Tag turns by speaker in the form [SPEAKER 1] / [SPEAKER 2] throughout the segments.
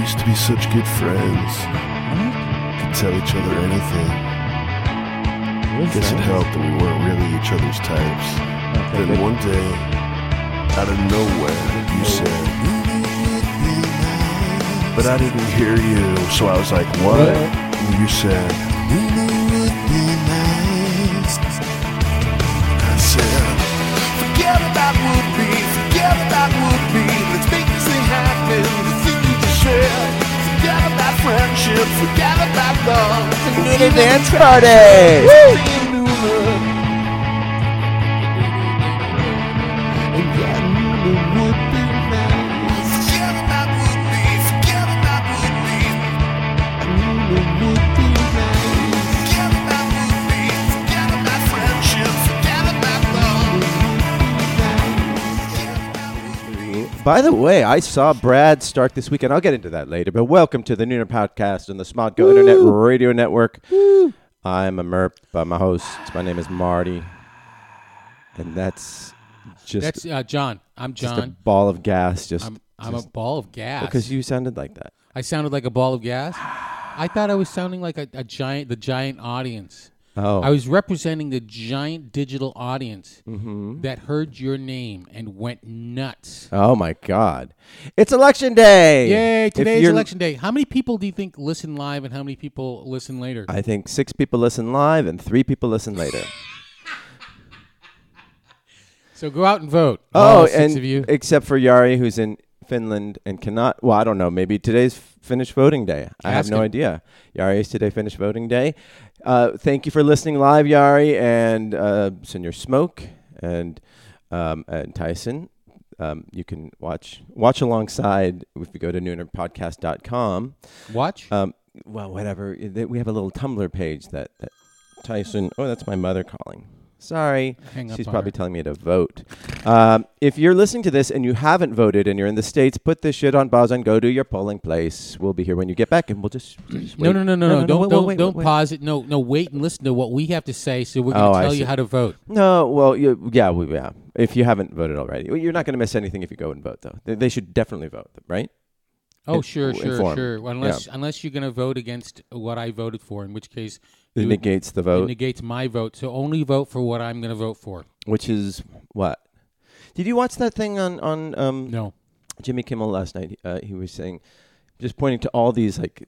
[SPEAKER 1] used to be such good friends. Could tell each other anything. Guess it helped that we weren't really each other's types. Then one day, out of nowhere, you said, But I didn't hear you. So I was like, What? And you said, I said,
[SPEAKER 2] Forget about would be, forget about would be. Let's make this thing happen. The thing you just said. Forget about friendship, forget about love. And
[SPEAKER 3] Community dance party. Woo!
[SPEAKER 2] a new look. And yeah, new look would be nice. Forget about would be, forget about would be. A new look would be nice. Forget about would be, forget about friendship, forget about love.
[SPEAKER 3] By the way, I saw Brad Stark this weekend. I'll get into that later. But welcome to the Nooner Podcast and the Smodco Internet Radio Network. I'm a merp. I'm a host. My name is Marty, and that's just
[SPEAKER 4] That's uh, John. I'm
[SPEAKER 3] just a
[SPEAKER 4] John.
[SPEAKER 3] ball of gas. Just
[SPEAKER 4] I'm, I'm a ball of gas.
[SPEAKER 3] because you sounded like that.
[SPEAKER 4] I sounded like a ball of gas. I thought I was sounding like a, a giant, the giant audience.
[SPEAKER 3] Oh,
[SPEAKER 4] I was representing the giant digital audience
[SPEAKER 3] Mm-hmm.
[SPEAKER 4] that heard your name and went nuts.
[SPEAKER 3] oh my God! It's election day.
[SPEAKER 4] Yay!
[SPEAKER 3] If
[SPEAKER 4] Today's
[SPEAKER 3] you're-
[SPEAKER 4] election day. How many people do you think listen live, and how many people listen later?
[SPEAKER 3] I think six people listen live and three people listen later.
[SPEAKER 4] so go out and vote.
[SPEAKER 3] Oh,
[SPEAKER 4] all six
[SPEAKER 3] and
[SPEAKER 4] of you.
[SPEAKER 3] except for Yari, who's in Finland and cannot. Well, I don't know. Maybe today's Finnish voting day. I have
[SPEAKER 4] Ask
[SPEAKER 3] no
[SPEAKER 4] him.
[SPEAKER 3] idea. Yari is today Finnish voting day. Uh, thank you for listening live, Yari, and uh, Senor Smoke and um, and Tyson. Um, you can watch watch alongside if you go to noonerpodcast.com.
[SPEAKER 4] Watch.
[SPEAKER 3] Um, well, whatever. Uh, th- We have a little Tumblr page that, that Tyson. Oh, that's my mother calling. Sorry.
[SPEAKER 4] Hang up
[SPEAKER 3] She's
[SPEAKER 4] on
[SPEAKER 3] probably
[SPEAKER 4] her.
[SPEAKER 3] telling me to vote. Um, if you're listening to this and you haven't voted and you're in the States, put this shit on pause and go to your polling place. We'll be here when you get back and we'll just. just
[SPEAKER 4] no,
[SPEAKER 3] wait.
[SPEAKER 4] no, no, no, no, Don't
[SPEAKER 3] wait, wait,
[SPEAKER 4] don't,
[SPEAKER 3] wait,
[SPEAKER 4] don't
[SPEAKER 3] wait.
[SPEAKER 4] pause it. No, no. Wait and listen to what we have to say. So we're
[SPEAKER 3] Oh,
[SPEAKER 4] going to
[SPEAKER 3] I
[SPEAKER 4] tell
[SPEAKER 3] see.
[SPEAKER 4] you how to vote.
[SPEAKER 3] No, well, you, yeah, well, yeah. If you haven't voted already, Well, you're not going to miss anything if you go and vote, though. They, they should definitely vote, right?
[SPEAKER 4] Oh,
[SPEAKER 3] in-
[SPEAKER 4] sure,
[SPEAKER 3] w-
[SPEAKER 4] sure,
[SPEAKER 3] informed.
[SPEAKER 4] sure. Well, Unless unless you're going to vote against what I voted for, in which case
[SPEAKER 3] It
[SPEAKER 4] you would-
[SPEAKER 3] negates the
[SPEAKER 4] it
[SPEAKER 3] vote,
[SPEAKER 4] negates my vote. So only vote for what I'm going to vote for.
[SPEAKER 3] which is what? Did you watch that thing on on um,
[SPEAKER 4] No.
[SPEAKER 3] Jimmy Kimmel last night, uh, he was saying, just pointing to all these like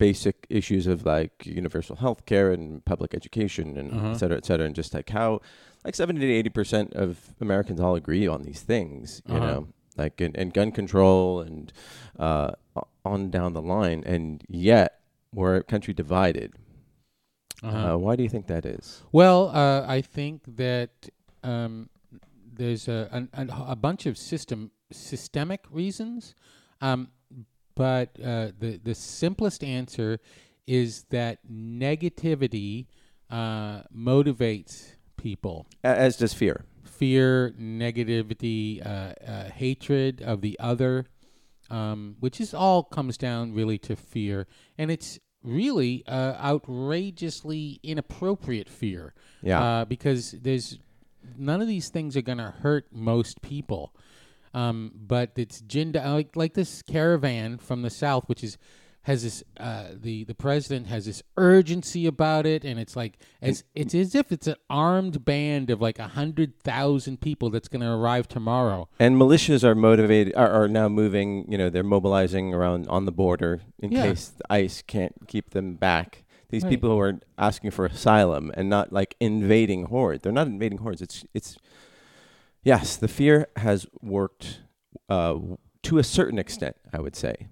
[SPEAKER 3] basic issues of like universal health care and public education and et cetera, et cetera, and just like how like 70 to 80% of Americans all agree on these things, you
[SPEAKER 4] Uh-huh.
[SPEAKER 3] know, like and, and gun control and uh, o- on down the line. And yet we're a country divided.
[SPEAKER 4] Uh-huh.
[SPEAKER 3] Uh, why do you think that is?
[SPEAKER 4] Well, uh, I think that um, there's a, an, an, a bunch of system systemic reasons, um, but uh, the the simplest answer is that negativity uh, motivates people.
[SPEAKER 3] A- As does fear.
[SPEAKER 4] fear, negativity, uh, uh, hatred of the other, um, which is all comes down really to fear, and it's really uh, outrageously inappropriate fear.
[SPEAKER 3] Yeah.
[SPEAKER 4] uh, because there's none of these things are going to hurt most people, um, but it's gender like like this caravan from the south, which is. Has this uh, the the president has this urgency about it, and it's like as it's as if it's an armed band of like a hundred thousand people that's going to arrive tomorrow.
[SPEAKER 3] And militias are motivated are, are now moving. You know, they're mobilizing around on the border in
[SPEAKER 4] Yeah.
[SPEAKER 3] case the ICE can't keep them back. These
[SPEAKER 4] Right.
[SPEAKER 3] people who are asking for asylum and not like invading hordes. They're not invading hordes. It's it's yes, the fear has worked uh, to a certain extent, I would say.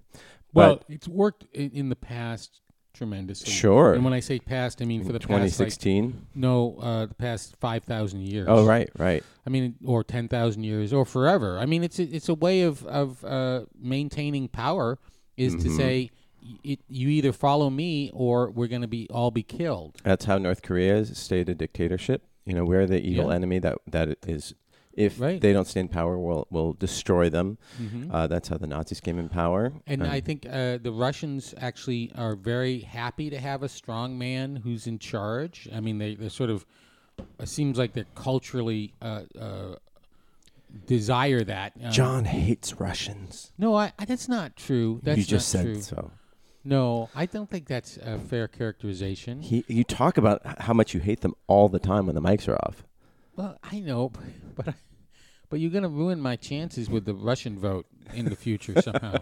[SPEAKER 4] Well,
[SPEAKER 3] But
[SPEAKER 4] it's worked in, in the past tremendously.
[SPEAKER 3] Sure.
[SPEAKER 4] And when I say past, I mean for the past like,
[SPEAKER 3] 2016.
[SPEAKER 4] no, uh, the past five thousand years.
[SPEAKER 3] oh right, right.
[SPEAKER 4] I mean, or ten thousand years, or forever. I mean, it's a, it's a way of of uh, maintaining power is
[SPEAKER 3] Mm-hmm.
[SPEAKER 4] to say. y- It, you either follow me, or we're going to be all be killed.
[SPEAKER 3] That's how North Korea is a state of dictatorship. You know, we're the evil
[SPEAKER 4] Yeah.
[SPEAKER 3] enemy that that is. If
[SPEAKER 4] Right. Mm-hmm.
[SPEAKER 3] they don't stay in power, we'll we'll destroy them. Uh, that's how the Nazis came in power.
[SPEAKER 4] And
[SPEAKER 3] Um,
[SPEAKER 4] I think uh, the Russians actually are very happy to have a strong man who's in charge. I mean, they, they're sort of, it seems like they're culturally uh, uh, desire that. Um,
[SPEAKER 3] John hates Russians.
[SPEAKER 4] No, I, I, that's not true. That's
[SPEAKER 3] you just
[SPEAKER 4] not
[SPEAKER 3] said
[SPEAKER 4] true.
[SPEAKER 3] so.
[SPEAKER 4] No, I don't think that's a fair characterization.
[SPEAKER 3] He, you talk about h- how much you hate them all the time when the mics are off.
[SPEAKER 4] well, I know, but but, I, but you're going to ruin my chances with the Russian vote in the future somehow.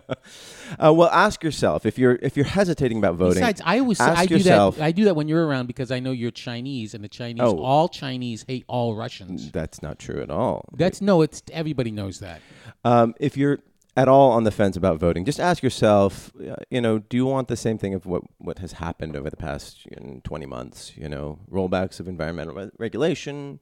[SPEAKER 3] Uh, well, ask yourself if you're if you're hesitating about voting.
[SPEAKER 4] Besides, I always say-
[SPEAKER 3] ask
[SPEAKER 4] I do
[SPEAKER 3] yourself.
[SPEAKER 4] that. I do that when you're around because I know you're Chinese, and the Chinese,
[SPEAKER 3] Oh. Mm.
[SPEAKER 4] all Chinese, hate all Russians.
[SPEAKER 3] that's not true at all.
[SPEAKER 4] That's no, it's everybody knows that.
[SPEAKER 3] Um, if you're at all on the fence about voting, just ask yourself, uh, you know, do you want the same thing of what, what has happened over the past you know, 20 months? You know, rollbacks of environmental re- regulation,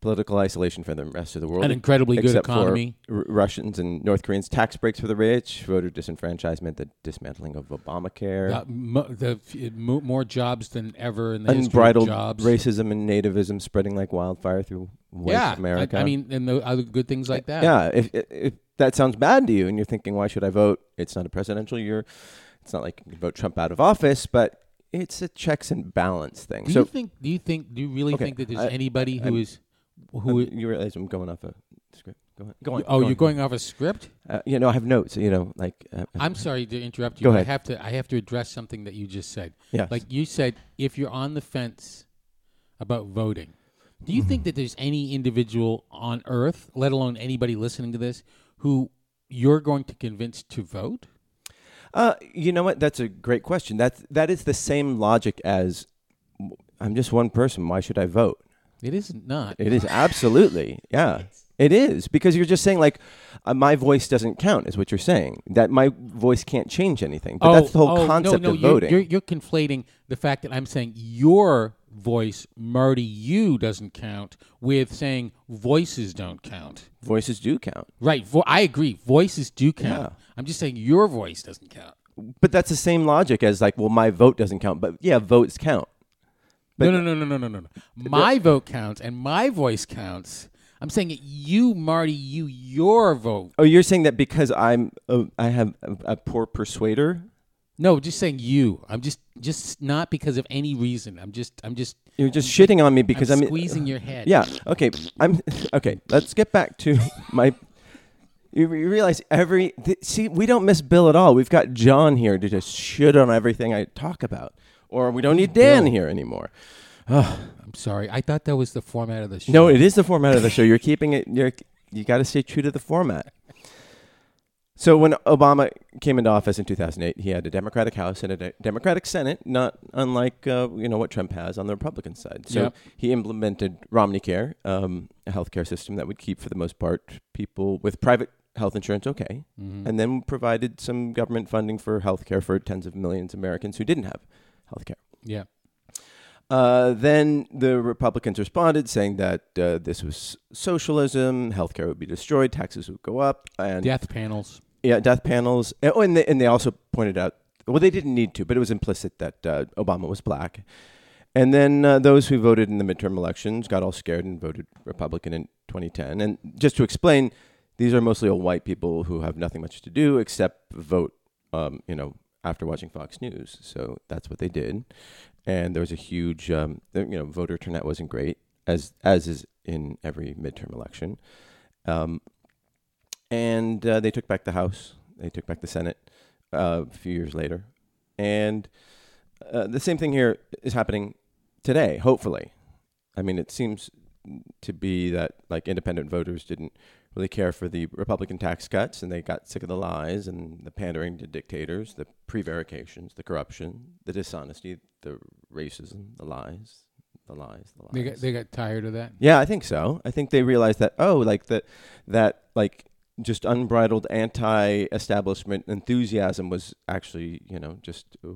[SPEAKER 3] political isolation for the rest of the world.
[SPEAKER 4] An incredibly good
[SPEAKER 3] except for
[SPEAKER 4] economy.
[SPEAKER 3] R- Russians and North Koreans, tax breaks for the rich, voter disenfranchisement, the dismantling of Obamacare.
[SPEAKER 4] Uh, mo- the f- mo- more jobs than ever in the history of
[SPEAKER 3] Unbridled
[SPEAKER 4] jobs.
[SPEAKER 3] racism and nativism spreading like wildfire through white
[SPEAKER 4] yeah, I-
[SPEAKER 3] America.
[SPEAKER 4] I, mean, and the other good things like that.
[SPEAKER 3] Yeah, if, if, if that sounds bad to you and you're thinking, why should I vote? It's not a presidential year. It's not like you can vote Trump out of office, but it's a checks and balance thing.
[SPEAKER 4] Do
[SPEAKER 3] so
[SPEAKER 4] you think? Do you think? Do you really
[SPEAKER 3] Okay,
[SPEAKER 4] think that there's
[SPEAKER 3] I-
[SPEAKER 4] anybody
[SPEAKER 3] I'm-
[SPEAKER 4] who is
[SPEAKER 3] who
[SPEAKER 4] who?
[SPEAKER 3] you realize I'm going off a script. Go on. Go on
[SPEAKER 4] oh,
[SPEAKER 3] go
[SPEAKER 4] you're
[SPEAKER 3] on.
[SPEAKER 4] going off a script.
[SPEAKER 3] Uh, you know, I have notes. You know, like uh,
[SPEAKER 4] I'm sorry to interrupt you.
[SPEAKER 3] Go
[SPEAKER 4] but
[SPEAKER 3] ahead.
[SPEAKER 4] I have to. I have to address something that you just said.
[SPEAKER 3] yeah,
[SPEAKER 4] Like you said, if you're on the fence about voting, do you
[SPEAKER 3] Mm-hmm.
[SPEAKER 4] think that there's any individual on earth, let alone anybody listening to this, who you're going to convince to vote?
[SPEAKER 3] Uh, you know what? That's a great question. That's that is the same logic as w- I'm just one person. Why should I vote?
[SPEAKER 4] It is not.
[SPEAKER 3] It is absolutely, yeah. It is because you're just saying like uh, my voice doesn't count is what you're saying. That my voice can't change anything. But that's the whole
[SPEAKER 4] oh,
[SPEAKER 3] concept
[SPEAKER 4] no, no,
[SPEAKER 3] of
[SPEAKER 4] you're-
[SPEAKER 3] voting.
[SPEAKER 4] You're, you're conflating the fact that I'm saying your voice, Marty, you doesn't count, with saying voices don't count.
[SPEAKER 3] Voices do count.
[SPEAKER 4] Right. Vo- I agree. Voices do count.
[SPEAKER 3] Yeah.
[SPEAKER 4] I'm just saying your voice doesn't count.
[SPEAKER 3] But that's the same logic as like well my vote doesn't count. But yeah, votes count.
[SPEAKER 4] no, no, no, no, no, no, no, no. My vote counts and my voice counts. I'm saying it. You, Marty, you, your vote.
[SPEAKER 3] Oh, you're saying that because I'm a, I have a, a poor persuader.
[SPEAKER 4] No, just saying you. I'm just, just not because of any reason. I'm just, I'm just
[SPEAKER 3] You're just shitting on me because I'm,
[SPEAKER 4] squeezing your head.
[SPEAKER 3] Yeah. Okay. I'm okay. Let's get back to my. You re- you realize every th- see we don't miss Bill at all. We've got John here to just shit on everything I talk about, or we don't need Dan
[SPEAKER 4] Bill.
[SPEAKER 3] here anymore.
[SPEAKER 4] I'm sorry. I thought that was the format of the show.
[SPEAKER 3] No, it is the format of the show. You're keeping it. You're you got to stay true to the format. So when Obama came into office in 2008, he had a Democratic House and a de- Democratic Senate, not unlike uh, you know what Trump has on the Republican side. So
[SPEAKER 4] Yep.
[SPEAKER 3] he implemented Romney Care, um, a healthcare system that would keep for the most part people with private health insurance okay,
[SPEAKER 4] Mm-hmm.
[SPEAKER 3] and then provided some government funding for healthcare for tens of millions of Americans who didn't have healthcare.
[SPEAKER 4] Yeah.
[SPEAKER 3] Uh, then the Republicans responded, saying that uh, this was socialism, healthcare would be destroyed, taxes would go up, and
[SPEAKER 4] Death panels.
[SPEAKER 3] yeah, death panels. and- Oh, and they, and they also pointed out, well, they didn't need to, but it was implicit that uh, Obama was black. And then uh, those who voted in the midterm elections got all scared and voted Republican in 2010. And just to explain, these are mostly all white people who have nothing much to do except vote, um, you know, after watching Fox News. So that's what they did. And there was a huge, um, the- you know, voter turnout wasn't great, as as is in every midterm election. Um, and uh, they took back the House. They took back the Senate uh, a few years later, and uh, the same thing here is happening today. Hopefully, I mean, it seems to be that like independent voters didn't really care for the Republican tax cuts, and they got sick of the lies and the pandering to dictators, the prevarications, the corruption, the dishonesty, the racism, the lies, the lies, the lies.
[SPEAKER 4] They got, they got tired of that.
[SPEAKER 3] Yeah, I think so. I think they realized that oh, like that that like just unbridled anti-establishment enthusiasm was actually you know just uh,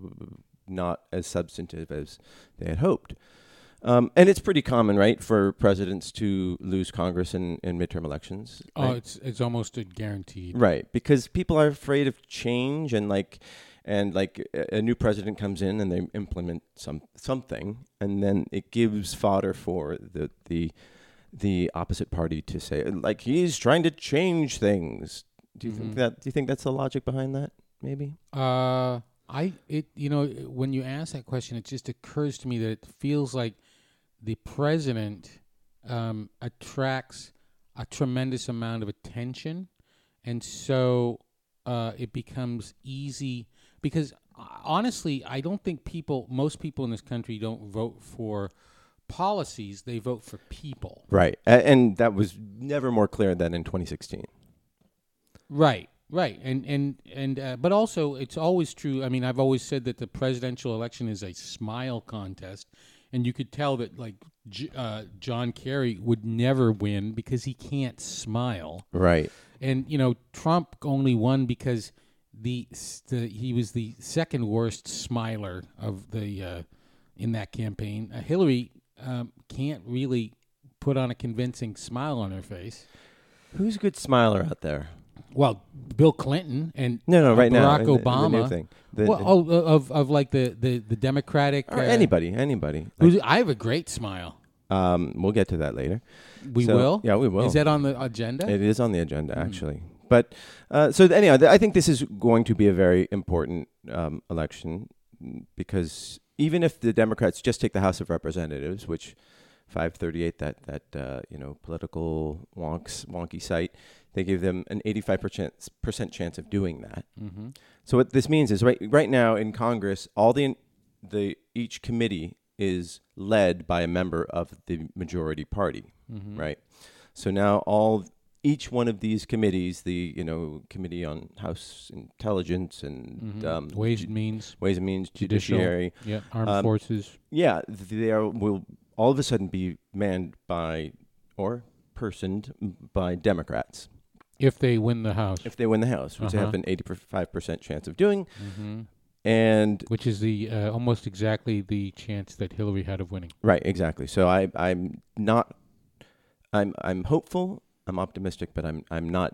[SPEAKER 3] not as substantive as they had hoped. Um, and it's pretty common, right, for presidents to lose Congress in, in midterm elections.
[SPEAKER 4] Oh,
[SPEAKER 3] right?
[SPEAKER 4] it's it's almost a guaranteed.
[SPEAKER 3] Right, because people are afraid of change and like and like a a new president comes in and they implement some something and then it gives fodder for the the the opposite party to say like he's trying to change things. Do you think
[SPEAKER 4] Mhm.
[SPEAKER 3] that do you think that's the logic behind that? Maybe?
[SPEAKER 4] Uh, I it you know when you ask that question, it just occurs to me that it feels like the president um, attracts a tremendous amount of attention, and so uh, it becomes easy because uh, honestly, I don't think people, most people in this country, don't vote for policies; they vote for people.
[SPEAKER 3] Right. A- and that was never more clear than in 2016.
[SPEAKER 4] Right, right, and and and uh, but also it's always true. I mean, I've always said that the presidential election is a smile contest, and you could tell that like J- uh, John Kerry would never win because he can't smile,
[SPEAKER 3] Right.
[SPEAKER 4] and you know Trump only won because the, s- the he was the second worst smiler of the uh, in that campaign. Uh, Hillary um, can't really put on a convincing smile on her face.
[SPEAKER 3] Who's a good smiler out there?
[SPEAKER 4] Well, Bill Clinton and
[SPEAKER 3] No, no,
[SPEAKER 4] uh,
[SPEAKER 3] right now.
[SPEAKER 4] Barack
[SPEAKER 3] in the- in
[SPEAKER 4] Obama.
[SPEAKER 3] The, new thing. The-
[SPEAKER 4] well, oh, uh, of of like the the the Democratic.
[SPEAKER 3] or anybody, anybody.
[SPEAKER 4] who's- I have a great smile.
[SPEAKER 3] Um, we'll get to that later.
[SPEAKER 4] We
[SPEAKER 3] So-
[SPEAKER 4] will.
[SPEAKER 3] Yeah, we will.
[SPEAKER 4] Is that Hmm. on the agenda?
[SPEAKER 3] It is on the agenda, actually. But uh, so anyhow, th- I think this is going to be a very important um, election mm, because even if the Democrats just take the House of Representatives, which 538, that that uh, you know political wonks wonky site, they give them an 85 percent percent chance of doing that.
[SPEAKER 4] mm-hmm.
[SPEAKER 3] So what this means is right right now in Congress, all the the each committee is led by a member of the majority party,
[SPEAKER 4] mm-hmm,
[SPEAKER 3] right? So now all each one of these committees, the you know committee on House Intelligence and um,
[SPEAKER 4] Mm-hmm. Ways and means.
[SPEAKER 3] Ways and Means,
[SPEAKER 4] Judicial.
[SPEAKER 3] Judiciary,
[SPEAKER 4] Yeah, armed
[SPEAKER 3] um,
[SPEAKER 4] forces.
[SPEAKER 3] yeah, they are, will all of a sudden be manned by or personed by Democrats
[SPEAKER 4] If they win the House,
[SPEAKER 3] if they win the House, which they have
[SPEAKER 4] Uh-huh.
[SPEAKER 3] an eighty-five percent chance of doing,
[SPEAKER 4] Mhm.
[SPEAKER 3] and
[SPEAKER 4] which is the uh, almost exactly the chance that Hillary had of winning.
[SPEAKER 3] Right, exactly. So I I'm not I'm I'm hopeful, I'm optimistic, but I'm I'm not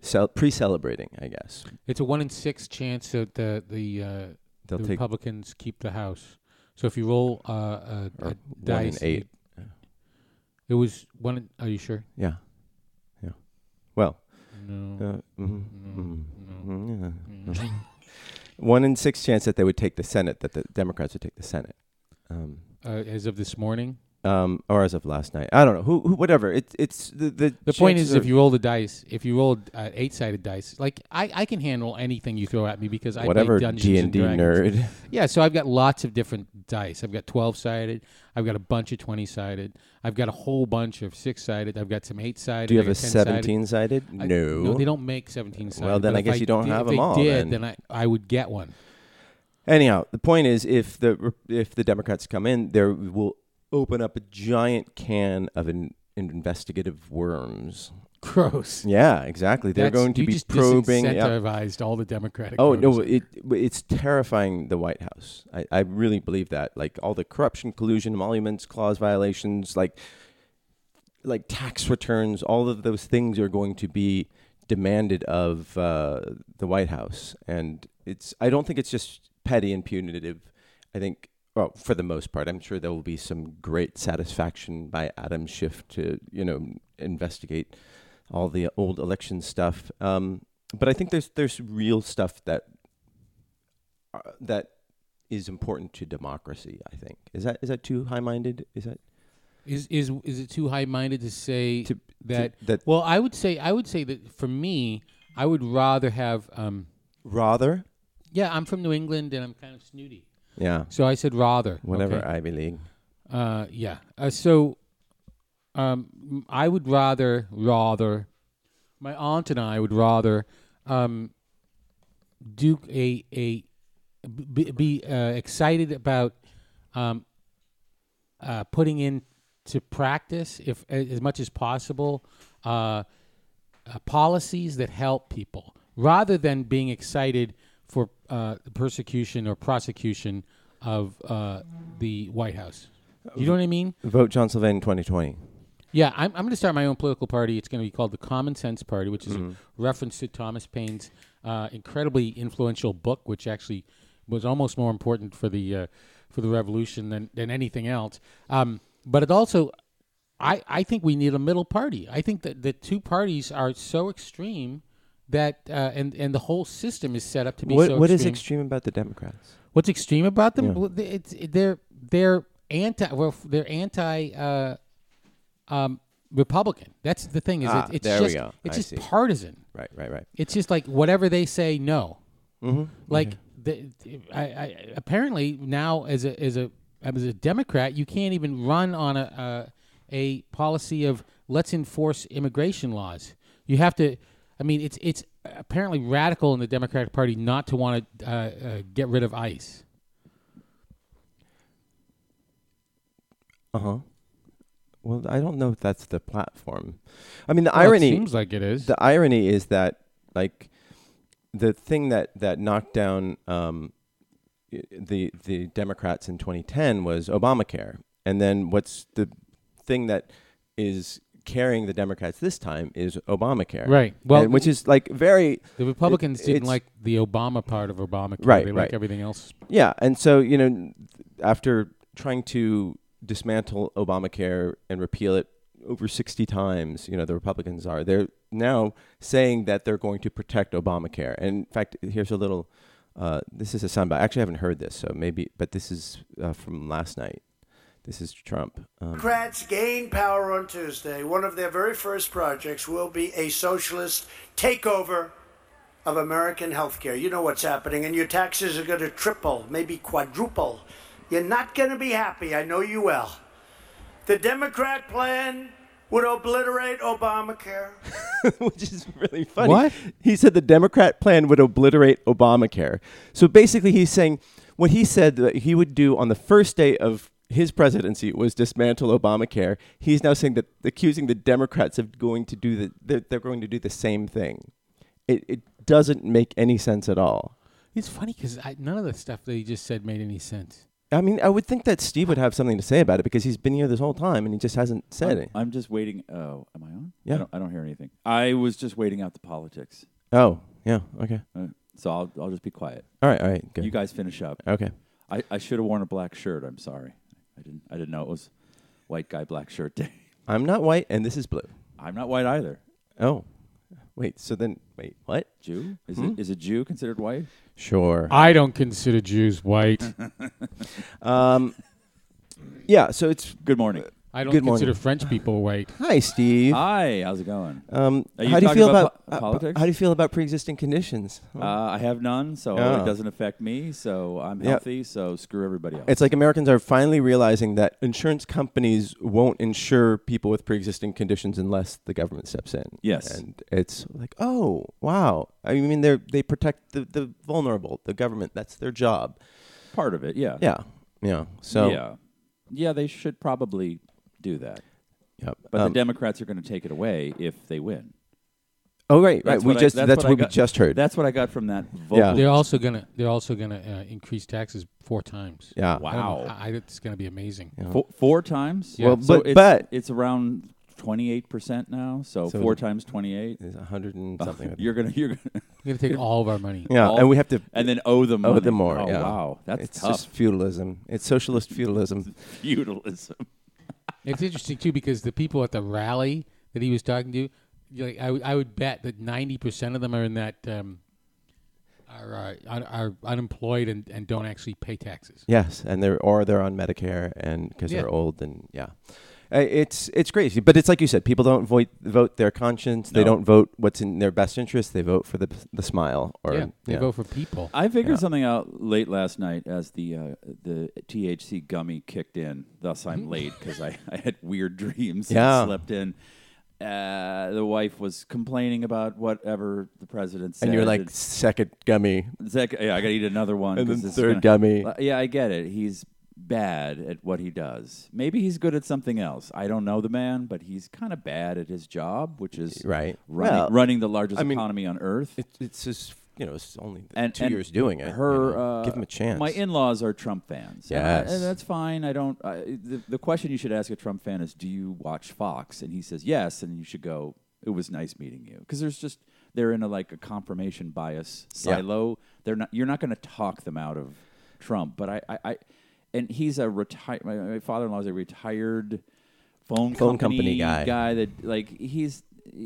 [SPEAKER 3] cel- pre-celebrating, I guess.
[SPEAKER 4] It's a one in six chance that the the, uh, the
[SPEAKER 3] They'll take
[SPEAKER 4] Republicans keep the House. So if you roll uh, a, a
[SPEAKER 3] Or one in
[SPEAKER 4] dice,
[SPEAKER 3] eight.
[SPEAKER 4] it- It was one. in- Are you sure?
[SPEAKER 3] yeah. Yeah. Well,
[SPEAKER 4] No. Mm.
[SPEAKER 3] uh, mhm, mhm,
[SPEAKER 4] no.
[SPEAKER 3] mhm, yeah, mhm. One in six chance that they would take the Senate, that the Democrats would take the Senate, um,
[SPEAKER 4] Uh, as of this morning,
[SPEAKER 3] um, or as of last night, I don't know who, who whatever. It's it's the the,
[SPEAKER 4] the point
[SPEAKER 3] chances
[SPEAKER 4] is, if
[SPEAKER 3] are-
[SPEAKER 4] you roll the dice, if you roll uh, eight-sided dice, like I, I can handle anything you throw at me because I
[SPEAKER 3] whatever
[SPEAKER 4] play Dungeons
[SPEAKER 3] D
[SPEAKER 4] and
[SPEAKER 3] and D
[SPEAKER 4] Dragons.
[SPEAKER 3] nerd,
[SPEAKER 4] Yeah, so I've got lots of different dice. I've got 12 sided. I've got a bunch of 20 sided. I've got a whole bunch of six sided. I've got some eight sided.
[SPEAKER 3] do you have a seventeen sided? No,
[SPEAKER 4] No, they don't make 17 sided.
[SPEAKER 3] Well, then I guess you don't have 'em all,
[SPEAKER 4] If they
[SPEAKER 3] then.
[SPEAKER 4] did, then, I, I would get one.
[SPEAKER 3] Anyhow, the point is, if the re- if the Democrats come in, there will open up a giant can of in, investigative worms.
[SPEAKER 4] Gross.
[SPEAKER 3] Yeah, exactly. They're
[SPEAKER 4] That's-
[SPEAKER 3] going to
[SPEAKER 4] you
[SPEAKER 3] be
[SPEAKER 4] just
[SPEAKER 3] probing. Yeah.
[SPEAKER 4] disincentivized all the Democratic
[SPEAKER 3] Oh no,
[SPEAKER 4] voters.
[SPEAKER 3] it it's terrifying the White House. I, I really believe that. Like all the corruption, collusion, emoluments, clause violations, like like tax returns, all of those things are going to be demanded of uh, the White House, and it's. I don't think it's just petty and punitive. I think. Well, for the most part, I'm sure there will be some great satisfaction by Adam Schiff to you know investigate all the old election stuff. Um, but I think there's there's real stuff that uh, that is important to democracy. I think is that is that too high minded? Is that
[SPEAKER 4] Is, is, is it too high minded to say
[SPEAKER 3] To- to-
[SPEAKER 4] that?
[SPEAKER 3] that
[SPEAKER 4] Well, I would say I would say that for me, I would rather have. Um,
[SPEAKER 3] rather?
[SPEAKER 4] yeah, I'm from New England and I'm kind of snooty,
[SPEAKER 3] Yeah,
[SPEAKER 4] so I said rather.
[SPEAKER 3] whatever
[SPEAKER 4] okay?
[SPEAKER 3] Ivy League.
[SPEAKER 4] Uh, yeah. Uh, so, um, I would rather, rather, my aunt and I would rather, um, do a a be, be uh, excited about, um, uh, putting in to practice if a- as much as possible, uh, uh, policies that help people rather than being excited for uh, persecution or prosecution of uh, the White House. You know what I mean?
[SPEAKER 3] Vote John Sylvain 2020.
[SPEAKER 4] Yeah, I'm, I'm going to start my own political party. It's going to be called the Common Sense Party, which is
[SPEAKER 3] Mm-hmm.
[SPEAKER 4] a reference to Thomas Paine's uh, incredibly influential book, which actually was almost more important for the uh, for the revolution than, than anything else. Um, but it also, I, I think we need a middle party. I think that the two parties are so extreme that uh, and and the whole system is set up to be
[SPEAKER 3] What
[SPEAKER 4] so
[SPEAKER 3] what is
[SPEAKER 4] extreme.
[SPEAKER 3] extreme about the Democrats?
[SPEAKER 4] What's extreme about them?
[SPEAKER 3] Yeah.
[SPEAKER 4] Well, they- It's they're they're anti. Well, they're anti. Uh, um, Republican. That's the thing. Is
[SPEAKER 3] Ah,
[SPEAKER 4] it, it's
[SPEAKER 3] there we
[SPEAKER 4] just
[SPEAKER 3] go.
[SPEAKER 4] it's
[SPEAKER 3] I
[SPEAKER 4] just
[SPEAKER 3] see.
[SPEAKER 4] partisan.
[SPEAKER 3] Right, right, right.
[SPEAKER 4] It's just like whatever they say, no.
[SPEAKER 3] Mhm.
[SPEAKER 4] Like the, I, I apparently now as a as a as a Democrat, you can't even run on a a, a policy of let's enforce immigration laws. You have to. I mean, it's it's apparently radical in the Democratic Party not to want to uh, uh, get rid of ICE.
[SPEAKER 3] Uh huh. Well, I don't know if that's the platform. I mean, the
[SPEAKER 4] Well, it
[SPEAKER 3] irony
[SPEAKER 4] seems like it is.
[SPEAKER 3] the irony is that like the thing that that knocked down um, i- the the Democrats in 2010 was Obamacare, and then what's the thing that is carrying the Democrats this time is Obamacare,
[SPEAKER 4] Right. Well,
[SPEAKER 3] And- which is like very
[SPEAKER 4] The Republicans didn't
[SPEAKER 3] it's-
[SPEAKER 4] like the Obama part of Obamacare.
[SPEAKER 3] Right,
[SPEAKER 4] They like
[SPEAKER 3] right.
[SPEAKER 4] everything else.
[SPEAKER 3] Yeah, and so you know, after trying to dismantle Obamacare and repeal it over sixty times, you know, the Republicans are they're now saying that they're going to protect Obamacare. And in fact, here's a little. Uh, this is a soundbite. I actually haven't heard this, so maybe, but this is uh, from last night. This is Trump. Um,
[SPEAKER 5] Democrats gain power on Tuesday, one of their very first projects will be a socialist takeover of American healthcare. You know what's happening, and your taxes are going to triple, maybe quadruple. You're not going to be happy. I know you well. The Democrat plan would obliterate Obamacare.
[SPEAKER 3] which is really funny.
[SPEAKER 4] What?
[SPEAKER 3] He said the Democrat plan would obliterate Obamacare. So basically, he's saying what he said that he would do on the first day of his presidency was dismantle Obamacare. He's now saying that accusing the Democrats of going to do the they're, they're going to do the same thing. It, it doesn't make any sense at all.
[SPEAKER 4] It's funny because none of the stuff that he just said made any sense.
[SPEAKER 3] I mean, I would think that Steve would have something to say about it because he's been here this whole time and he just hasn't said
[SPEAKER 6] I'm,
[SPEAKER 3] it.
[SPEAKER 6] I'm just waiting. Oh, am I on?
[SPEAKER 3] Yeah.
[SPEAKER 6] I don't, I don't hear anything. I was just waiting out the politics,
[SPEAKER 3] Oh, yeah, okay,
[SPEAKER 6] Uh, so I'll I'll just be quiet.
[SPEAKER 3] all right, all right, good.
[SPEAKER 6] You guys finish up.
[SPEAKER 3] okay,
[SPEAKER 6] I, I should have worn a black shirt. I'm sorry. I didn't. I didn't know it was white guy black shirt day.
[SPEAKER 3] I'm not white and this is blue.
[SPEAKER 6] I'm not white either.
[SPEAKER 3] Oh, wait. So then, wait. What? Uh,
[SPEAKER 6] Jew? Is
[SPEAKER 3] Hmm?
[SPEAKER 6] it is a Jew considered white?
[SPEAKER 3] Sure.
[SPEAKER 4] I don't consider Jews white.
[SPEAKER 3] Um, yeah. So it's
[SPEAKER 6] Good morning.
[SPEAKER 3] Uh,
[SPEAKER 4] I don't
[SPEAKER 3] Good morning.
[SPEAKER 4] consider French people white.
[SPEAKER 3] hi, Steve.
[SPEAKER 6] Hi. How's it going?
[SPEAKER 3] Um,
[SPEAKER 6] Uh, Are you
[SPEAKER 3] how do you
[SPEAKER 6] talking
[SPEAKER 3] feel
[SPEAKER 6] about
[SPEAKER 3] about,
[SPEAKER 6] po-
[SPEAKER 3] uh,
[SPEAKER 6] politics?
[SPEAKER 3] How do you feel about pre-existing conditions?
[SPEAKER 6] Uh, I have none, so
[SPEAKER 3] Oh.
[SPEAKER 6] it doesn't affect me. So I'm
[SPEAKER 3] Yeah.
[SPEAKER 6] healthy. So screw everybody else.
[SPEAKER 3] It's like Americans are finally realizing that insurance companies won't insure people with pre-existing conditions unless the government steps in.
[SPEAKER 6] Yes.
[SPEAKER 3] and it's like, oh wow. I mean, they they protect the, the vulnerable. The government that's their job.
[SPEAKER 6] part of it. Yeah.
[SPEAKER 3] Yeah, yeah. So
[SPEAKER 6] yeah. Yeah. They should probably do that.
[SPEAKER 3] Yep.
[SPEAKER 6] But
[SPEAKER 3] Um,
[SPEAKER 6] the Democrats are going to take it away if they win.
[SPEAKER 3] oh right, right.
[SPEAKER 6] That's
[SPEAKER 3] We
[SPEAKER 6] what I-
[SPEAKER 3] just that's,
[SPEAKER 6] I
[SPEAKER 3] what we
[SPEAKER 6] got-
[SPEAKER 3] just heard.
[SPEAKER 6] That's what I got from that vocal.
[SPEAKER 4] They're also gonna they're also gonna uh, increase taxes four times.
[SPEAKER 3] yeah.
[SPEAKER 6] Wow.
[SPEAKER 4] I don't know. I, I, it's gonna be amazing.
[SPEAKER 6] Four, four times.
[SPEAKER 4] Yeah. Well,
[SPEAKER 6] So
[SPEAKER 3] but-
[SPEAKER 6] it's,
[SPEAKER 3] but-
[SPEAKER 6] it's around twenty eight percent now. So,
[SPEAKER 3] So
[SPEAKER 6] four
[SPEAKER 3] the-
[SPEAKER 6] times twenty eight.
[SPEAKER 3] It's a hundred and something. I think.
[SPEAKER 6] You're gonna you're gonna
[SPEAKER 4] We're gonna take all of our money.
[SPEAKER 3] Yeah,
[SPEAKER 6] all-
[SPEAKER 3] and we have to
[SPEAKER 6] and then owe them
[SPEAKER 3] owe
[SPEAKER 6] money.
[SPEAKER 3] them more.
[SPEAKER 6] Oh,
[SPEAKER 3] yeah.
[SPEAKER 6] wow, that's
[SPEAKER 3] it's
[SPEAKER 6] tough.
[SPEAKER 3] just feudalism. It's socialist feudalism.
[SPEAKER 6] feudalism.
[SPEAKER 4] It's interesting too because the people at the rally that he was talking to, you like I, would- I would bet that ninety percent of them are in that um, are, uh, un- are unemployed and, and don't actually pay taxes.
[SPEAKER 3] Yes, and they're or they're on Medicare and because
[SPEAKER 4] Yeah.
[SPEAKER 3] they're old and yeah, Uh, it's it's crazy. But it's like you said, people don't vote vote their conscience. They
[SPEAKER 6] No.
[SPEAKER 3] don't vote what's in their best interest. They vote for the the smile or
[SPEAKER 4] yeah, they vote for people.
[SPEAKER 6] I figured
[SPEAKER 3] Yeah.
[SPEAKER 6] something out late last night as the uh, the THC gummy kicked in. Thus, I'm late because I, I had weird dreams
[SPEAKER 3] Mm-hmm. Yeah.
[SPEAKER 6] and slept in. Uh, the wife was complaining about whatever the president said.
[SPEAKER 3] and you're like second gummy.
[SPEAKER 6] Zach, yeah, I gotta eat another one.
[SPEAKER 3] And
[SPEAKER 6] 'cause
[SPEAKER 3] then
[SPEAKER 6] this is
[SPEAKER 3] third
[SPEAKER 6] gonna-
[SPEAKER 3] gummy.
[SPEAKER 6] Uh, Yeah, I get it. He's bad at what he does. Maybe he's good at something else. I don't know the man, but he's kind of bad at his job, which is
[SPEAKER 3] Right.
[SPEAKER 6] running,
[SPEAKER 3] Well,
[SPEAKER 6] running the largest
[SPEAKER 3] I mean,
[SPEAKER 6] economy on earth.
[SPEAKER 3] It's it's just you know it's only
[SPEAKER 6] And-
[SPEAKER 3] two
[SPEAKER 6] and
[SPEAKER 3] years doing it.
[SPEAKER 6] Her,
[SPEAKER 3] you know.
[SPEAKER 6] uh,
[SPEAKER 3] give him a chance.
[SPEAKER 6] My in-laws are Trump fans. And I-
[SPEAKER 3] Yes.
[SPEAKER 6] and that's fine. I don't. I, the, the question you should ask a Trump fan is, "Do you watch Fox?" And he says yes, and you should go. It was nice meeting you because there's just they're in a like a confirmation bias
[SPEAKER 3] Yeah.
[SPEAKER 6] silo. They're not. You're not going to talk them out of Trump. But I, I, I and he's a retired. My, my father-in-law is a retired phone
[SPEAKER 3] Phone company guy.
[SPEAKER 6] guy that like he's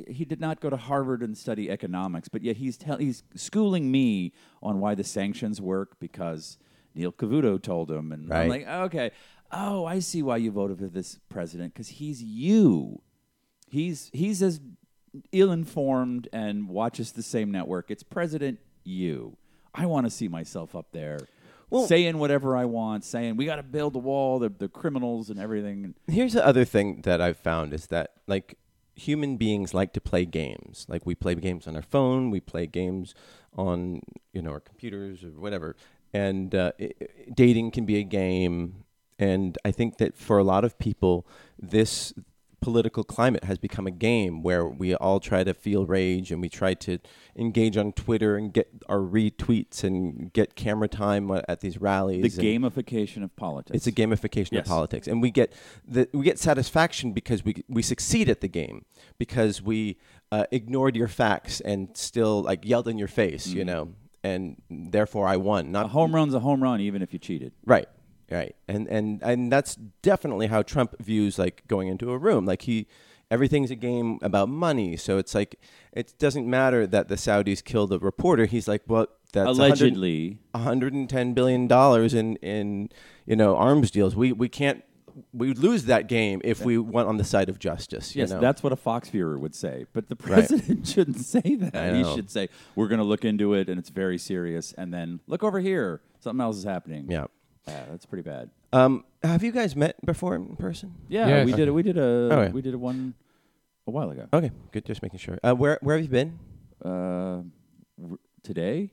[SPEAKER 6] he did not go to Harvard and study economics, but yet he's tell, he's schooling me on why the sanctions work because Neil Cavuto told him, and I'm
[SPEAKER 3] Right.
[SPEAKER 6] like, okay, oh, I see why you voted for this president because he's you. He's he's as ill-informed and watches the same network. It's President You. I want to see myself up there. saying whatever I want, saying we got to build the wall, the, the criminals and everything.
[SPEAKER 3] Here's the other thing that I've found is that like human beings like to play games. Like we play games on our phone, we play games on you know our computers or whatever. And uh, i i- dating can be a game. And I think that for a lot of people, this political climate has become a game where we all try to feel rage and we try to engage on Twitter and get our retweets and get camera time at these rallies.
[SPEAKER 6] The
[SPEAKER 3] and-
[SPEAKER 6] gamification of politics.
[SPEAKER 3] it's a gamification
[SPEAKER 6] Yes.
[SPEAKER 3] of politics, and we get the, we get satisfaction because we we succeed at the game because we uh, ignored your facts and still like yelled in your face, you know, and therefore I won.
[SPEAKER 6] Mm-hmm. a
[SPEAKER 3] Not
[SPEAKER 6] home run's a home run, even if you cheated.
[SPEAKER 3] right, right, and and and that's definitely how Trump views like going into a room. Like he, everything's a game about money, so it's like it doesn't matter that the Saudis killed a reporter. He's like, well, that's a hundred-
[SPEAKER 6] Allegedly,
[SPEAKER 3] 110 billion dollars in in you know arms deals. We we can't we would lose that game if we went on the side of justice. You
[SPEAKER 6] yes,
[SPEAKER 3] know?
[SPEAKER 6] that's what a Fox viewer would say. But the president shouldn't say
[SPEAKER 3] I
[SPEAKER 6] that. He
[SPEAKER 3] know.
[SPEAKER 6] should say we're going to look into it, and it's very serious. And then look over here, something else is happening.
[SPEAKER 3] yeah.
[SPEAKER 6] Yeah, that's pretty bad.
[SPEAKER 3] Um, have you guys met before in person?
[SPEAKER 6] Yeah,
[SPEAKER 4] Yes.
[SPEAKER 6] we did. We did a.
[SPEAKER 3] All right.
[SPEAKER 6] We did a one a while ago.
[SPEAKER 3] Okay, good. Just making sure. Uh, where where have you been?
[SPEAKER 6] Uh, w- today,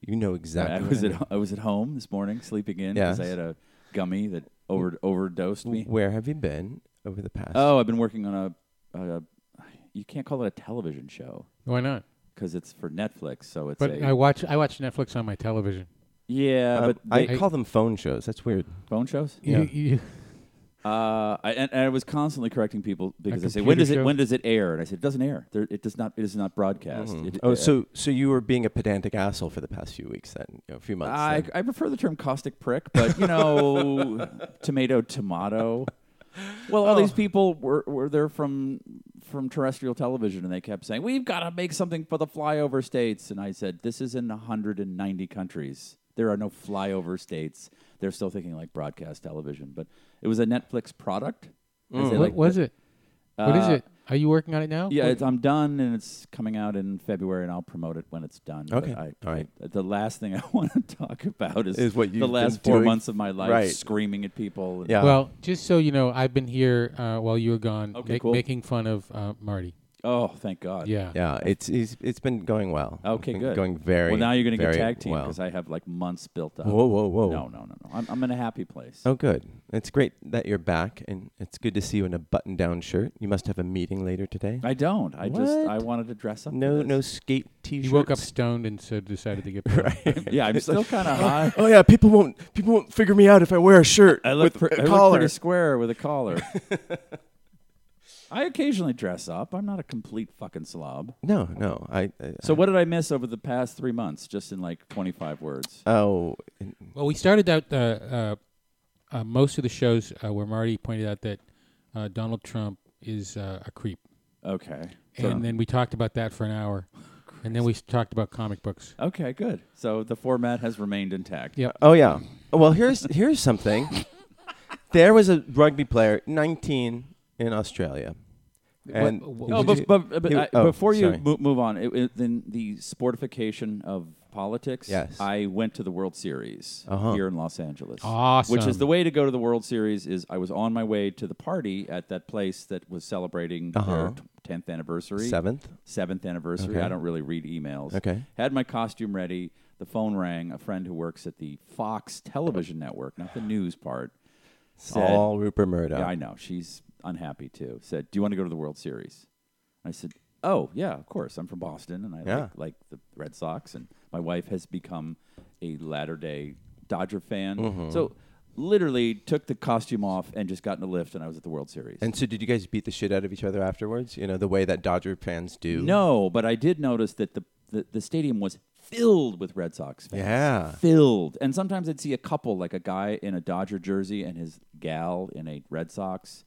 [SPEAKER 3] You know
[SPEAKER 6] I
[SPEAKER 3] exactly.
[SPEAKER 6] was
[SPEAKER 3] where.
[SPEAKER 6] at I was at home this morning, sleeping in
[SPEAKER 3] Yes.
[SPEAKER 6] because I had a gummy that over overdosed me.
[SPEAKER 3] Where have you been over the past?
[SPEAKER 6] Oh, I've been working on a, a you can't call it a television show
[SPEAKER 4] Why not?
[SPEAKER 6] because it's for Netflix, so it's
[SPEAKER 4] But
[SPEAKER 6] a
[SPEAKER 4] I watch I watch Netflix on my television.
[SPEAKER 6] yeah,
[SPEAKER 3] Um,
[SPEAKER 6] but
[SPEAKER 3] I
[SPEAKER 6] they-
[SPEAKER 3] call them phone shows. That's weird.
[SPEAKER 6] phone shows.
[SPEAKER 4] You-
[SPEAKER 3] Yeah.
[SPEAKER 4] you-
[SPEAKER 6] Uh, I, and, and I was constantly correcting people because I say when
[SPEAKER 4] computer
[SPEAKER 6] does it
[SPEAKER 4] show?
[SPEAKER 6] when does it air? And I said it doesn't air. There, it does not. It is not broadcast. It-
[SPEAKER 3] Oh,
[SPEAKER 6] uh,
[SPEAKER 3] so so you were being a pedantic asshole for the past few weeks, then a few months.
[SPEAKER 6] I,
[SPEAKER 3] then.
[SPEAKER 6] I prefer the term caustic prick, but you know, tomato, tomato. Well,
[SPEAKER 3] Oh.
[SPEAKER 6] all these people were, were there from from terrestrial television, and they kept saying, "We've got to make something for the flyover states." And I said, "This is in 190 countries. There are no flyover states. They're still thinking like broadcast television." But it was a Netflix product.
[SPEAKER 3] Mm.
[SPEAKER 6] Is it
[SPEAKER 4] what
[SPEAKER 6] like-
[SPEAKER 4] was it? what is
[SPEAKER 6] Uh,
[SPEAKER 4] it? Are you working on it now?
[SPEAKER 6] Yeah,
[SPEAKER 4] What-
[SPEAKER 6] it's, I'm done, and it's coming out in February, and I'll promote it when it's done. But
[SPEAKER 3] Okay.
[SPEAKER 6] I,
[SPEAKER 3] All right.
[SPEAKER 6] I- the last thing I want to talk about is,
[SPEAKER 3] Is what
[SPEAKER 6] the
[SPEAKER 3] you've
[SPEAKER 6] last
[SPEAKER 3] been
[SPEAKER 6] four
[SPEAKER 3] doing.
[SPEAKER 6] months of my life
[SPEAKER 3] Right.
[SPEAKER 6] screaming at people. and-
[SPEAKER 3] yeah.
[SPEAKER 4] well, just so you know, I've been here uh, while you were gone,
[SPEAKER 6] Okay,
[SPEAKER 4] make-
[SPEAKER 6] cool.
[SPEAKER 4] making fun of uh, Marty.
[SPEAKER 6] Oh, thank God.
[SPEAKER 4] Yeah.
[SPEAKER 3] yeah, it's, it's it's been going well.
[SPEAKER 6] Okay,
[SPEAKER 3] It's been
[SPEAKER 6] good.
[SPEAKER 3] Going very
[SPEAKER 6] well. Now you're
[SPEAKER 3] going to
[SPEAKER 6] get tag team
[SPEAKER 3] well.
[SPEAKER 6] because I have like months built up.
[SPEAKER 3] Whoa, whoa, whoa!
[SPEAKER 6] No, no, no, no. I'm, I'm in a happy place.
[SPEAKER 3] Oh, good. It's great that you're back, and it's good to see you in a button-down shirt. You must have a meeting later today.
[SPEAKER 6] I don't. I just
[SPEAKER 3] What?
[SPEAKER 6] I wanted to dress up. for
[SPEAKER 3] no,
[SPEAKER 6] this.
[SPEAKER 3] no skate
[SPEAKER 4] He
[SPEAKER 3] t-shirts.
[SPEAKER 4] woke up stoned and so decided to get right.
[SPEAKER 6] Yeah, I'm still kind of high.
[SPEAKER 3] Oh yeah, people won't people won't figure me out if I wear a shirt
[SPEAKER 6] I look,
[SPEAKER 3] with
[SPEAKER 6] pre-
[SPEAKER 3] a
[SPEAKER 6] I look
[SPEAKER 3] collar.
[SPEAKER 6] pretty square with a collar. I occasionally dress up. I'm not a complete fucking slob.
[SPEAKER 3] no, no. I, I
[SPEAKER 6] So what did I miss over the past three months? Just in like twenty five words.
[SPEAKER 3] oh and-
[SPEAKER 4] Well, we started out uh, uh, uh, most of the shows uh, where Marty pointed out that uh, Donald Trump is uh, a creep,
[SPEAKER 6] Okay.
[SPEAKER 4] and then we talked about that for an hour, and then we s- talked about comic books.
[SPEAKER 6] Okay, good. So the format has remained intact.
[SPEAKER 4] Yeah.
[SPEAKER 3] oh yeah. Well, here's here's something. there was a rugby player, 19, in Australia, and
[SPEAKER 4] what-
[SPEAKER 6] No,
[SPEAKER 4] Would
[SPEAKER 6] but,
[SPEAKER 3] you-
[SPEAKER 6] but, but
[SPEAKER 3] you-
[SPEAKER 6] I-
[SPEAKER 3] oh,
[SPEAKER 6] before you
[SPEAKER 3] sorry.
[SPEAKER 6] mo- move on, it, it, then the sportification of politics.
[SPEAKER 3] Yes.
[SPEAKER 6] I went to the World Series
[SPEAKER 3] Uh-huh.
[SPEAKER 6] here in Los Angeles. Which is
[SPEAKER 4] Awesome.
[SPEAKER 6] the way to go to the World Series. Is I was on my way to the party at that place that was celebrating their
[SPEAKER 3] Uh-huh.
[SPEAKER 6] tenth anniversary.
[SPEAKER 3] seventh.
[SPEAKER 6] seventh anniversary.
[SPEAKER 3] Okay.
[SPEAKER 6] I don't really read emails.
[SPEAKER 3] Okay.
[SPEAKER 6] Had my costume ready. The phone rang. A friend who works at the Fox television network, not the news part, said,
[SPEAKER 3] All Rupert Murdoch.
[SPEAKER 6] Yeah, I know. She's unhappy too. Said, Do you want to go to the World Series? I said, Oh, yeah, of course. I'm from Boston and I
[SPEAKER 3] Yeah.
[SPEAKER 6] like, like the Red Sox. And my wife has become a latter day Dodger fan.
[SPEAKER 3] Mm-hmm.
[SPEAKER 6] So literally took the costume off and just got in a lift and I was at the World Series.
[SPEAKER 3] And so, did you guys beat the shit out of each other afterwards? You know, the way that Dodger fans do.
[SPEAKER 6] No, but I did notice that the, the, the stadium was filled with Red Sox fans.
[SPEAKER 3] Yeah.
[SPEAKER 6] Filled. And sometimes I'd see a couple, like a guy in a Dodger jersey and his gal in a Red Sox,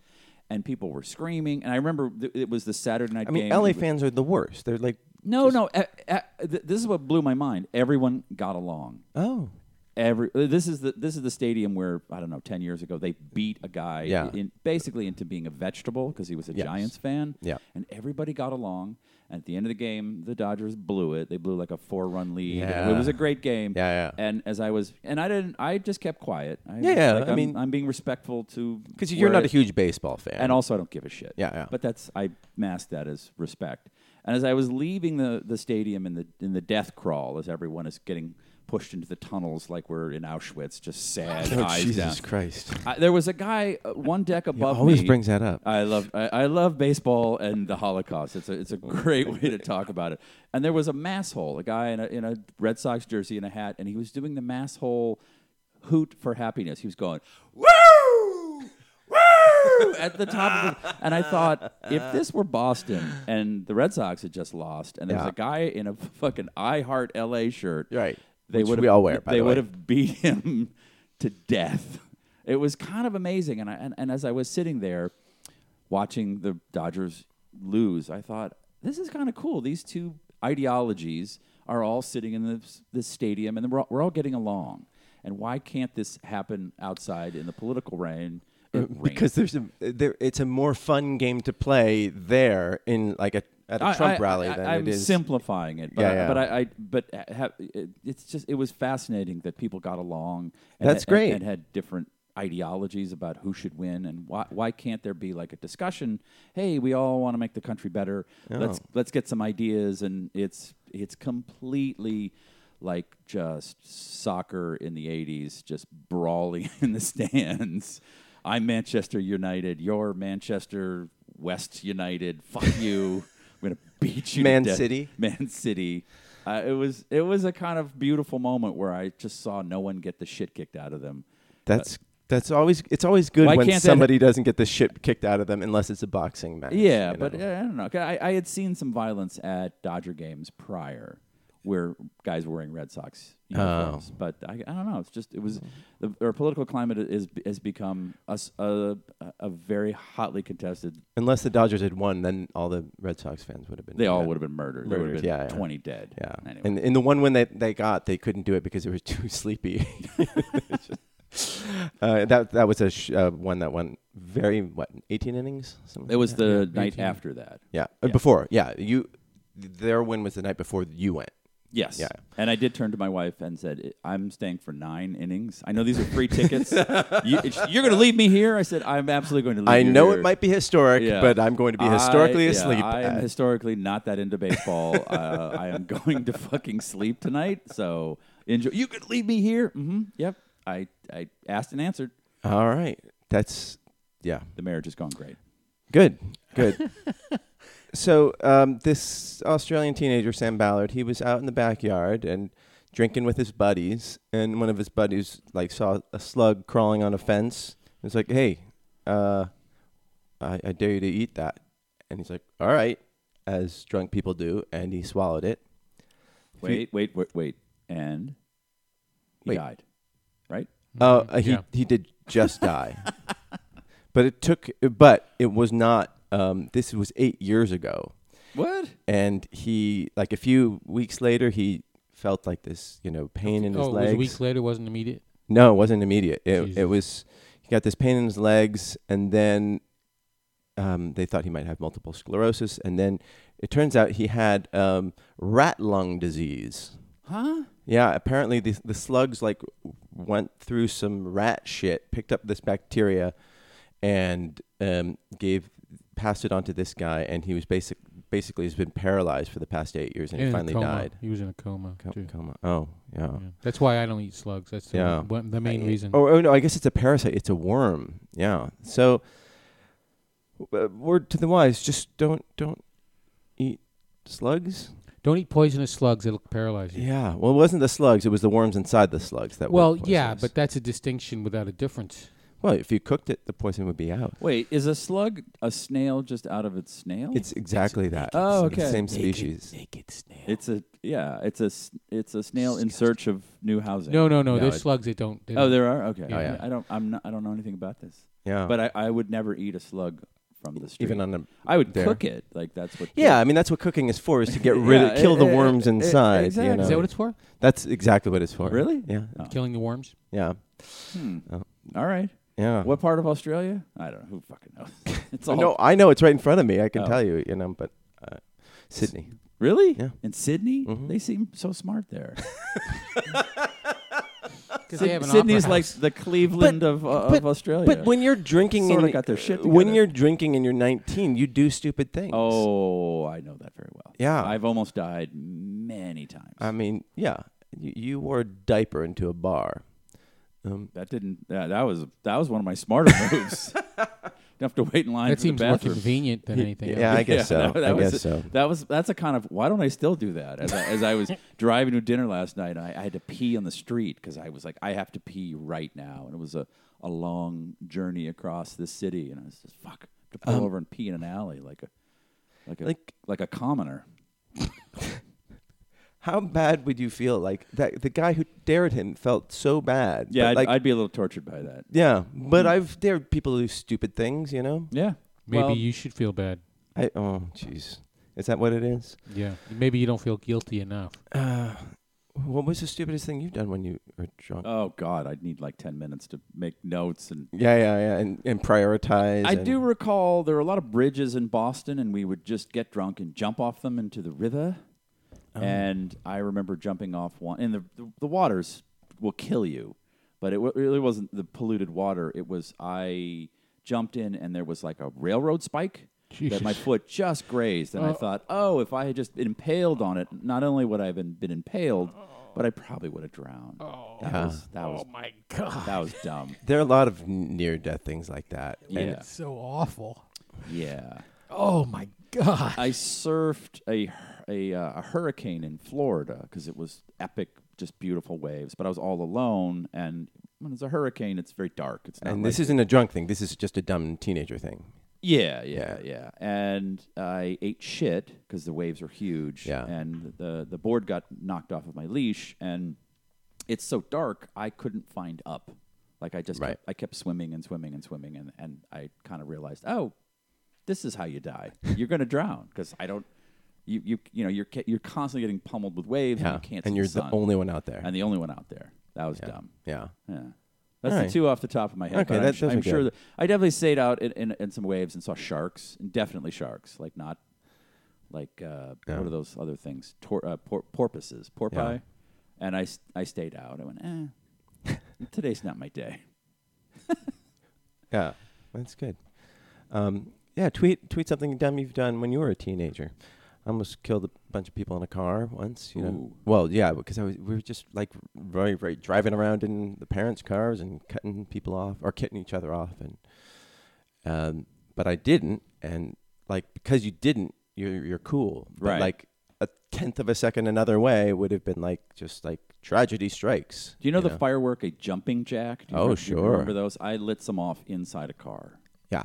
[SPEAKER 6] and people were screaming. And I remember th- it was the Saturday night
[SPEAKER 3] I mean,
[SPEAKER 6] game.
[SPEAKER 3] LA
[SPEAKER 6] It was- e,
[SPEAKER 3] fans are the worst. They're like,
[SPEAKER 6] No, no. eh, eh, th- this is what blew my mind. Everyone got along.
[SPEAKER 3] oh,
[SPEAKER 6] every this is the this is the stadium where I don't know ten years ago they beat a guy
[SPEAKER 3] Yeah.
[SPEAKER 6] in, basically into being a vegetable because he was a
[SPEAKER 3] Yes.
[SPEAKER 6] Giants fan
[SPEAKER 3] Yeah.
[SPEAKER 6] and everybody got along. And at the end of the game, the Dodgers blew it. They blew like a four-run lead.
[SPEAKER 3] Yeah.
[SPEAKER 6] It was a great game.
[SPEAKER 3] Yeah, yeah.
[SPEAKER 6] And as I was, and I didn't, I just kept quiet. I,
[SPEAKER 3] Yeah, yeah,
[SPEAKER 6] like,
[SPEAKER 3] I
[SPEAKER 6] I'm-
[SPEAKER 3] mean-
[SPEAKER 6] I'm being respectful to
[SPEAKER 3] Because you're
[SPEAKER 6] where
[SPEAKER 3] not
[SPEAKER 6] it-
[SPEAKER 3] a huge baseball fan.
[SPEAKER 6] and also I don't give a shit.
[SPEAKER 3] Yeah, yeah.
[SPEAKER 6] But that's I masked that as respect. And as I was leaving the, the stadium in the in the death crawl, as everyone is getting pushed into the tunnels like we're in Auschwitz, just sad
[SPEAKER 3] oh,
[SPEAKER 6] eyes down.
[SPEAKER 3] Jesus Christ.
[SPEAKER 6] I, there was a guy uh, one deck above
[SPEAKER 3] always
[SPEAKER 6] me.
[SPEAKER 3] brings that up.
[SPEAKER 6] I love I, I love baseball and the Holocaust. It's a it's a
[SPEAKER 3] Oh,
[SPEAKER 6] great way to talk about it. And there was a mass hole, a guy in a in a Red Sox jersey and a hat, and he was doing the mass hole hoot for happiness. He was going woo woo at the top of it. And I thought if this were Boston and the Red Sox had just lost, and there was
[SPEAKER 3] Yeah.
[SPEAKER 6] a guy in a fucking I Heart LA shirt,
[SPEAKER 3] Right.
[SPEAKER 6] They
[SPEAKER 3] Which
[SPEAKER 6] would
[SPEAKER 3] we all wear, by
[SPEAKER 6] They
[SPEAKER 3] the way.
[SPEAKER 6] would have beat him to death. It was kind of amazing. And, I, and, and as I was sitting there watching the Dodgers lose, I thought, this is kind of cool. These two ideologies are all sitting in this, this stadium and we're all, we're all getting along. And why can't this happen outside in the political reign? uh, reign?
[SPEAKER 3] because there's a there, it's a more fun game to play there in like a at a
[SPEAKER 6] I-
[SPEAKER 3] Trump
[SPEAKER 6] I-
[SPEAKER 3] rally
[SPEAKER 6] I,
[SPEAKER 3] than
[SPEAKER 6] I'm
[SPEAKER 3] it is.
[SPEAKER 6] simplifying it, but
[SPEAKER 3] Yeah, yeah.
[SPEAKER 6] but I, I but ha- ha- it- it's just it was fascinating that people got along. And
[SPEAKER 3] That's
[SPEAKER 6] had-
[SPEAKER 3] great.
[SPEAKER 6] and, and had different ideologies about who should win and why why can't there be like a discussion? Hey, we all want to make the country better.
[SPEAKER 3] Oh.
[SPEAKER 6] Let's let's get some ideas, and it's it's completely. Like just soccer in the '80s, just brawling in the stands. I'm Manchester United. You're Manchester West United. Fuck you. I'm gonna beat you. to
[SPEAKER 3] Man
[SPEAKER 6] death.
[SPEAKER 3] City.
[SPEAKER 6] Man City. Uh, it was it was a kind of beautiful moment where I just saw no one get the shit kicked out of them.
[SPEAKER 3] That's that's always it's always good
[SPEAKER 6] uh, Why
[SPEAKER 3] when
[SPEAKER 6] can't that-
[SPEAKER 3] somebody doesn't get the shit kicked out of them unless it's a boxing match.
[SPEAKER 6] Yeah,
[SPEAKER 3] you
[SPEAKER 6] but uh,
[SPEAKER 3] know?
[SPEAKER 6] I don't know. 'Cause I, I had seen some violence at Dodger games prior, where guys were wearing Red Sox
[SPEAKER 3] Oh.
[SPEAKER 6] uniforms. But I, I don't know. It's just it was the, our political climate is has become a, s- a- a very hotly contested.
[SPEAKER 3] unless the Dodgers had won, then all the Red Sox fans would have been.
[SPEAKER 6] They all
[SPEAKER 3] yeah.
[SPEAKER 6] would have been murdered. there would have
[SPEAKER 3] Murdered,
[SPEAKER 6] been
[SPEAKER 3] yeah, yeah.
[SPEAKER 6] twenty dead.
[SPEAKER 3] Yeah,
[SPEAKER 6] Anyway.
[SPEAKER 3] and in the one win that they got, they couldn't do it because they were too sleepy. uh, that that was a sh- uh, one that went very what eighteen innings. Something
[SPEAKER 6] it was the
[SPEAKER 4] yeah,
[SPEAKER 6] night
[SPEAKER 4] 18.
[SPEAKER 6] after that.
[SPEAKER 3] yeah, Uh, before yeah you their win was the night before you went.
[SPEAKER 6] Yes.
[SPEAKER 3] Yeah.
[SPEAKER 6] And I did turn to my wife and said, "I- "I'm staying for nine innings. I know these are free tickets. you, are going to leave me here." I said, "I'm absolutely going to leave."
[SPEAKER 3] I
[SPEAKER 6] you
[SPEAKER 3] know
[SPEAKER 6] here."
[SPEAKER 3] it might be historic,
[SPEAKER 6] Yeah.
[SPEAKER 3] but I'm going to be historically
[SPEAKER 6] I- yeah,
[SPEAKER 3] asleep.
[SPEAKER 6] I am
[SPEAKER 3] at-
[SPEAKER 6] historically not that into baseball. uh, I am going to fucking sleep tonight. So enjoy. You could leave me here. hmm Yep. I I asked and answered.
[SPEAKER 3] All right, that's yeah,
[SPEAKER 6] The marriage has gone great.
[SPEAKER 3] good, good. so um, this Australian teenager Sam Ballard, he was out in the backyard and drinking with his buddies, and one of his buddies like saw a slug crawling on a fence. He was like, "Hey, uh, I, I dare you to eat that," and he's like, "All right," as drunk people do, and he swallowed it.
[SPEAKER 6] Wait, wait, wait, wait. And he
[SPEAKER 3] Wait.
[SPEAKER 6] died. Right.
[SPEAKER 3] Oh, uh, he
[SPEAKER 4] Yeah.
[SPEAKER 3] he did just die, but it took. But it was not. Um, this was eight years ago,
[SPEAKER 6] What?
[SPEAKER 3] and he like a few weeks later he felt like this, you know, pain in his
[SPEAKER 4] oh, it was
[SPEAKER 3] legs.
[SPEAKER 4] a week later. Wasn't immediate.
[SPEAKER 3] No, it wasn't immediate. It, it
[SPEAKER 4] Jesus.
[SPEAKER 3] was he got this pain in his legs, and then um, they thought he might have multiple sclerosis, and then it turns out he had um, rat lung disease.
[SPEAKER 6] Huh?
[SPEAKER 3] Yeah, apparently the the slugs like went through some rat shit, picked up this bacteria, and um, gave passed it on to this guy, and he was basic basically has been paralyzed for the past eight years, and
[SPEAKER 4] In
[SPEAKER 3] he
[SPEAKER 4] a
[SPEAKER 3] finally
[SPEAKER 4] coma.
[SPEAKER 3] died.
[SPEAKER 4] He was in a coma.
[SPEAKER 3] Co-
[SPEAKER 4] too.
[SPEAKER 3] coma. Oh, yeah.
[SPEAKER 4] Yeah. That's why I don't eat slugs. That's the,
[SPEAKER 3] Yeah.
[SPEAKER 4] one, the main
[SPEAKER 3] I-
[SPEAKER 4] reason.
[SPEAKER 3] Oh, oh, no, I guess it's a parasite. It's a worm. Yeah. So, w- uh, word to the wise: just don't don't eat slugs.
[SPEAKER 4] Don't eat poisonous slugs; it'll paralyze you.
[SPEAKER 3] Yeah. Well, it wasn't the slugs. It was the worms inside the slugs that.
[SPEAKER 4] well,
[SPEAKER 3] were
[SPEAKER 4] yeah,
[SPEAKER 3] poisonous.
[SPEAKER 4] but that's a distinction without a difference.
[SPEAKER 3] well, if you cooked it, the poison would be out.
[SPEAKER 6] Wait, is a slug a snail just out of its snail?
[SPEAKER 3] It's exactly that.
[SPEAKER 6] Oh,
[SPEAKER 3] It's the
[SPEAKER 6] okay.
[SPEAKER 3] Same
[SPEAKER 4] Naked-
[SPEAKER 3] species.
[SPEAKER 4] naked snail.
[SPEAKER 6] It's a yeah. It's a s- it's a snail in search of new housing.
[SPEAKER 4] No, no, no.
[SPEAKER 3] No, it-
[SPEAKER 4] there's slugs that don't. They
[SPEAKER 6] Oh,
[SPEAKER 4] don't-
[SPEAKER 6] there are. Okay.
[SPEAKER 4] Yeah.
[SPEAKER 6] I don't. I'm not. I don't know anything about this.
[SPEAKER 3] Yeah.
[SPEAKER 6] But I, I would never eat a slug from the street.
[SPEAKER 3] Oh. even on a
[SPEAKER 6] I would
[SPEAKER 3] there.
[SPEAKER 6] cook it. Like that's what.
[SPEAKER 3] Yeah, I mean that's what cooking is for: is to get rid
[SPEAKER 6] Yeah,
[SPEAKER 3] of, kill the
[SPEAKER 6] eh, eh,
[SPEAKER 3] worms
[SPEAKER 6] eh,
[SPEAKER 3] inside.
[SPEAKER 6] exactly.
[SPEAKER 3] You
[SPEAKER 6] Is
[SPEAKER 3] know?
[SPEAKER 4] Is that what it's for?
[SPEAKER 3] That's exactly what it's for.
[SPEAKER 6] Really?
[SPEAKER 3] Yeah.
[SPEAKER 4] Killing the worms.
[SPEAKER 3] Yeah.
[SPEAKER 6] Hmm.
[SPEAKER 3] Oh.
[SPEAKER 6] All right.
[SPEAKER 3] Yeah.
[SPEAKER 6] What part of Australia? I don't know. Who fucking knows? it's all.
[SPEAKER 3] No, I know it's right in front of me. I can
[SPEAKER 6] Oh.
[SPEAKER 3] tell you. You know, but uh, Sydney.
[SPEAKER 6] Really?
[SPEAKER 3] Yeah.
[SPEAKER 6] In Sydney,
[SPEAKER 3] Mhm.
[SPEAKER 6] they seem so smart there.
[SPEAKER 4] Because
[SPEAKER 6] Syd- Sydney's like the Cleveland of, uh, of Australia.
[SPEAKER 3] But when you're drinking,
[SPEAKER 6] Sorta
[SPEAKER 3] and-
[SPEAKER 6] got their shit
[SPEAKER 3] When
[SPEAKER 6] together.
[SPEAKER 3] you're drinking and you're 19, you do stupid things.
[SPEAKER 6] oh, I know that very well.
[SPEAKER 3] Yeah.
[SPEAKER 6] I've almost died many times.
[SPEAKER 3] I mean, yeah. You, you wore a diaper into a bar. Um,
[SPEAKER 6] that didn't. That, that was that was one of my smarter moves. Don't have to wait in line.
[SPEAKER 4] that
[SPEAKER 6] for the
[SPEAKER 4] seems more
[SPEAKER 6] bathroom.
[SPEAKER 4] convenient than anything.
[SPEAKER 3] yeah,
[SPEAKER 4] else.
[SPEAKER 3] I guess
[SPEAKER 6] Yeah,
[SPEAKER 3] so.
[SPEAKER 6] that- that
[SPEAKER 3] I
[SPEAKER 6] was-
[SPEAKER 3] guess so.
[SPEAKER 6] That was that's a kind of why don't I still do that? As I, as I was driving to dinner last night, I, I had to pee on the street because I was like, I have to pee right now, and it was a, a long journey across the city, and I was just fuck to pull over and pee in an alley like a like a like,
[SPEAKER 3] Um, Like-
[SPEAKER 6] a commoner.
[SPEAKER 3] How bad would you feel? Like that, the guy who dared him felt so bad.
[SPEAKER 6] Yeah,
[SPEAKER 3] but
[SPEAKER 6] I'd,
[SPEAKER 3] like
[SPEAKER 6] I'd Mm. be a little tortured by that.
[SPEAKER 3] yeah. But I've dared people to do stupid things. You know.
[SPEAKER 6] Yeah,
[SPEAKER 4] Maybe
[SPEAKER 6] Well,
[SPEAKER 4] you should feel bad.
[SPEAKER 3] I oh jeez, is that what it is?
[SPEAKER 4] Yeah. Maybe you don't feel guilty enough.
[SPEAKER 3] Uh, what was the stupidest thing you've done when you were drunk?
[SPEAKER 6] Oh God, I'd need like ten minutes to make notes and
[SPEAKER 3] yeah, yeah, yeah, and, and prioritize.
[SPEAKER 6] I
[SPEAKER 3] and-
[SPEAKER 6] do recall there were a lot of bridges in Boston, and we would just get drunk and jump off them into the river.
[SPEAKER 4] Oh.
[SPEAKER 6] And I remember jumping off one, and the the, the waters will kill you, but it w- really wasn't the polluted water. It was I jumped in, and there was like a railroad spike that my
[SPEAKER 4] Jesus.
[SPEAKER 6] foot just grazed, and I thought, oh, if I had just been impaled on it, not only would I have been, been impaled, but I probably would have drowned. that was that was
[SPEAKER 4] Oh. my God.
[SPEAKER 6] that was dumb.
[SPEAKER 3] There are a lot of near-death things like that.
[SPEAKER 6] Yeah.
[SPEAKER 3] And
[SPEAKER 4] so awful.
[SPEAKER 6] yeah.
[SPEAKER 4] Oh my God.
[SPEAKER 6] I surfed a hur- a, uh, a hurricane in Florida because it was epic, just beautiful waves. But I was all alone, and when it's a hurricane, it's very dark. It's not
[SPEAKER 3] and
[SPEAKER 6] like-
[SPEAKER 3] this isn't a drunk thing. This is just a dumb teenager thing.
[SPEAKER 6] yeah, yeah, yeah. And I ate shit because the waves were huge.
[SPEAKER 3] Yeah.
[SPEAKER 6] And the the board got knocked off of my leash, and it's so dark I couldn't find up. Like I just
[SPEAKER 3] Right.
[SPEAKER 6] kept, I kept swimming and swimming and swimming, and and I kind of realized, oh, this is how you die. You're gonna drown because I don't. You you you know you're ca- you're constantly getting pummeled with waves,
[SPEAKER 3] Yeah,
[SPEAKER 6] and you can't. see
[SPEAKER 3] and you're
[SPEAKER 6] the, sun.
[SPEAKER 3] the only one out there.
[SPEAKER 6] And the only one out there. That was
[SPEAKER 3] yeah.
[SPEAKER 6] dumb.
[SPEAKER 3] Yeah.
[SPEAKER 6] Yeah. That's
[SPEAKER 3] All
[SPEAKER 6] the
[SPEAKER 3] right.
[SPEAKER 6] two off the top of my head.
[SPEAKER 3] Okay,
[SPEAKER 6] but I'm,
[SPEAKER 3] that-
[SPEAKER 6] sh-
[SPEAKER 3] those
[SPEAKER 6] I'm
[SPEAKER 3] are
[SPEAKER 6] sure
[SPEAKER 3] good.
[SPEAKER 6] that I definitely stayed out in, in, in some waves and saw sharks, and definitely sharks. Like not like uh, what are those other things? Tor- uh, por- porpoises, porpi. And I, s- I stayed out. I went, eh, today's not my day.
[SPEAKER 3] Yeah. That's good. Um, yeah. Tweet tweet something dumb you've done when you were a teenager. I almost killed a bunch of people in a car once. You know.
[SPEAKER 6] Ooh.
[SPEAKER 3] Well, yeah, because I was we were just like very very driving around in the parents' cars and cutting people off or cutting each other off and um, but I didn't and like because you didn't you're you're cool but
[SPEAKER 6] Right.
[SPEAKER 3] like a tenth of a second another way would have been like just like tragedy strikes.
[SPEAKER 6] Do you know the firework, a jumping jack? Do you
[SPEAKER 3] Oh,
[SPEAKER 6] remember, Do you
[SPEAKER 3] sure.
[SPEAKER 6] remember those? I lit some off inside a car.
[SPEAKER 3] Yeah.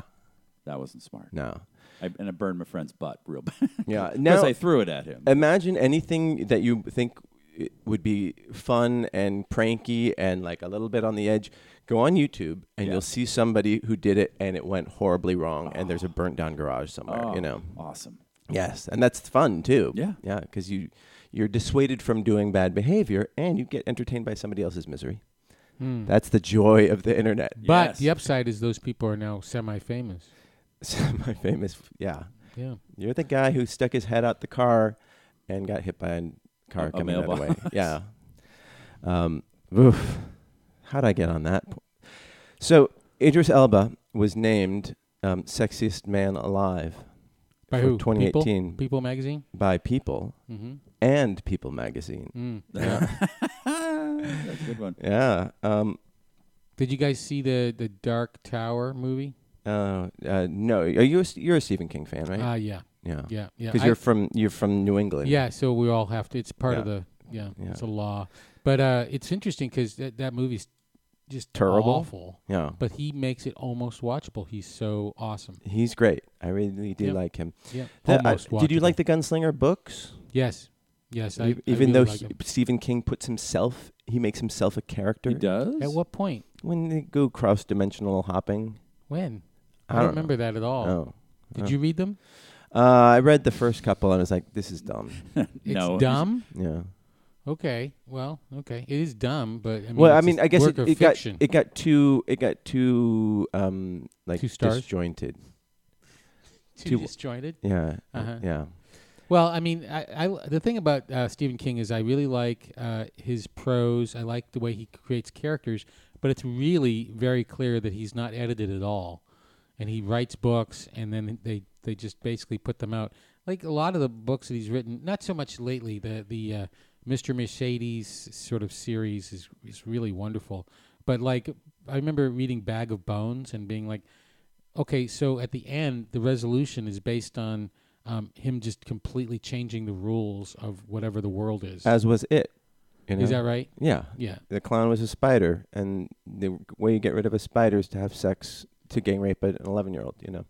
[SPEAKER 6] That wasn't smart.
[SPEAKER 3] No.
[SPEAKER 6] I, and I burned my friend's butt real bad.
[SPEAKER 3] Yeah,
[SPEAKER 6] Because
[SPEAKER 3] now-
[SPEAKER 6] I threw it at him.
[SPEAKER 3] imagine anything that you think it would be fun and pranky and like a little bit on the edge go on youtube and you'll see somebody who did it and it went horribly wrong and there's a burnt down garage somewhere you know
[SPEAKER 6] Awesome.
[SPEAKER 3] yes and that's fun too
[SPEAKER 6] Yeah.
[SPEAKER 3] yeah because you you're dissuaded from doing bad behavior and you get entertained by somebody else's misery that's the joy of the internet
[SPEAKER 4] But
[SPEAKER 6] Yes.
[SPEAKER 4] the upside is those people are now semi-famous.
[SPEAKER 3] my famous yeah
[SPEAKER 4] Yeah.
[SPEAKER 3] you're the guy who stuck his head out the car and got hit by a car
[SPEAKER 6] A- a
[SPEAKER 3] coming the other way.
[SPEAKER 6] mailbox.
[SPEAKER 3] Yeah. Um, oof. How'd I get on that? po- So Idris Elba was named um, sexiest man alive
[SPEAKER 4] By
[SPEAKER 3] for
[SPEAKER 4] who?
[SPEAKER 3] 2018
[SPEAKER 4] People, People magazine.
[SPEAKER 3] by People
[SPEAKER 4] Mm-hmm.
[SPEAKER 3] and People magazine.
[SPEAKER 4] Mm.
[SPEAKER 6] That's a good one.
[SPEAKER 3] Yeah. Um,
[SPEAKER 4] Did you guys see the the Dark Tower movie?
[SPEAKER 3] uh, uh, no, are you a, s- you're a Stephen King fan, right?
[SPEAKER 4] Ah, yeah,
[SPEAKER 3] yeah.
[SPEAKER 4] yeah, yeah.
[SPEAKER 3] Because
[SPEAKER 4] I-
[SPEAKER 3] you're from you're from New England.
[SPEAKER 4] yeah. So we all have to. It's part of
[SPEAKER 3] Yeah.
[SPEAKER 4] the yeah,
[SPEAKER 3] Yeah.
[SPEAKER 4] It's a law, but uh, it's interesting because that that movie's just
[SPEAKER 3] Terrible?
[SPEAKER 4] awful.
[SPEAKER 3] Yeah.
[SPEAKER 4] But he makes it almost watchable. He's so awesome.
[SPEAKER 3] He's great. I really do
[SPEAKER 4] Yeah.
[SPEAKER 3] like him.
[SPEAKER 4] Yeah,
[SPEAKER 3] The- I-
[SPEAKER 4] almost.
[SPEAKER 3] uh, did you
[SPEAKER 4] watchable.
[SPEAKER 3] like the Gunslinger books?
[SPEAKER 4] Yes, yes. I,
[SPEAKER 3] E-
[SPEAKER 4] I really
[SPEAKER 3] even though
[SPEAKER 4] like
[SPEAKER 3] he-
[SPEAKER 4] him.
[SPEAKER 3] Stephen King puts himself, he makes himself a character.
[SPEAKER 6] He does.
[SPEAKER 4] at what point?
[SPEAKER 3] When they go cross dimensional hopping,
[SPEAKER 4] When? I
[SPEAKER 3] I
[SPEAKER 4] don't
[SPEAKER 3] don't know.
[SPEAKER 4] remember that at all.
[SPEAKER 3] oh,
[SPEAKER 4] Did you read them?
[SPEAKER 3] Uh, I read the first couple and I was like, this is dumb.
[SPEAKER 4] It's
[SPEAKER 6] no,
[SPEAKER 4] dumb.
[SPEAKER 3] Yeah.
[SPEAKER 4] Okay. Well, okay. It is dumb, but I mean,
[SPEAKER 3] well,
[SPEAKER 4] it's
[SPEAKER 3] I mean,
[SPEAKER 4] just
[SPEAKER 3] I guess
[SPEAKER 4] work
[SPEAKER 3] it,
[SPEAKER 4] of
[SPEAKER 3] it got
[SPEAKER 4] fiction.
[SPEAKER 3] it got too it got too um like
[SPEAKER 4] Two stars?
[SPEAKER 3] disjointed.
[SPEAKER 4] too
[SPEAKER 3] too-
[SPEAKER 4] disjointed.
[SPEAKER 3] Yeah.
[SPEAKER 4] Uh-huh.
[SPEAKER 3] Yeah.
[SPEAKER 4] Well, I mean, I, I the thing about uh, Stephen King is I really like uh, his prose. I like the way he creates characters, but it's really very clear that he's not edited at all, and he writes books, and then they they just basically put them out. Like a lot of the books that he's written, not so much lately. The the uh, Mr. Mercedes sort of series is is really wonderful, but like I remember reading Bag of Bones and being like, Okay, so at the end, the resolution is based on um, him just completely changing the rules of whatever the world is.
[SPEAKER 3] As was it. You know?
[SPEAKER 4] is that right?
[SPEAKER 3] Yeah.
[SPEAKER 4] Yeah.
[SPEAKER 3] The clown was a spider, and the way you get rid of a spider is to have sex to gang rape an eleven-year-old. You know.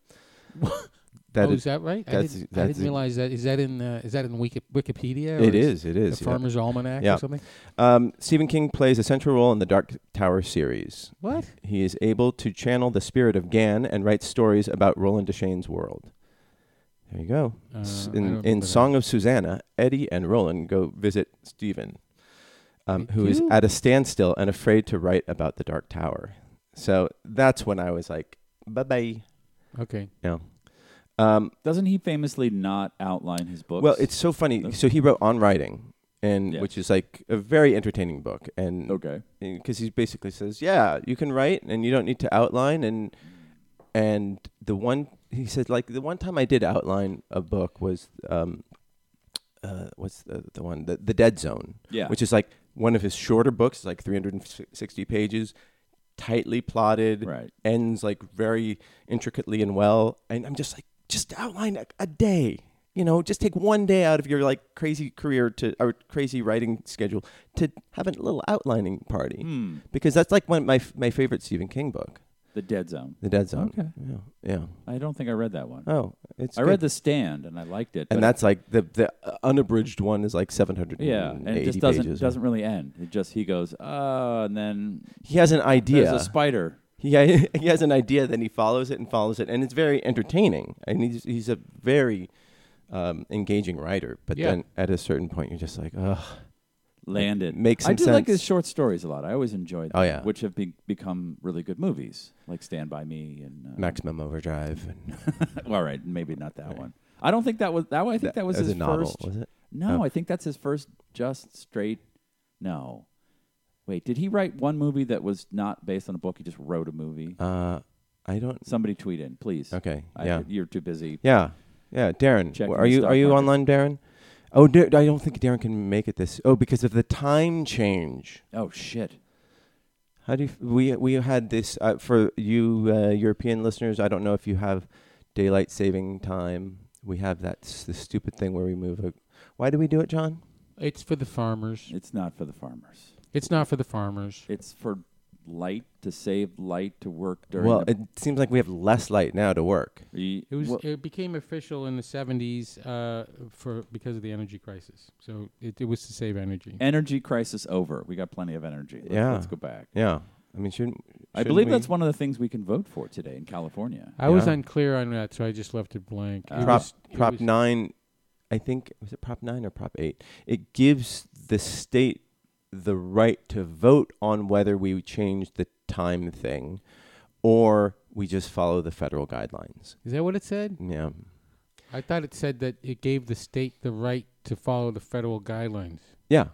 [SPEAKER 3] That
[SPEAKER 4] oh,
[SPEAKER 3] is-
[SPEAKER 4] is that right? I
[SPEAKER 3] that's-
[SPEAKER 4] didn't, I
[SPEAKER 3] that's
[SPEAKER 4] didn't
[SPEAKER 3] it.
[SPEAKER 4] realize that. Is that in uh, is that in Wiki- Wikipedia?
[SPEAKER 3] it
[SPEAKER 4] or
[SPEAKER 3] is. It
[SPEAKER 4] The
[SPEAKER 3] is. yeah.
[SPEAKER 4] Farmer's Almanac
[SPEAKER 3] Yeah.
[SPEAKER 4] or something.
[SPEAKER 3] Um, Stephen King plays a central role in the Dark Tower series.
[SPEAKER 4] What?
[SPEAKER 3] He is able to channel the spirit of Gan and writes stories about Roland Deschain's world. There you go. S-
[SPEAKER 4] Uh, I
[SPEAKER 3] in
[SPEAKER 4] don't
[SPEAKER 3] in
[SPEAKER 4] know.
[SPEAKER 3] Song of Susanna, Eddie and Roland go visit Stephen, um,
[SPEAKER 4] Thank
[SPEAKER 3] who is
[SPEAKER 4] you.
[SPEAKER 3] at a standstill and afraid to write about the Dark Tower. So that's when I was like, bye bye.
[SPEAKER 4] Okay.
[SPEAKER 3] Yeah. Um,
[SPEAKER 6] Doesn't he famously not outline his books?
[SPEAKER 3] well, it's so funny. So he wrote On Writing, and
[SPEAKER 6] Yeah.
[SPEAKER 3] which is like a very entertaining book. And
[SPEAKER 6] okay.
[SPEAKER 3] because he basically says, "Yeah, you can write, and you don't need to outline." And and the one he said, like the one time I did outline a book was, um, uh, what's the the one the the Dead Zone,
[SPEAKER 6] Yeah.
[SPEAKER 3] which is like one of his shorter books, like three hundred and sixty pages, tightly plotted,
[SPEAKER 6] Right.
[SPEAKER 3] ends like very intricately and well. And I'm just like, just outline a, a day. You know, just take one day out of your like crazy career to or crazy writing schedule to have a little outlining party
[SPEAKER 6] Hmm.
[SPEAKER 3] because that's like one my my favorite Stephen King book,
[SPEAKER 6] The Dead Zone.
[SPEAKER 3] The Dead Zone.
[SPEAKER 6] Okay.
[SPEAKER 3] Yeah,
[SPEAKER 6] I don't think I read that one.
[SPEAKER 3] yeah. Oh, it's
[SPEAKER 6] I
[SPEAKER 3] good.
[SPEAKER 6] read The Stand and I liked it. but-
[SPEAKER 3] and that's like the the uh, unabridged one is like seven hundred.
[SPEAKER 6] yeah, and it just doesn't doesn't really end. It just he goes, oh, and then
[SPEAKER 3] He has an
[SPEAKER 6] there's
[SPEAKER 3] idea.
[SPEAKER 6] a spider.
[SPEAKER 3] he he has an idea, then he follows it and follows it, and it's very entertaining. And he's he's a very um, engaging writer. But
[SPEAKER 4] Yeah.
[SPEAKER 3] then at a certain point, you're just like, ugh.
[SPEAKER 6] Landed
[SPEAKER 3] makes
[SPEAKER 6] I
[SPEAKER 3] some
[SPEAKER 6] do like
[SPEAKER 3] sense.
[SPEAKER 6] his short stories a lot. I always enjoyed.
[SPEAKER 3] Oh,
[SPEAKER 6] them,
[SPEAKER 3] yeah.
[SPEAKER 6] which have be- become really good movies, like Stand by Me and uh,
[SPEAKER 3] Maximum Overdrive. And
[SPEAKER 6] All right, maybe not that one. I don't think that was that. one. I think that, was
[SPEAKER 3] as
[SPEAKER 6] his
[SPEAKER 3] a novel,
[SPEAKER 6] first.
[SPEAKER 3] was it?
[SPEAKER 6] No,
[SPEAKER 3] Oh.
[SPEAKER 6] I think that's his first just straight. No, wait, did he write one movie that was not based on a book? He just wrote a movie.
[SPEAKER 3] Uh, I don't.
[SPEAKER 6] Somebody tweet in, please.
[SPEAKER 3] Okay.
[SPEAKER 6] I,
[SPEAKER 3] Yeah.
[SPEAKER 6] you're too busy.
[SPEAKER 3] Yeah, yeah, Darren,
[SPEAKER 6] Check
[SPEAKER 3] wh-
[SPEAKER 6] in
[SPEAKER 3] are
[SPEAKER 6] the
[SPEAKER 3] you
[SPEAKER 6] stock
[SPEAKER 3] are you
[SPEAKER 6] market.
[SPEAKER 3] online, Darren? Oh, Dar- I don't think Darren can make it this. Oh, because of the time change.
[SPEAKER 6] Oh shit.
[SPEAKER 3] How do you, f- we we had this uh, for you uh, European listeners? I don't know if you have daylight saving time. We have that s- the stupid thing where we move. A, why do we do it, John?
[SPEAKER 4] It's for the farmers.
[SPEAKER 6] It's not for the farmers.
[SPEAKER 4] It's not for the farmers.
[SPEAKER 6] It's for light to save light to work during.
[SPEAKER 3] Well,
[SPEAKER 6] the,
[SPEAKER 3] it seems like we have less light now to work.
[SPEAKER 6] Ye-
[SPEAKER 4] It was.
[SPEAKER 6] well,
[SPEAKER 4] it became official in the '70s uh, for because of the energy crisis. So it, it was to save energy.
[SPEAKER 6] energy crisis over. We got plenty of energy. Let's,
[SPEAKER 3] Yeah.
[SPEAKER 6] let's go back.
[SPEAKER 3] Yeah, I mean, shouldn't,
[SPEAKER 6] I
[SPEAKER 3] shouldn't
[SPEAKER 6] believe
[SPEAKER 3] we-
[SPEAKER 6] that's one of the things we can vote for today in California.
[SPEAKER 4] I was
[SPEAKER 3] Yeah.
[SPEAKER 4] unclear on that, so I just left it blank. It
[SPEAKER 3] prop
[SPEAKER 4] was- it
[SPEAKER 3] prop
[SPEAKER 4] was-
[SPEAKER 3] nine i think was it prop nine or prop eight it gives the state the right to vote on whether we change the time thing or we just follow the federal guidelines
[SPEAKER 4] Is that what it said?
[SPEAKER 3] yeah
[SPEAKER 4] I thought it said that it gave the state the right to follow the federal guidelines.
[SPEAKER 3] yeah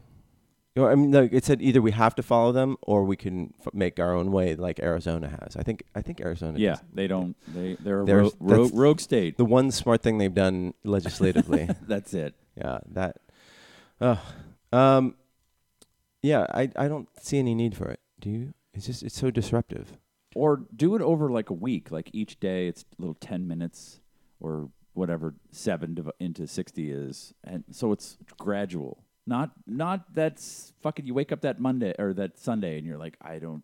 [SPEAKER 3] You know, I mean, like it said, either we have to follow them or we can f- make our own way, like Arizona has. I think, I think Arizona.
[SPEAKER 6] Yeah,
[SPEAKER 3] does.
[SPEAKER 6] they don't. They they're a
[SPEAKER 3] There's-
[SPEAKER 6] rogue, rogue,
[SPEAKER 3] that's-
[SPEAKER 6] rogue state.
[SPEAKER 3] the one smart thing they've done legislatively.
[SPEAKER 6] That's it.
[SPEAKER 3] Yeah, that. Uh, um, yeah, I I don't see any need for it. Do you? It's just it's so disruptive.
[SPEAKER 6] Or do it over like a week. Like each day, it's little ten minutes or whatever seven div- into sixty is, and so it's gradual. Not not that's fucking. You wake up that Monday or that Sunday, and you're like, I don't.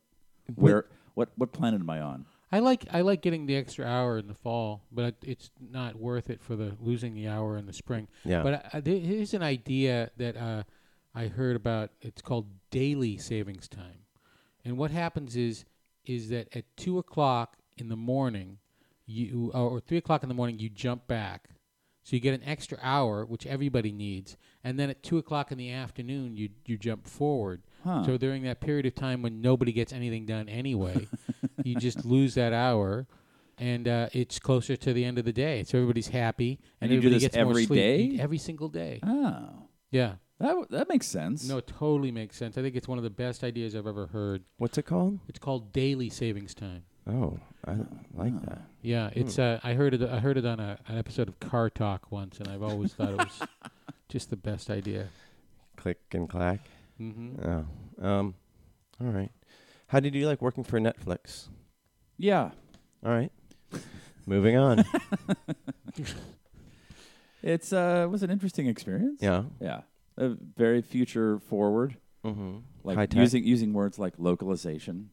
[SPEAKER 6] Where what what planet am I on?
[SPEAKER 4] I like I like getting the extra hour in the fall, but it's not worth it for the losing the hour in the spring.
[SPEAKER 3] Yeah.
[SPEAKER 4] But I, I, there- here's an idea that uh, I heard about. It's called daily savings time, and what happens is is that at two o'clock in the morning, you or three o'clock in the morning you jump back, so you get an extra hour, which everybody needs, and then at two o'clock in the afternoon you you jump forward. So during that period of time when nobody gets anything done anyway, you just lose that hour. And uh, it's closer to the end of the day, so everybody's happy, and,
[SPEAKER 6] And you
[SPEAKER 4] everybody
[SPEAKER 6] do this
[SPEAKER 4] gets more
[SPEAKER 6] every
[SPEAKER 4] sleep.
[SPEAKER 6] day?
[SPEAKER 4] You- every single day.
[SPEAKER 6] Oh,
[SPEAKER 4] Yeah,
[SPEAKER 6] that w- that makes sense.
[SPEAKER 4] no, it totally makes sense. I think it's one of the best ideas I've ever heard.
[SPEAKER 3] What's it called?
[SPEAKER 4] It's called daily savings time.
[SPEAKER 3] Oh, I like
[SPEAKER 6] Oh.
[SPEAKER 3] that.
[SPEAKER 4] Yeah, it's. Uh, I heard it. I heard it on a, an episode of Car Talk once, and I've always thought it was just the best idea.
[SPEAKER 3] Click and clack.
[SPEAKER 4] hmm
[SPEAKER 3] Oh, um, all right. How did you like working for Netflix?
[SPEAKER 6] Yeah,
[SPEAKER 3] All right. Moving on.
[SPEAKER 6] it's uh, it was an interesting experience.
[SPEAKER 3] yeah.
[SPEAKER 6] yeah, Uh, very future forward.
[SPEAKER 3] Mm-hmm.
[SPEAKER 6] Like
[SPEAKER 3] High tech.
[SPEAKER 6] using using words like localization.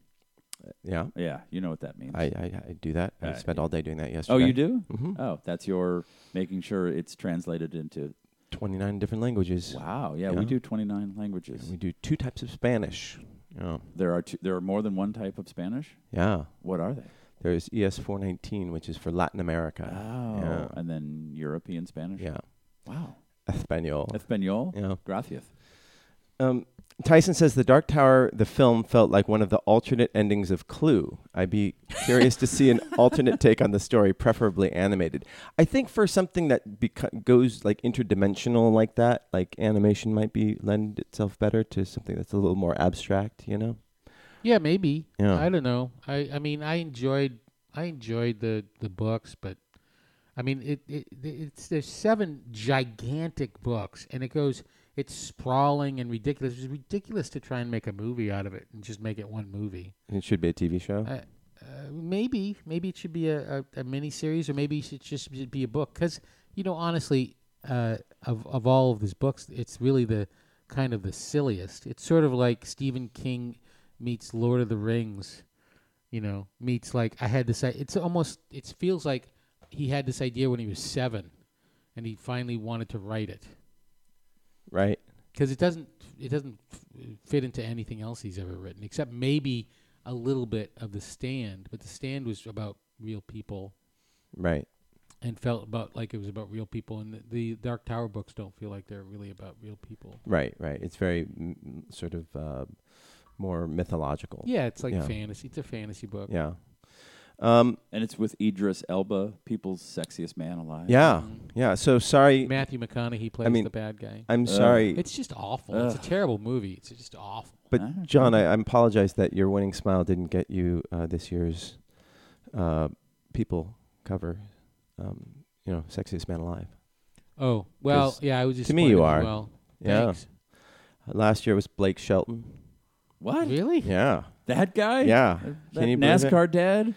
[SPEAKER 3] Yeah.
[SPEAKER 6] Yeah, you know what that means.
[SPEAKER 3] I, I, I do that. I
[SPEAKER 6] Uh,
[SPEAKER 3] spent all day doing that yesterday.
[SPEAKER 6] oh, you do?
[SPEAKER 3] Mm-hmm.
[SPEAKER 6] Oh, that's your making sure it's translated into.
[SPEAKER 3] 29 different languages.
[SPEAKER 6] Wow. Yeah,
[SPEAKER 3] Yeah.
[SPEAKER 6] we do 29 languages.
[SPEAKER 3] And we do two types of Spanish. Yeah.
[SPEAKER 6] There are two, there are more than one type of Spanish.
[SPEAKER 3] Yeah.
[SPEAKER 6] What are they?
[SPEAKER 3] There's E ES419, which is for Latin America.
[SPEAKER 6] Oh,
[SPEAKER 3] Uh, yeah.
[SPEAKER 6] and then European Spanish.
[SPEAKER 3] yeah.
[SPEAKER 6] Wow.
[SPEAKER 3] Espanol.
[SPEAKER 6] Espanol.
[SPEAKER 3] yeah.
[SPEAKER 6] Gracias.
[SPEAKER 3] Um, Tyson says The Dark Tower, the film, felt like one of the alternate endings of Clue. I'd be curious to see an alternate take on the story, preferably animated. I think for something that beco- goes like interdimensional like that, like animation might be lend itself better to something that's a little more abstract, you know?
[SPEAKER 4] Yeah, maybe.
[SPEAKER 3] Yeah.
[SPEAKER 4] I don't know. I, I mean, I enjoyed I enjoyed the, the books, but I mean, it, it it's there's seven gigantic books, and it goes it's sprawling and ridiculous. It's ridiculous to try and make a movie out of it and just make it one movie.
[SPEAKER 3] It should be a TV show.
[SPEAKER 4] Uh, uh, maybe maybe it should be a, a, a mini series, or maybe it should just be- be a book. Because you know, honestly, uh, of of all of these books, it's really the kind of the silliest. It's sort of like Stephen King meets Lord of the Rings. You know, meets like I had this. i- It's almost it feels like he had this idea when he was seven, and he finally wanted to write it
[SPEAKER 3] right?
[SPEAKER 4] because it doesn't it doesn't f- fit into anything else he's ever written except maybe a little bit of the stand but the stand was about real people
[SPEAKER 3] Right.
[SPEAKER 4] and felt about like it was about real people and the, the dark tower books don't feel like they're really about real people
[SPEAKER 3] Right, right. It's very mm, mm, sort of uh, more mythological.
[SPEAKER 4] yeah it's like
[SPEAKER 3] Yeah.
[SPEAKER 4] fantasy it's a fantasy book
[SPEAKER 3] Yeah. Um,
[SPEAKER 6] And it's with Idris Elba, people's sexiest man alive.
[SPEAKER 3] yeah.
[SPEAKER 4] Mm-hmm.
[SPEAKER 3] Yeah. So sorry.
[SPEAKER 4] matthew mcconaughey plays
[SPEAKER 3] mean-
[SPEAKER 4] the bad guy
[SPEAKER 3] I'm sorry.
[SPEAKER 4] it's just awful it's a terrible movie it's just awful
[SPEAKER 6] Ah,
[SPEAKER 3] but John, I, I apologize that your winning smile didn't get you uh, this year's uh, people cover. Um, you know, sexiest man alive.
[SPEAKER 4] oh well
[SPEAKER 3] 'Cause
[SPEAKER 4] yeah i was just
[SPEAKER 3] to me you
[SPEAKER 4] disappointed as
[SPEAKER 3] are.
[SPEAKER 4] well
[SPEAKER 3] Yeah.
[SPEAKER 4] Thanks.
[SPEAKER 3] Last year was Blake Shelton.
[SPEAKER 6] What?
[SPEAKER 4] really
[SPEAKER 3] Yeah.
[SPEAKER 6] That guy?
[SPEAKER 3] Yeah.
[SPEAKER 6] That
[SPEAKER 3] Can you believe it?
[SPEAKER 6] NASCAR dad?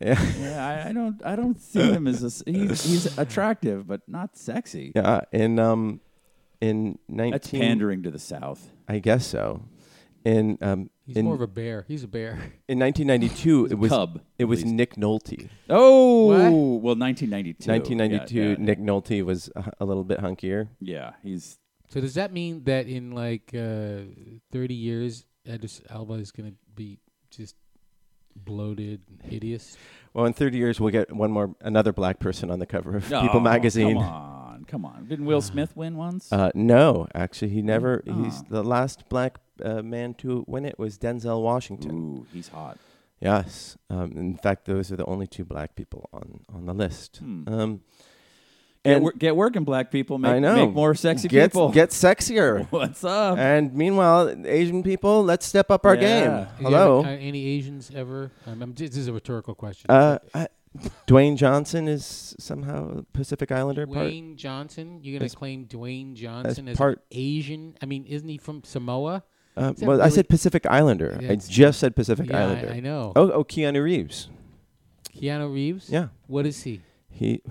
[SPEAKER 3] Yeah.
[SPEAKER 6] Yeah, I, I don't I don't see him as a s he's he's attractive but not sexy.
[SPEAKER 3] Yeah. In um, in
[SPEAKER 6] That's
[SPEAKER 3] nineteen.
[SPEAKER 6] pandering to the South.
[SPEAKER 3] I guess so. In um,
[SPEAKER 4] he's
[SPEAKER 3] in,
[SPEAKER 4] more of a bear he's a bear
[SPEAKER 3] in 1992, it was
[SPEAKER 6] cub,
[SPEAKER 3] it
[SPEAKER 6] at
[SPEAKER 3] was
[SPEAKER 6] least.
[SPEAKER 3] Nick Nolte.
[SPEAKER 6] Oh, well, 1992.
[SPEAKER 3] 1992,
[SPEAKER 6] Yeah, yeah,
[SPEAKER 3] Nick Nolte was a, a little bit hunkier.
[SPEAKER 6] yeah, he's
[SPEAKER 4] So does that mean that in like uh, thirty years, Edris Alba is going to be just bloated and hideous?
[SPEAKER 3] Well, in 30 years, we'll get one more another black person on the cover of
[SPEAKER 6] Oh,
[SPEAKER 3] People Magazine.
[SPEAKER 6] Come on, come on. Didn't Will Smith win once?
[SPEAKER 3] Uh, no, actually,
[SPEAKER 4] Mm.
[SPEAKER 3] he never. He's the last black uh, man to win it was Denzel
[SPEAKER 4] Mm.
[SPEAKER 3] Washington.
[SPEAKER 6] Ooh, he's hot.
[SPEAKER 3] Yes, um, in fact, those are the only two black people on on the list.
[SPEAKER 4] Hmm.
[SPEAKER 3] Um,
[SPEAKER 6] Get,
[SPEAKER 3] and
[SPEAKER 6] wor- get working, black people. Make,
[SPEAKER 3] I know
[SPEAKER 6] make more sexy
[SPEAKER 3] get,
[SPEAKER 6] people.
[SPEAKER 3] Get sexier.
[SPEAKER 6] What's up?
[SPEAKER 3] and meanwhile, Asian people, let's step up our
[SPEAKER 6] Yeah.
[SPEAKER 3] game.
[SPEAKER 4] Is there
[SPEAKER 3] Hello.
[SPEAKER 4] uh, any Asians ever? Um, I'm, this is a rhetorical question.
[SPEAKER 3] Uh, I, Dwayne Johnson is somehow a Pacific Islander part.
[SPEAKER 4] Dwayne Johnson, you're going
[SPEAKER 3] as-
[SPEAKER 4] to claim Dwayne Johnson as,
[SPEAKER 3] part-
[SPEAKER 4] Asian? I mean, isn't he from Samoa?
[SPEAKER 3] Uh,
[SPEAKER 4] Is that
[SPEAKER 3] well, I
[SPEAKER 4] really-
[SPEAKER 3] said Pacific Islander. I
[SPEAKER 4] That's-
[SPEAKER 3] just said Pacific
[SPEAKER 4] Yeah, I-
[SPEAKER 3] Islander.
[SPEAKER 4] I know.
[SPEAKER 3] Oh, oh, Keanu Reeves.
[SPEAKER 4] Keanu Reeves.
[SPEAKER 3] Yeah.
[SPEAKER 4] What is he?
[SPEAKER 3] He.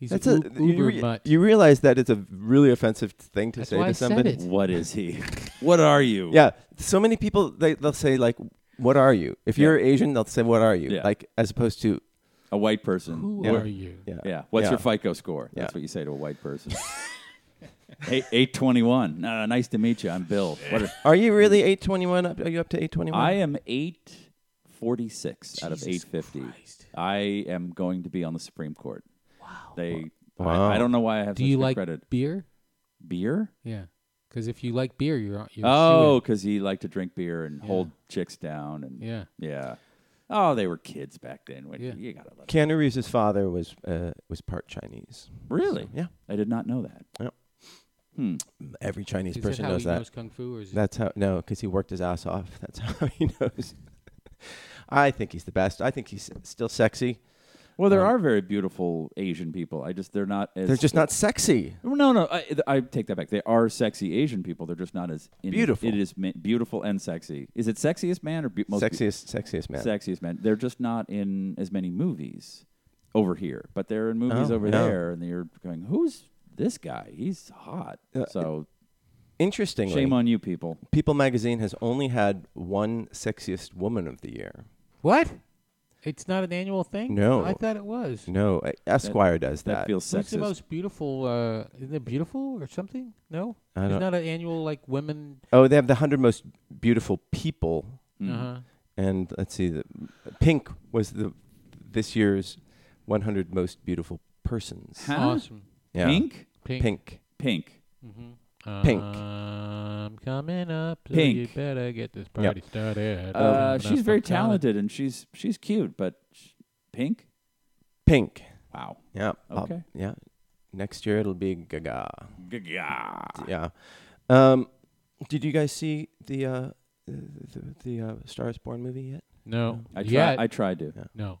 [SPEAKER 4] He's
[SPEAKER 3] That's
[SPEAKER 4] a,
[SPEAKER 3] a
[SPEAKER 4] u-
[SPEAKER 3] you,
[SPEAKER 4] uber
[SPEAKER 3] re-
[SPEAKER 4] mutt.
[SPEAKER 3] you realize that it's a really offensive thing to
[SPEAKER 4] That's
[SPEAKER 3] say
[SPEAKER 4] why
[SPEAKER 3] to
[SPEAKER 4] I said
[SPEAKER 3] somebody.
[SPEAKER 4] it.
[SPEAKER 6] What is he? what are you?
[SPEAKER 3] Yeah, so many people they they'll say like, "What are you?" If you're Asian, they'll say, "What are you?"
[SPEAKER 6] Yeah.
[SPEAKER 3] Like as opposed to
[SPEAKER 6] A white person.
[SPEAKER 4] Who
[SPEAKER 3] Yeah.
[SPEAKER 4] are you?
[SPEAKER 3] yeah.
[SPEAKER 6] Yeah. What's your FICO score? That's
[SPEAKER 3] Yeah.
[SPEAKER 6] what you say to a white person. Eight, 821. Uh, nice to meet you. I'm Bill. What are-
[SPEAKER 3] Are you really 821? Up? Are you up to 821?
[SPEAKER 6] I am eight 46 out of 850. I am going to be on the Supreme Court. Wow. They.
[SPEAKER 3] Wow.
[SPEAKER 6] I, I don't know why I have
[SPEAKER 4] Do
[SPEAKER 6] such
[SPEAKER 4] you
[SPEAKER 6] good
[SPEAKER 4] like
[SPEAKER 6] credit.
[SPEAKER 4] beer?
[SPEAKER 6] Beer?
[SPEAKER 4] Yeah, because if you like beer, you're you're
[SPEAKER 6] Oh, because he liked to drink beer and hold chicks down and
[SPEAKER 4] Yeah.
[SPEAKER 6] yeah. Oh, they were kids back then. When
[SPEAKER 4] Yeah.
[SPEAKER 6] you gotta love it.
[SPEAKER 3] Keanu Reeves' father was uh, was part Chinese.
[SPEAKER 6] really.
[SPEAKER 3] Yeah.
[SPEAKER 6] I did not know that.
[SPEAKER 3] Every Chinese
[SPEAKER 4] Is
[SPEAKER 3] person
[SPEAKER 4] that how
[SPEAKER 3] knows
[SPEAKER 4] he
[SPEAKER 3] that.
[SPEAKER 4] knows kung fu, or is it-
[SPEAKER 3] That's how no, because he worked his ass off. That's how he knows. I think he's the best. I think he's still sexy.
[SPEAKER 6] Well, there are very beautiful Asian people. I just Um, they're not as
[SPEAKER 3] They're just not sexy.
[SPEAKER 6] No, no, I, I take that back. They are sexy Asian people. They're just not as in,
[SPEAKER 3] Beautiful.
[SPEAKER 6] It is ma- beautiful and sexy. Is it sexiest man or be- most be-
[SPEAKER 3] Sexiest, sexiest man.
[SPEAKER 6] sexiest man? They're just not in as many movies over here, but they're in movies
[SPEAKER 3] Oh,
[SPEAKER 6] over
[SPEAKER 3] yeah.
[SPEAKER 6] there, and you're going, "Who's this guy? He's hot."
[SPEAKER 3] Uh,
[SPEAKER 6] so
[SPEAKER 3] Interestingly,
[SPEAKER 6] shame on you, people.
[SPEAKER 3] People Magazine has only had one sexiest woman of the year.
[SPEAKER 4] what? It's not an annual thing.
[SPEAKER 3] No.
[SPEAKER 4] I thought it was.
[SPEAKER 3] No, uh, Esquire does that.
[SPEAKER 6] That feels
[SPEAKER 4] Who's the
[SPEAKER 6] sexist.
[SPEAKER 4] most beautiful? Uh, isn't it beautiful or something? No,
[SPEAKER 3] I
[SPEAKER 4] it's
[SPEAKER 3] don't-
[SPEAKER 4] not an annual like women.
[SPEAKER 3] oh, they have the hundred most beautiful people,
[SPEAKER 6] Mm-hmm.
[SPEAKER 4] Uh-huh.
[SPEAKER 3] and let's see, the, Pink was the this year's one hundred most beautiful persons.
[SPEAKER 6] Huh?
[SPEAKER 4] Awesome.
[SPEAKER 3] Yeah.
[SPEAKER 6] Pink,
[SPEAKER 4] Pink. Mm-hmm.
[SPEAKER 3] Pink.
[SPEAKER 6] pink.
[SPEAKER 3] Pink.
[SPEAKER 4] I'm coming up. So You
[SPEAKER 6] Pink.
[SPEAKER 4] better get this party started.
[SPEAKER 6] Uh,
[SPEAKER 4] Um,
[SPEAKER 6] she's very
[SPEAKER 4] I'm coming.
[SPEAKER 6] talented and she's she's cute, but sh- pink.
[SPEAKER 3] Pink.
[SPEAKER 6] Wow.
[SPEAKER 3] Yeah. I'll-
[SPEAKER 6] Okay.
[SPEAKER 3] yeah. Next year it'll be Gaga.
[SPEAKER 6] Gaga.
[SPEAKER 3] Yeah. Um, did you guys see the uh, the, the uh, Star is Born movie yet?
[SPEAKER 4] No.
[SPEAKER 6] I try.
[SPEAKER 4] Yet.
[SPEAKER 6] I tried to.
[SPEAKER 4] no.
[SPEAKER 3] No.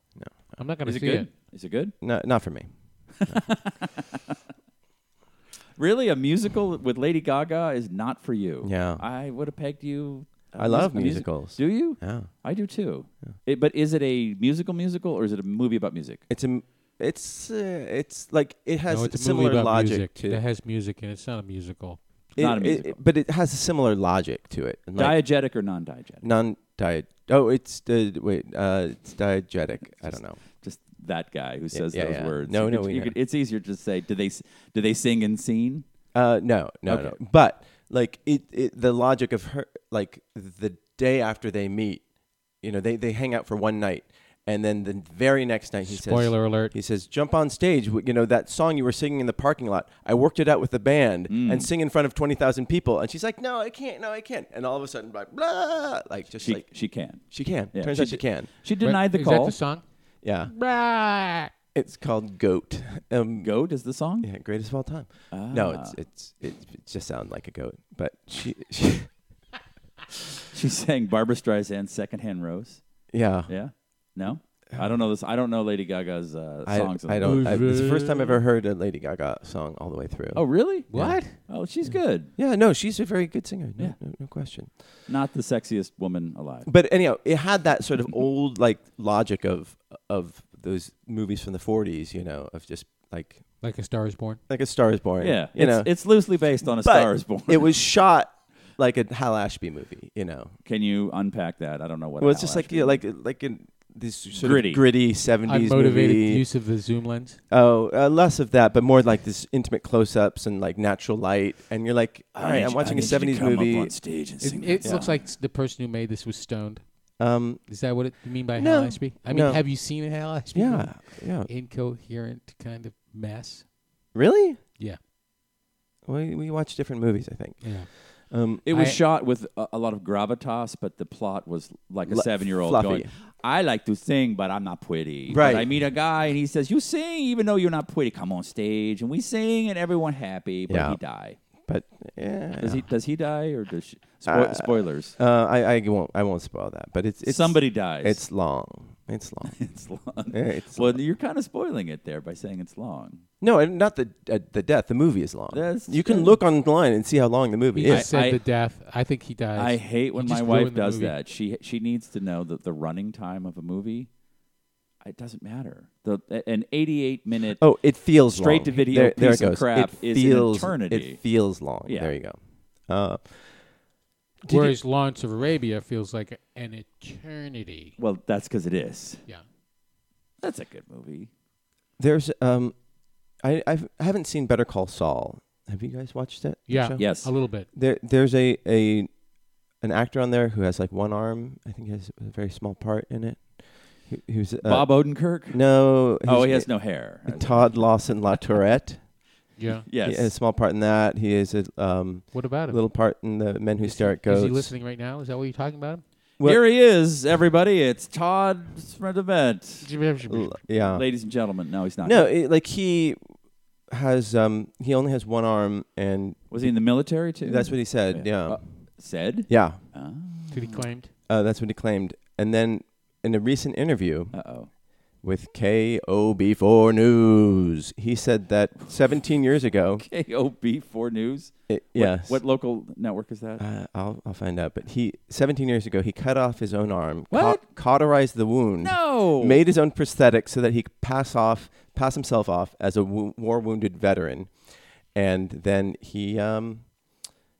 [SPEAKER 4] I'm not gonna
[SPEAKER 6] Is it
[SPEAKER 4] see
[SPEAKER 6] good?
[SPEAKER 4] it.
[SPEAKER 6] Is it good?
[SPEAKER 3] No, not for me.
[SPEAKER 6] Really, a musical with Lady Gaga is not for you.
[SPEAKER 3] Yeah.
[SPEAKER 6] I would have pegged you. a
[SPEAKER 3] I love
[SPEAKER 6] a music-
[SPEAKER 3] musicals.
[SPEAKER 6] Do you?
[SPEAKER 3] Yeah.
[SPEAKER 6] I do too. It, but is it a musical musical or is it a movie about music?
[SPEAKER 3] It's a m- it's uh, it's like it has
[SPEAKER 4] no, it's a
[SPEAKER 3] similar
[SPEAKER 4] movie about
[SPEAKER 3] logic
[SPEAKER 4] music
[SPEAKER 3] to
[SPEAKER 4] that has music in it. It's not a musical.
[SPEAKER 3] it,
[SPEAKER 6] not a
[SPEAKER 3] it-
[SPEAKER 6] musical.
[SPEAKER 3] but it has a similar logic to it. and, Like
[SPEAKER 6] diegetic or non-diegetic?
[SPEAKER 3] non diet. Oh, it's the wait. Uh, it's diegetic. I don't know.
[SPEAKER 6] Just that guy who says
[SPEAKER 3] yeah,
[SPEAKER 6] those
[SPEAKER 3] yeah.
[SPEAKER 6] words.
[SPEAKER 3] No,
[SPEAKER 6] You
[SPEAKER 3] no,
[SPEAKER 6] could-
[SPEAKER 3] we
[SPEAKER 6] you
[SPEAKER 3] know.
[SPEAKER 6] could- it's easier to say. Do they s- do they sing and scene?
[SPEAKER 3] Uh, no, no,
[SPEAKER 6] Okay.
[SPEAKER 3] no. But like it, it, the logic of her, like the day after they meet, you know, they they hang out for one night, and then the very next night he says,
[SPEAKER 4] Spoiler alert.
[SPEAKER 3] He says, "Jump on stage." W- You know that song you were singing in the parking lot. I worked it out with the band
[SPEAKER 6] Mm.
[SPEAKER 3] and sing in front of twenty thousand people. And she's like, "No, I can't. No, I can't." And all of a sudden, like, blah, like just
[SPEAKER 6] She
[SPEAKER 3] like
[SPEAKER 6] she can.
[SPEAKER 3] she can.
[SPEAKER 6] Yeah,
[SPEAKER 3] Turns
[SPEAKER 6] she
[SPEAKER 3] out she
[SPEAKER 6] did-
[SPEAKER 3] can.
[SPEAKER 6] She denied the
[SPEAKER 4] Is
[SPEAKER 6] call.
[SPEAKER 4] that the song?
[SPEAKER 3] Yeah,
[SPEAKER 4] Right.
[SPEAKER 3] it's called Goat. Um,
[SPEAKER 6] Goat Ah. is the song.
[SPEAKER 3] yeah, greatest of all time. No, it's it's it, it just sounds like a goat, but she, she
[SPEAKER 6] She sang Barbara Streisand's "Secondhand Rose."
[SPEAKER 3] yeah.
[SPEAKER 6] Yeah. No. I don't know this. I don't know Lady Gaga's uh,
[SPEAKER 3] I,
[SPEAKER 6] songs.
[SPEAKER 3] I don't. I, it's the first time I ever heard a Lady Gaga song all the way through.
[SPEAKER 6] Oh, really?
[SPEAKER 4] What?
[SPEAKER 6] Oh, she's good.
[SPEAKER 3] yeah, no, she's a very good singer. No,
[SPEAKER 6] Yeah.
[SPEAKER 3] no, no question.
[SPEAKER 6] Not the sexiest woman alive.
[SPEAKER 3] But anyhow, it had that sort of
[SPEAKER 6] Mm-hmm.
[SPEAKER 3] old like logic of of those movies from the '40s, you know, of just like
[SPEAKER 4] Like a Star Is Born.
[SPEAKER 3] like a Star is Born.
[SPEAKER 6] Yeah.
[SPEAKER 3] you
[SPEAKER 6] it's,
[SPEAKER 3] know,
[SPEAKER 6] it's loosely based on a
[SPEAKER 3] But
[SPEAKER 6] Star Is Born.
[SPEAKER 3] It was shot like a Hal Ashby movie, you know.
[SPEAKER 6] Can you unpack that? I don't know what.
[SPEAKER 3] Well, it's
[SPEAKER 6] Hal
[SPEAKER 3] just like
[SPEAKER 6] Ashby-
[SPEAKER 3] yeah, like like in this sort
[SPEAKER 6] Gritty.
[SPEAKER 3] of gritty '70s
[SPEAKER 4] Unmotivated
[SPEAKER 3] movie.
[SPEAKER 4] use of the zoom lens.
[SPEAKER 3] Oh, uh, less of that, but more like this intimate close-ups and like natural light, and you're like, all
[SPEAKER 6] I
[SPEAKER 3] right,
[SPEAKER 6] need
[SPEAKER 3] I'm
[SPEAKER 6] you-
[SPEAKER 3] watching a
[SPEAKER 6] I need you to
[SPEAKER 3] '70s
[SPEAKER 6] come up
[SPEAKER 3] movie.
[SPEAKER 6] on stage and
[SPEAKER 4] It,
[SPEAKER 6] sing
[SPEAKER 4] it
[SPEAKER 6] that
[SPEAKER 4] looks
[SPEAKER 6] song.
[SPEAKER 4] like the person who made this was stoned.
[SPEAKER 3] Um,
[SPEAKER 4] Is that what it, you mean by
[SPEAKER 3] No,
[SPEAKER 4] Hal Ashby? I mean,
[SPEAKER 3] no.
[SPEAKER 4] have you seen a Hal Ashby?
[SPEAKER 3] yeah, yeah.
[SPEAKER 4] Incoherent kind of mess.
[SPEAKER 3] Really?
[SPEAKER 4] Yeah.
[SPEAKER 3] We we watch different movies, I think.
[SPEAKER 4] Yeah.
[SPEAKER 3] Um,
[SPEAKER 6] It was
[SPEAKER 4] I-
[SPEAKER 6] shot with a, a lot of gravitas, but the plot was like a
[SPEAKER 3] Lu-
[SPEAKER 6] seven-year-old
[SPEAKER 3] fluffy.
[SPEAKER 6] going, "I like to sing, but I'm not pretty." But
[SPEAKER 3] Right.
[SPEAKER 6] I meet a guy, and he says, "You sing, even though you're not pretty. Come on stage, and we sing, and everyone happy." But
[SPEAKER 3] Yeah.
[SPEAKER 6] he die.
[SPEAKER 3] but yeah,
[SPEAKER 6] Does he? Does he die, or does she? Spo-
[SPEAKER 3] Uh,
[SPEAKER 6] spoilers.
[SPEAKER 3] Uh, I I won't I won't spoil that. But it's it's
[SPEAKER 6] Somebody dies.
[SPEAKER 3] It's long. It's long.
[SPEAKER 6] It's long.
[SPEAKER 3] Yeah, it's
[SPEAKER 6] well, you're kind of spoiling it there by saying it's long.
[SPEAKER 3] no, and not the uh, the death. The movie is long.
[SPEAKER 6] That's-
[SPEAKER 3] you can look online and see how long the movie
[SPEAKER 4] He
[SPEAKER 3] is.
[SPEAKER 4] just said
[SPEAKER 6] I-
[SPEAKER 4] the death. I think he dies.
[SPEAKER 6] I hate when
[SPEAKER 4] You
[SPEAKER 6] my
[SPEAKER 4] just
[SPEAKER 6] wife
[SPEAKER 4] ruined the
[SPEAKER 6] does
[SPEAKER 4] movie.
[SPEAKER 6] that. She she needs to know that the running time of a movie. It doesn't matter. The an 88 minute.
[SPEAKER 3] Oh, it feels
[SPEAKER 6] Straight
[SPEAKER 3] long.
[SPEAKER 6] to video
[SPEAKER 3] There, there
[SPEAKER 6] piece
[SPEAKER 3] it
[SPEAKER 6] of
[SPEAKER 3] goes.
[SPEAKER 6] crap
[SPEAKER 3] it
[SPEAKER 6] is an
[SPEAKER 3] feels,
[SPEAKER 6] eternity.
[SPEAKER 3] It feels long.
[SPEAKER 6] Yeah.
[SPEAKER 3] There you go. Uh, did you-
[SPEAKER 4] Whereas Lawrence of Arabia feels like an eternity.
[SPEAKER 6] Well, that's because it is.
[SPEAKER 4] Yeah.
[SPEAKER 6] That's a good movie.
[SPEAKER 3] there's um, I I've, I haven't seen Better Call Saul. Have you guys watched it? the
[SPEAKER 4] Yeah.
[SPEAKER 3] show?
[SPEAKER 6] Yes.
[SPEAKER 4] A little bit.
[SPEAKER 3] There there's a a an actor on there who has like one arm. I think he has a very small part in it. He, he was uh,
[SPEAKER 6] Bob Odenkirk.
[SPEAKER 3] No.
[SPEAKER 6] oh,
[SPEAKER 3] he's-
[SPEAKER 6] he has no hair.
[SPEAKER 3] Todd Lawson La Tourette.
[SPEAKER 4] Yeah.
[SPEAKER 6] Yes.
[SPEAKER 3] He has a small part in that. He is a um,
[SPEAKER 4] What about him?
[SPEAKER 3] little part in the Men Who Stare at Goats.
[SPEAKER 4] Is he listening right now? Is that what you're talking about?
[SPEAKER 3] Well-
[SPEAKER 6] Here he is, everybody. It's Todd Smredevent.
[SPEAKER 4] Him?
[SPEAKER 3] L- yeah.
[SPEAKER 6] Ladies and gentlemen, no, he's not.
[SPEAKER 3] No, it, like he has um he only has one arm and
[SPEAKER 6] Was he in the military too?
[SPEAKER 3] that's what he said. Yeah.
[SPEAKER 6] Uh, said.
[SPEAKER 3] yeah.
[SPEAKER 4] Did he claimed?
[SPEAKER 3] Uh, that's what he claimed. And then in a recent interview
[SPEAKER 6] Uh oh.
[SPEAKER 3] with KOB4 News, he said that 17 years ago,
[SPEAKER 6] KOB Four News.
[SPEAKER 3] it,
[SPEAKER 6] What-
[SPEAKER 3] yes.
[SPEAKER 6] What, local network is that?
[SPEAKER 3] uh, I'll I'll find out, but he 17 years ago he cut off his own arm,
[SPEAKER 6] What?
[SPEAKER 3] cauterized the wound,
[SPEAKER 6] no.
[SPEAKER 3] made his own prosthetic so that he could pass off pass himself off as a wo- war wounded veteran, and then he um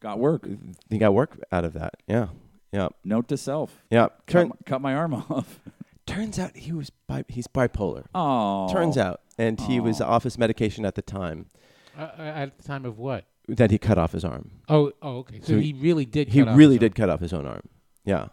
[SPEAKER 6] Got work.
[SPEAKER 3] he got work out of that. Yeah, yeah,
[SPEAKER 6] Note to self.
[SPEAKER 3] yeah.
[SPEAKER 6] Cut,
[SPEAKER 3] Turn,
[SPEAKER 6] my- cut my arm off.
[SPEAKER 3] turns out he was bi- he's bipolar.
[SPEAKER 6] Oh.
[SPEAKER 3] Turns out, and he was off his medication at the time
[SPEAKER 4] Uh, uh, at the time of what?
[SPEAKER 3] that he cut off his arm.
[SPEAKER 4] Oh, oh, okay. So,
[SPEAKER 3] So
[SPEAKER 4] he really did.
[SPEAKER 3] He
[SPEAKER 4] cut off
[SPEAKER 3] really
[SPEAKER 4] his own-
[SPEAKER 3] did cut off his own arm. Yeah,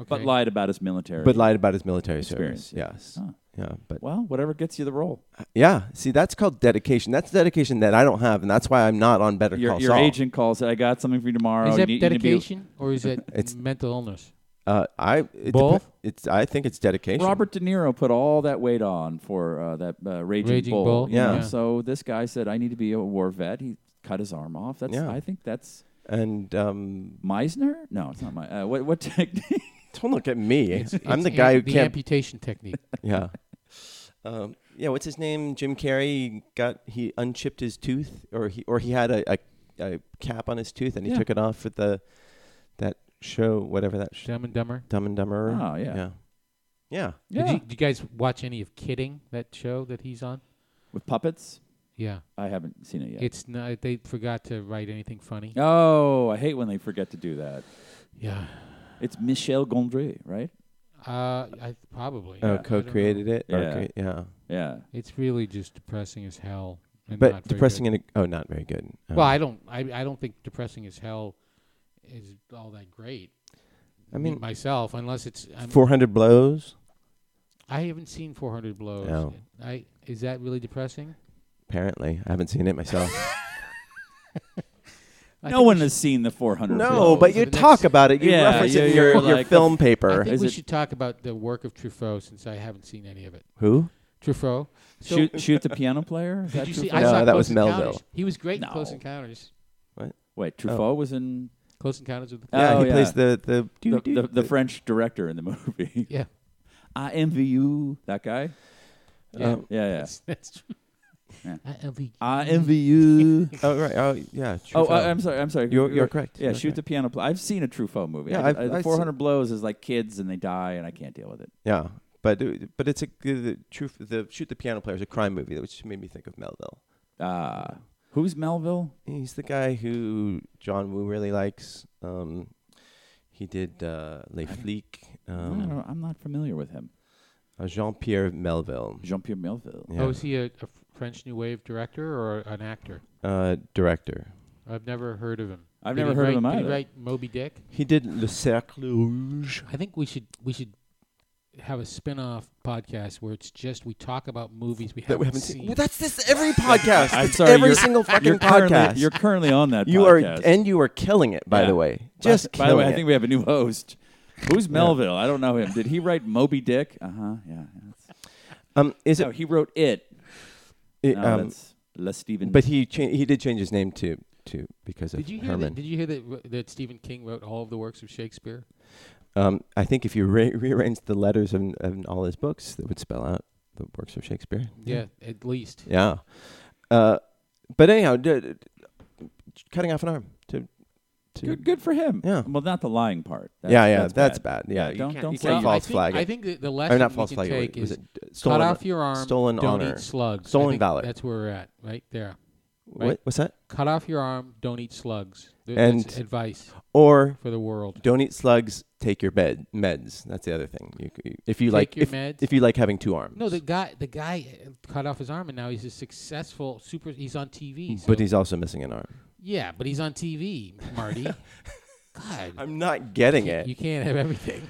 [SPEAKER 4] Okay.
[SPEAKER 6] But lied about his military.
[SPEAKER 3] but lied about his military service.
[SPEAKER 6] Experience,
[SPEAKER 3] Yes.
[SPEAKER 6] yeah. Huh.
[SPEAKER 3] Yeah, but
[SPEAKER 6] Well, whatever gets you the role.
[SPEAKER 3] Yeah. See, that's called dedication. That's dedication that I don't have, and that's why I'm not on Better
[SPEAKER 6] Your,
[SPEAKER 3] Call
[SPEAKER 6] your
[SPEAKER 3] Saul.
[SPEAKER 6] agent calls said, "I got something for you tomorrow."
[SPEAKER 4] is
[SPEAKER 6] You
[SPEAKER 4] that
[SPEAKER 6] need- you need to be-
[SPEAKER 4] dedication or is that
[SPEAKER 3] It's-
[SPEAKER 4] mental illness?
[SPEAKER 3] Uh, I it
[SPEAKER 4] Both?
[SPEAKER 3] depe- it's. I think it's dedication.
[SPEAKER 6] Robert De Niro put all that weight on for uh, that uh, Raging,
[SPEAKER 4] Raging
[SPEAKER 6] Bull.
[SPEAKER 4] Bull,
[SPEAKER 6] you know?
[SPEAKER 3] yeah.
[SPEAKER 6] So this guy said, "I need to be a war vet." He cut his arm off. That's.
[SPEAKER 3] Yeah.
[SPEAKER 6] I think that's
[SPEAKER 3] and um,
[SPEAKER 6] Meisner. No, it's not my. Uh, what what technique?
[SPEAKER 3] don't look at me. I'm
[SPEAKER 4] It's
[SPEAKER 3] the guy
[SPEAKER 4] am-
[SPEAKER 3] who
[SPEAKER 4] the
[SPEAKER 3] can't.
[SPEAKER 4] amputation technique.
[SPEAKER 3] yeah. Um, yeah. What's his name? Jim Carrey got he unchipped his tooth, or he or he had a, a, a cap on his tooth, and he
[SPEAKER 6] Yeah.
[SPEAKER 3] took it off with the that show, whatever that sh-
[SPEAKER 4] Dumb and Dumber.
[SPEAKER 3] Dumb and Dumber.
[SPEAKER 6] Oh, yeah.
[SPEAKER 3] Yeah. Yeah.
[SPEAKER 4] Did, you, did you guys watch any of Kidding? That show that he's on.
[SPEAKER 6] With puppets.
[SPEAKER 4] Yeah,
[SPEAKER 6] I haven't seen it yet.
[SPEAKER 4] it's not. They forgot to write anything funny.
[SPEAKER 6] oh, I hate when they forget to do that.
[SPEAKER 4] Yeah.
[SPEAKER 6] It's Michel Gondry, right?
[SPEAKER 4] Uh, I probably.
[SPEAKER 3] Oh,
[SPEAKER 4] I don't know.
[SPEAKER 3] co-created it. or
[SPEAKER 6] Yeah.
[SPEAKER 3] cre- yeah.
[SPEAKER 6] Yeah.
[SPEAKER 4] It's really just depressing as hell. And not very
[SPEAKER 3] But
[SPEAKER 4] good.
[SPEAKER 3] depressing in a oh, not very good. Um,
[SPEAKER 4] Well, I don't. I, I don't think depressing as hell is all that great.
[SPEAKER 3] I mean,
[SPEAKER 4] myself, unless it's. I'm,
[SPEAKER 3] 400 blows
[SPEAKER 4] I haven't seen 400 blows.
[SPEAKER 3] No.
[SPEAKER 4] I is that really depressing?
[SPEAKER 3] apparently i haven't seen it myself
[SPEAKER 4] I
[SPEAKER 6] no
[SPEAKER 4] think
[SPEAKER 6] one
[SPEAKER 4] we
[SPEAKER 6] has seen the 400.
[SPEAKER 3] no
[SPEAKER 6] blows.
[SPEAKER 3] but
[SPEAKER 4] So
[SPEAKER 3] you
[SPEAKER 4] the next-
[SPEAKER 3] talk about it you
[SPEAKER 6] Yeah,
[SPEAKER 3] reference it in
[SPEAKER 6] you're
[SPEAKER 3] your, your
[SPEAKER 6] like-
[SPEAKER 3] film
[SPEAKER 4] should-
[SPEAKER 3] paper
[SPEAKER 4] I think
[SPEAKER 6] Is
[SPEAKER 4] we
[SPEAKER 6] it-
[SPEAKER 4] should talk about the work of Truffaut since I haven't seen any of it.
[SPEAKER 3] who
[SPEAKER 4] Truffaut. So,
[SPEAKER 6] shoot, shoot the piano player. Is
[SPEAKER 4] Did
[SPEAKER 6] that
[SPEAKER 4] you see?
[SPEAKER 6] Truffaut?
[SPEAKER 4] I
[SPEAKER 3] No,
[SPEAKER 4] saw
[SPEAKER 3] that
[SPEAKER 4] Close
[SPEAKER 3] was Melville.
[SPEAKER 4] Encounters. He was great in Close
[SPEAKER 6] No.
[SPEAKER 4] Encounters.
[SPEAKER 3] Oh.
[SPEAKER 6] Wait, Truffaut was in
[SPEAKER 4] Close Encounters with the
[SPEAKER 6] Oh,
[SPEAKER 3] yeah he
[SPEAKER 6] yeah.
[SPEAKER 3] plays the the,
[SPEAKER 6] the, the, the French director in the movie.
[SPEAKER 4] yeah.
[SPEAKER 6] I envy you. That guy.
[SPEAKER 4] Yeah.
[SPEAKER 3] Um,
[SPEAKER 6] Yeah, yeah.
[SPEAKER 4] That's, that's true. Uh,
[SPEAKER 6] Yeah.
[SPEAKER 4] I envy-
[SPEAKER 6] I envy you.
[SPEAKER 3] oh right oh yeah
[SPEAKER 6] oh,
[SPEAKER 3] Truffaut.
[SPEAKER 6] I, I'm sorry. I'm sorry.
[SPEAKER 3] You're- you're correct.
[SPEAKER 6] Yeah,
[SPEAKER 3] You're
[SPEAKER 6] shoot
[SPEAKER 3] correct.
[SPEAKER 6] the piano. Pl- I've seen a Truffaut movie.
[SPEAKER 3] Yeah,
[SPEAKER 6] I-
[SPEAKER 3] I've-
[SPEAKER 6] I- the
[SPEAKER 3] I've
[SPEAKER 6] 400 blows is like kids and they die, and I can't deal with it.
[SPEAKER 3] yeah but it- but it's a the, the truth the shoot the piano player is a crime movie which made me think of melville
[SPEAKER 6] Ah, who's Melville?
[SPEAKER 3] he's the guy who john woo really likes um he did uh les flics
[SPEAKER 6] I don't
[SPEAKER 3] um
[SPEAKER 6] know. I'm not familiar with him.
[SPEAKER 3] uh, jean-pierre melville
[SPEAKER 6] Jean Pierre Melville.
[SPEAKER 3] yeah.
[SPEAKER 4] Oh, is he a, a French New Wave director or an actor?
[SPEAKER 3] uh director
[SPEAKER 4] I've never heard of him.
[SPEAKER 6] I've
[SPEAKER 4] Did
[SPEAKER 6] never
[SPEAKER 4] he
[SPEAKER 6] heard of
[SPEAKER 4] write-
[SPEAKER 6] him
[SPEAKER 4] Did
[SPEAKER 6] either.
[SPEAKER 4] he write Moby Dick?
[SPEAKER 3] he did le cercle rouge
[SPEAKER 4] I think we should we should have a spin-off podcast where it's just we talk about movies we haven't,
[SPEAKER 3] that we haven't
[SPEAKER 4] seen.
[SPEAKER 3] seen. Well, that's this every podcast.
[SPEAKER 6] I'm
[SPEAKER 3] It's
[SPEAKER 6] sorry,
[SPEAKER 3] every
[SPEAKER 6] you're-
[SPEAKER 3] single fucking
[SPEAKER 6] You're currently,
[SPEAKER 3] podcast.
[SPEAKER 6] you're currently on that.
[SPEAKER 3] You are-
[SPEAKER 6] podcast.
[SPEAKER 3] and you are killing it. By
[SPEAKER 6] Yeah.
[SPEAKER 3] the way,
[SPEAKER 6] By-
[SPEAKER 3] just
[SPEAKER 6] by, the way,
[SPEAKER 3] killing
[SPEAKER 6] I think
[SPEAKER 3] it.
[SPEAKER 6] we have a new host. Who's Melville? I don't know him. Did he write Moby Dick? Uh huh. Yeah. yeah.
[SPEAKER 3] um, is
[SPEAKER 6] No,
[SPEAKER 3] it?
[SPEAKER 6] he wrote it.
[SPEAKER 3] it,
[SPEAKER 6] Oh, No,
[SPEAKER 3] um,
[SPEAKER 6] that's Les Steven.
[SPEAKER 3] but he cha- he did change his name to to because of
[SPEAKER 4] did you hear that?
[SPEAKER 3] Herman.
[SPEAKER 4] Did you hear that that Stephen King wrote all of the works of Shakespeare?
[SPEAKER 3] um, I think if you re- rearranged the letters in, in all his books, that would spell out the works of Shakespeare.
[SPEAKER 4] Yeah, at least.
[SPEAKER 3] Yeah. Uh, but anyhow, d- d- cutting off an arm to to
[SPEAKER 6] good, good for him.
[SPEAKER 3] Yeah.
[SPEAKER 6] Well, not the lying part. That's-
[SPEAKER 3] yeah yeah that's, bad. yeah
[SPEAKER 6] don't-
[SPEAKER 3] you can't,
[SPEAKER 6] don't
[SPEAKER 3] you
[SPEAKER 6] flag
[SPEAKER 3] can't
[SPEAKER 6] it.
[SPEAKER 4] I
[SPEAKER 3] false
[SPEAKER 4] think,
[SPEAKER 3] flag
[SPEAKER 4] I
[SPEAKER 3] it.
[SPEAKER 4] think the, the
[SPEAKER 3] I'm
[SPEAKER 4] lesson
[SPEAKER 3] not
[SPEAKER 4] we
[SPEAKER 3] false
[SPEAKER 4] can
[SPEAKER 3] flag
[SPEAKER 4] take
[SPEAKER 3] it. Was
[SPEAKER 4] is
[SPEAKER 3] it stolen
[SPEAKER 4] cut off your arm,
[SPEAKER 3] stolen
[SPEAKER 4] don't
[SPEAKER 3] honor.
[SPEAKER 4] eat slugs. I
[SPEAKER 3] Stolen
[SPEAKER 4] think
[SPEAKER 3] valor.
[SPEAKER 4] That's where we're at, right there.
[SPEAKER 3] What-
[SPEAKER 4] right?
[SPEAKER 3] what's that?
[SPEAKER 4] Cut off your arm, don't eat slugs. Th- that's
[SPEAKER 3] And-
[SPEAKER 4] advice
[SPEAKER 3] Or
[SPEAKER 4] for the world.
[SPEAKER 3] don't eat slugs. Take your bed meds. That's the other thing. You, c- if you
[SPEAKER 4] Take
[SPEAKER 3] like,
[SPEAKER 4] your
[SPEAKER 3] if,
[SPEAKER 4] meds?
[SPEAKER 3] if you like having two arms.
[SPEAKER 4] No, the guy, the guy uh, cut off his arm, and now he's a successful super. He's on TV. so-
[SPEAKER 3] but he's also missing an arm.
[SPEAKER 4] Yeah, but he's on TV, Marty. God,
[SPEAKER 3] I'm not getting it.
[SPEAKER 4] you can't have everything.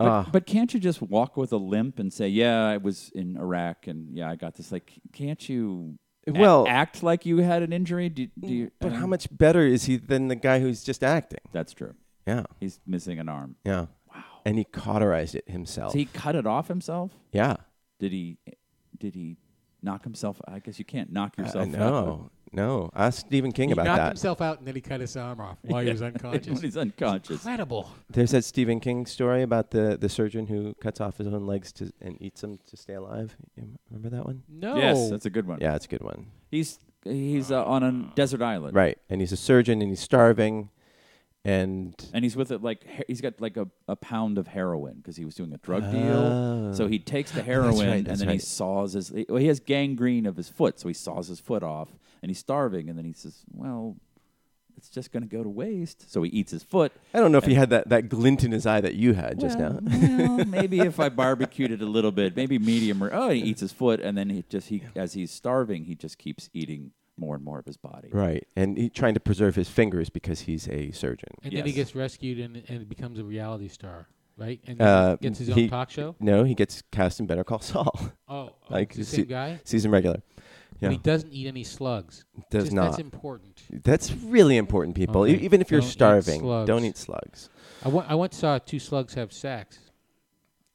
[SPEAKER 3] Ah.
[SPEAKER 6] But, but can't you just walk with a limp and say, "Yeah, I was in Iraq, and yeah, I got this"? Like, can't you? a-
[SPEAKER 3] Well-
[SPEAKER 6] act like you had an injury. Do, do you?
[SPEAKER 3] but
[SPEAKER 6] I
[SPEAKER 3] how
[SPEAKER 6] mean,
[SPEAKER 3] much better is he than the guy who's just acting?
[SPEAKER 6] That's true.
[SPEAKER 3] Yeah.
[SPEAKER 6] He's missing an arm.
[SPEAKER 3] Yeah. Wow. And he cauterized it himself.
[SPEAKER 6] So he cut it off himself.
[SPEAKER 3] yeah.
[SPEAKER 6] Did he? Did he knock himself? I guess you can't knock
[SPEAKER 3] I
[SPEAKER 6] yourself. out
[SPEAKER 3] know. No. Ask Stephen King
[SPEAKER 4] He
[SPEAKER 3] about
[SPEAKER 4] knocked
[SPEAKER 3] that.
[SPEAKER 4] himself out and then he cut his arm off while he was unconscious.
[SPEAKER 6] when he's unconscious.
[SPEAKER 4] Incredible.
[SPEAKER 3] There's that Stephen King story about the, the surgeon who cuts off his own legs to, and eats them to stay alive. You remember that one?
[SPEAKER 4] No.
[SPEAKER 6] Yes, that's a good one.
[SPEAKER 3] Yeah, it's a good one.
[SPEAKER 6] He's he's uh, on a desert island,
[SPEAKER 3] Right. And he's a surgeon and he's starving. And
[SPEAKER 6] And he's with it like he- he's got like a, a pound of heroin because he was doing a drug deal. So he takes the heroin
[SPEAKER 3] right,
[SPEAKER 6] and
[SPEAKER 3] Oh. that's
[SPEAKER 6] then he
[SPEAKER 3] right.
[SPEAKER 6] saws his. Well, he has gangrene of his foot, so he saws his foot off, and he's starving. And then he says, "Well, it's just going to go to waste." So he eats his foot.
[SPEAKER 3] I don't know if he had that, that glint in his eye that you had Uh, just
[SPEAKER 6] well,
[SPEAKER 3] now.
[SPEAKER 6] well, maybe if I barbecued it a little bit, maybe medium or oh, he eats his foot, and then he just he as he's starving, he just keeps eating more and more of his body.
[SPEAKER 3] Right. And he trying to preserve his fingers because he's a surgeon.
[SPEAKER 4] And then he
[SPEAKER 6] Yes.
[SPEAKER 4] gets rescued and, and becomes a reality star, right? And
[SPEAKER 3] Uh,
[SPEAKER 4] gets his
[SPEAKER 3] he-
[SPEAKER 4] own talk show.
[SPEAKER 3] No, he gets cast in Better Call Saul.
[SPEAKER 4] Oh, oh
[SPEAKER 3] like,
[SPEAKER 4] it's the
[SPEAKER 3] you see-
[SPEAKER 4] same guy.
[SPEAKER 3] Season regular.
[SPEAKER 4] But
[SPEAKER 3] Yeah.
[SPEAKER 4] he doesn't eat any slugs.
[SPEAKER 3] Does
[SPEAKER 4] Just- That's
[SPEAKER 3] not.
[SPEAKER 4] important.
[SPEAKER 3] That's really important, people. E-
[SPEAKER 4] Okay.
[SPEAKER 3] Even if you're
[SPEAKER 4] Don't eat
[SPEAKER 3] starving,
[SPEAKER 4] slugs.
[SPEAKER 3] don't eat slugs.
[SPEAKER 4] I, wa- I once saw two slugs have sex.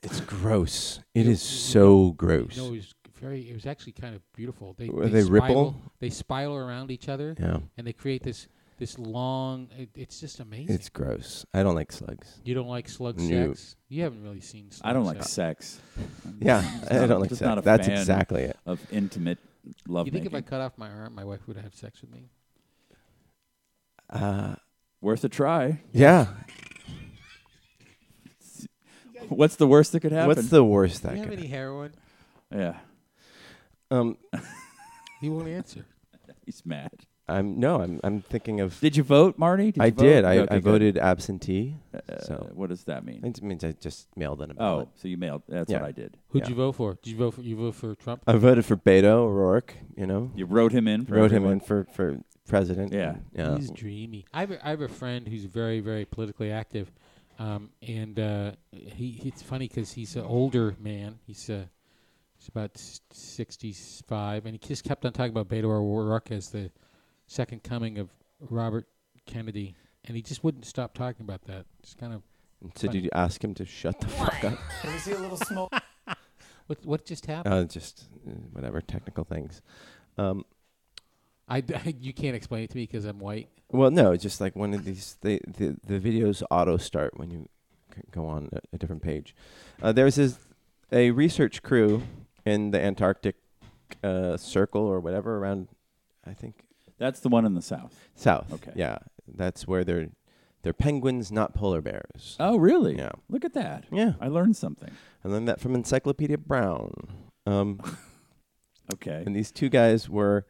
[SPEAKER 3] It's gross. It is so gross.
[SPEAKER 4] No, it was very. It was actually kind of beautiful. They
[SPEAKER 3] Were they ripple?
[SPEAKER 4] spiral- They spiral around each other,
[SPEAKER 3] Yeah.
[SPEAKER 4] and they create this this long. It, it's just amazing.
[SPEAKER 3] It's gross. I don't like slugs.
[SPEAKER 4] you don't like slug
[SPEAKER 3] No.
[SPEAKER 4] sex? You haven't really seen. Slug
[SPEAKER 6] I don't like
[SPEAKER 4] sex.
[SPEAKER 6] sex.
[SPEAKER 3] Yeah, I don't like
[SPEAKER 6] just
[SPEAKER 3] sex.
[SPEAKER 6] not a
[SPEAKER 3] That's
[SPEAKER 6] fan
[SPEAKER 3] exactly it.
[SPEAKER 6] of intimate love.
[SPEAKER 4] You think if I cut off my arm, my wife would have sex with me?
[SPEAKER 6] Worth a try.
[SPEAKER 3] Yeah.
[SPEAKER 6] What's the worst that could happen?
[SPEAKER 3] What's the worst that
[SPEAKER 4] Do you have
[SPEAKER 3] could?
[SPEAKER 4] any heroin?
[SPEAKER 6] yeah?
[SPEAKER 3] Um,
[SPEAKER 4] He won't answer.
[SPEAKER 6] He's mad.
[SPEAKER 3] I'm no. I'm I'm thinking of.
[SPEAKER 6] Did you vote, Marty? you
[SPEAKER 3] I
[SPEAKER 6] vote?
[SPEAKER 3] did. I, I
[SPEAKER 6] Okay, good.
[SPEAKER 3] voted absentee.
[SPEAKER 6] Uh,
[SPEAKER 3] so
[SPEAKER 6] what does that mean?
[SPEAKER 3] it means I just mailed in a ballot.
[SPEAKER 6] Oh, so you mailed. That's
[SPEAKER 3] Yeah.
[SPEAKER 6] what I did.
[SPEAKER 4] Who'd
[SPEAKER 3] Yeah.
[SPEAKER 4] you vote for? Did you vote for you vote for Trump?
[SPEAKER 3] I voted for Beto O'Rourke. You know,
[SPEAKER 6] You wrote him in. For
[SPEAKER 3] wrote him
[SPEAKER 6] everyone.
[SPEAKER 3] in for for president.
[SPEAKER 6] Yeah.
[SPEAKER 3] and- yeah.
[SPEAKER 4] He's dreamy. I have, a, I have a friend who's very, very politically active, um, and uh, he it's funny because he's an older man. He's uh, he's about s- sixty-five, and he just kept on talking about Beto O'Rourke as the second coming of Robert Kennedy, and he just wouldn't stop talking about that. Just kind of
[SPEAKER 3] So did you ask him to shut the fuck up?
[SPEAKER 4] what what just happened?
[SPEAKER 3] Uh, just uh, whatever technical things. Um,
[SPEAKER 4] I, I- you can't explain it to me because I'm white.
[SPEAKER 3] well, no, it's just like one of these. They, the the videos auto start when you c- go on a, a different page. Uh, there's this, a research crew in the Antarctic uh, circle or whatever around. I think
[SPEAKER 6] That's the one in the south.
[SPEAKER 3] south.
[SPEAKER 6] Okay.
[SPEAKER 3] Yeah, that's where they're they're penguins, not polar bears.
[SPEAKER 6] Oh, really?
[SPEAKER 3] Yeah.
[SPEAKER 6] Look at that.
[SPEAKER 3] Yeah,
[SPEAKER 6] I learned something.
[SPEAKER 3] I learned that from Encyclopedia Brown. Um,
[SPEAKER 6] Okay.
[SPEAKER 3] and these two guys were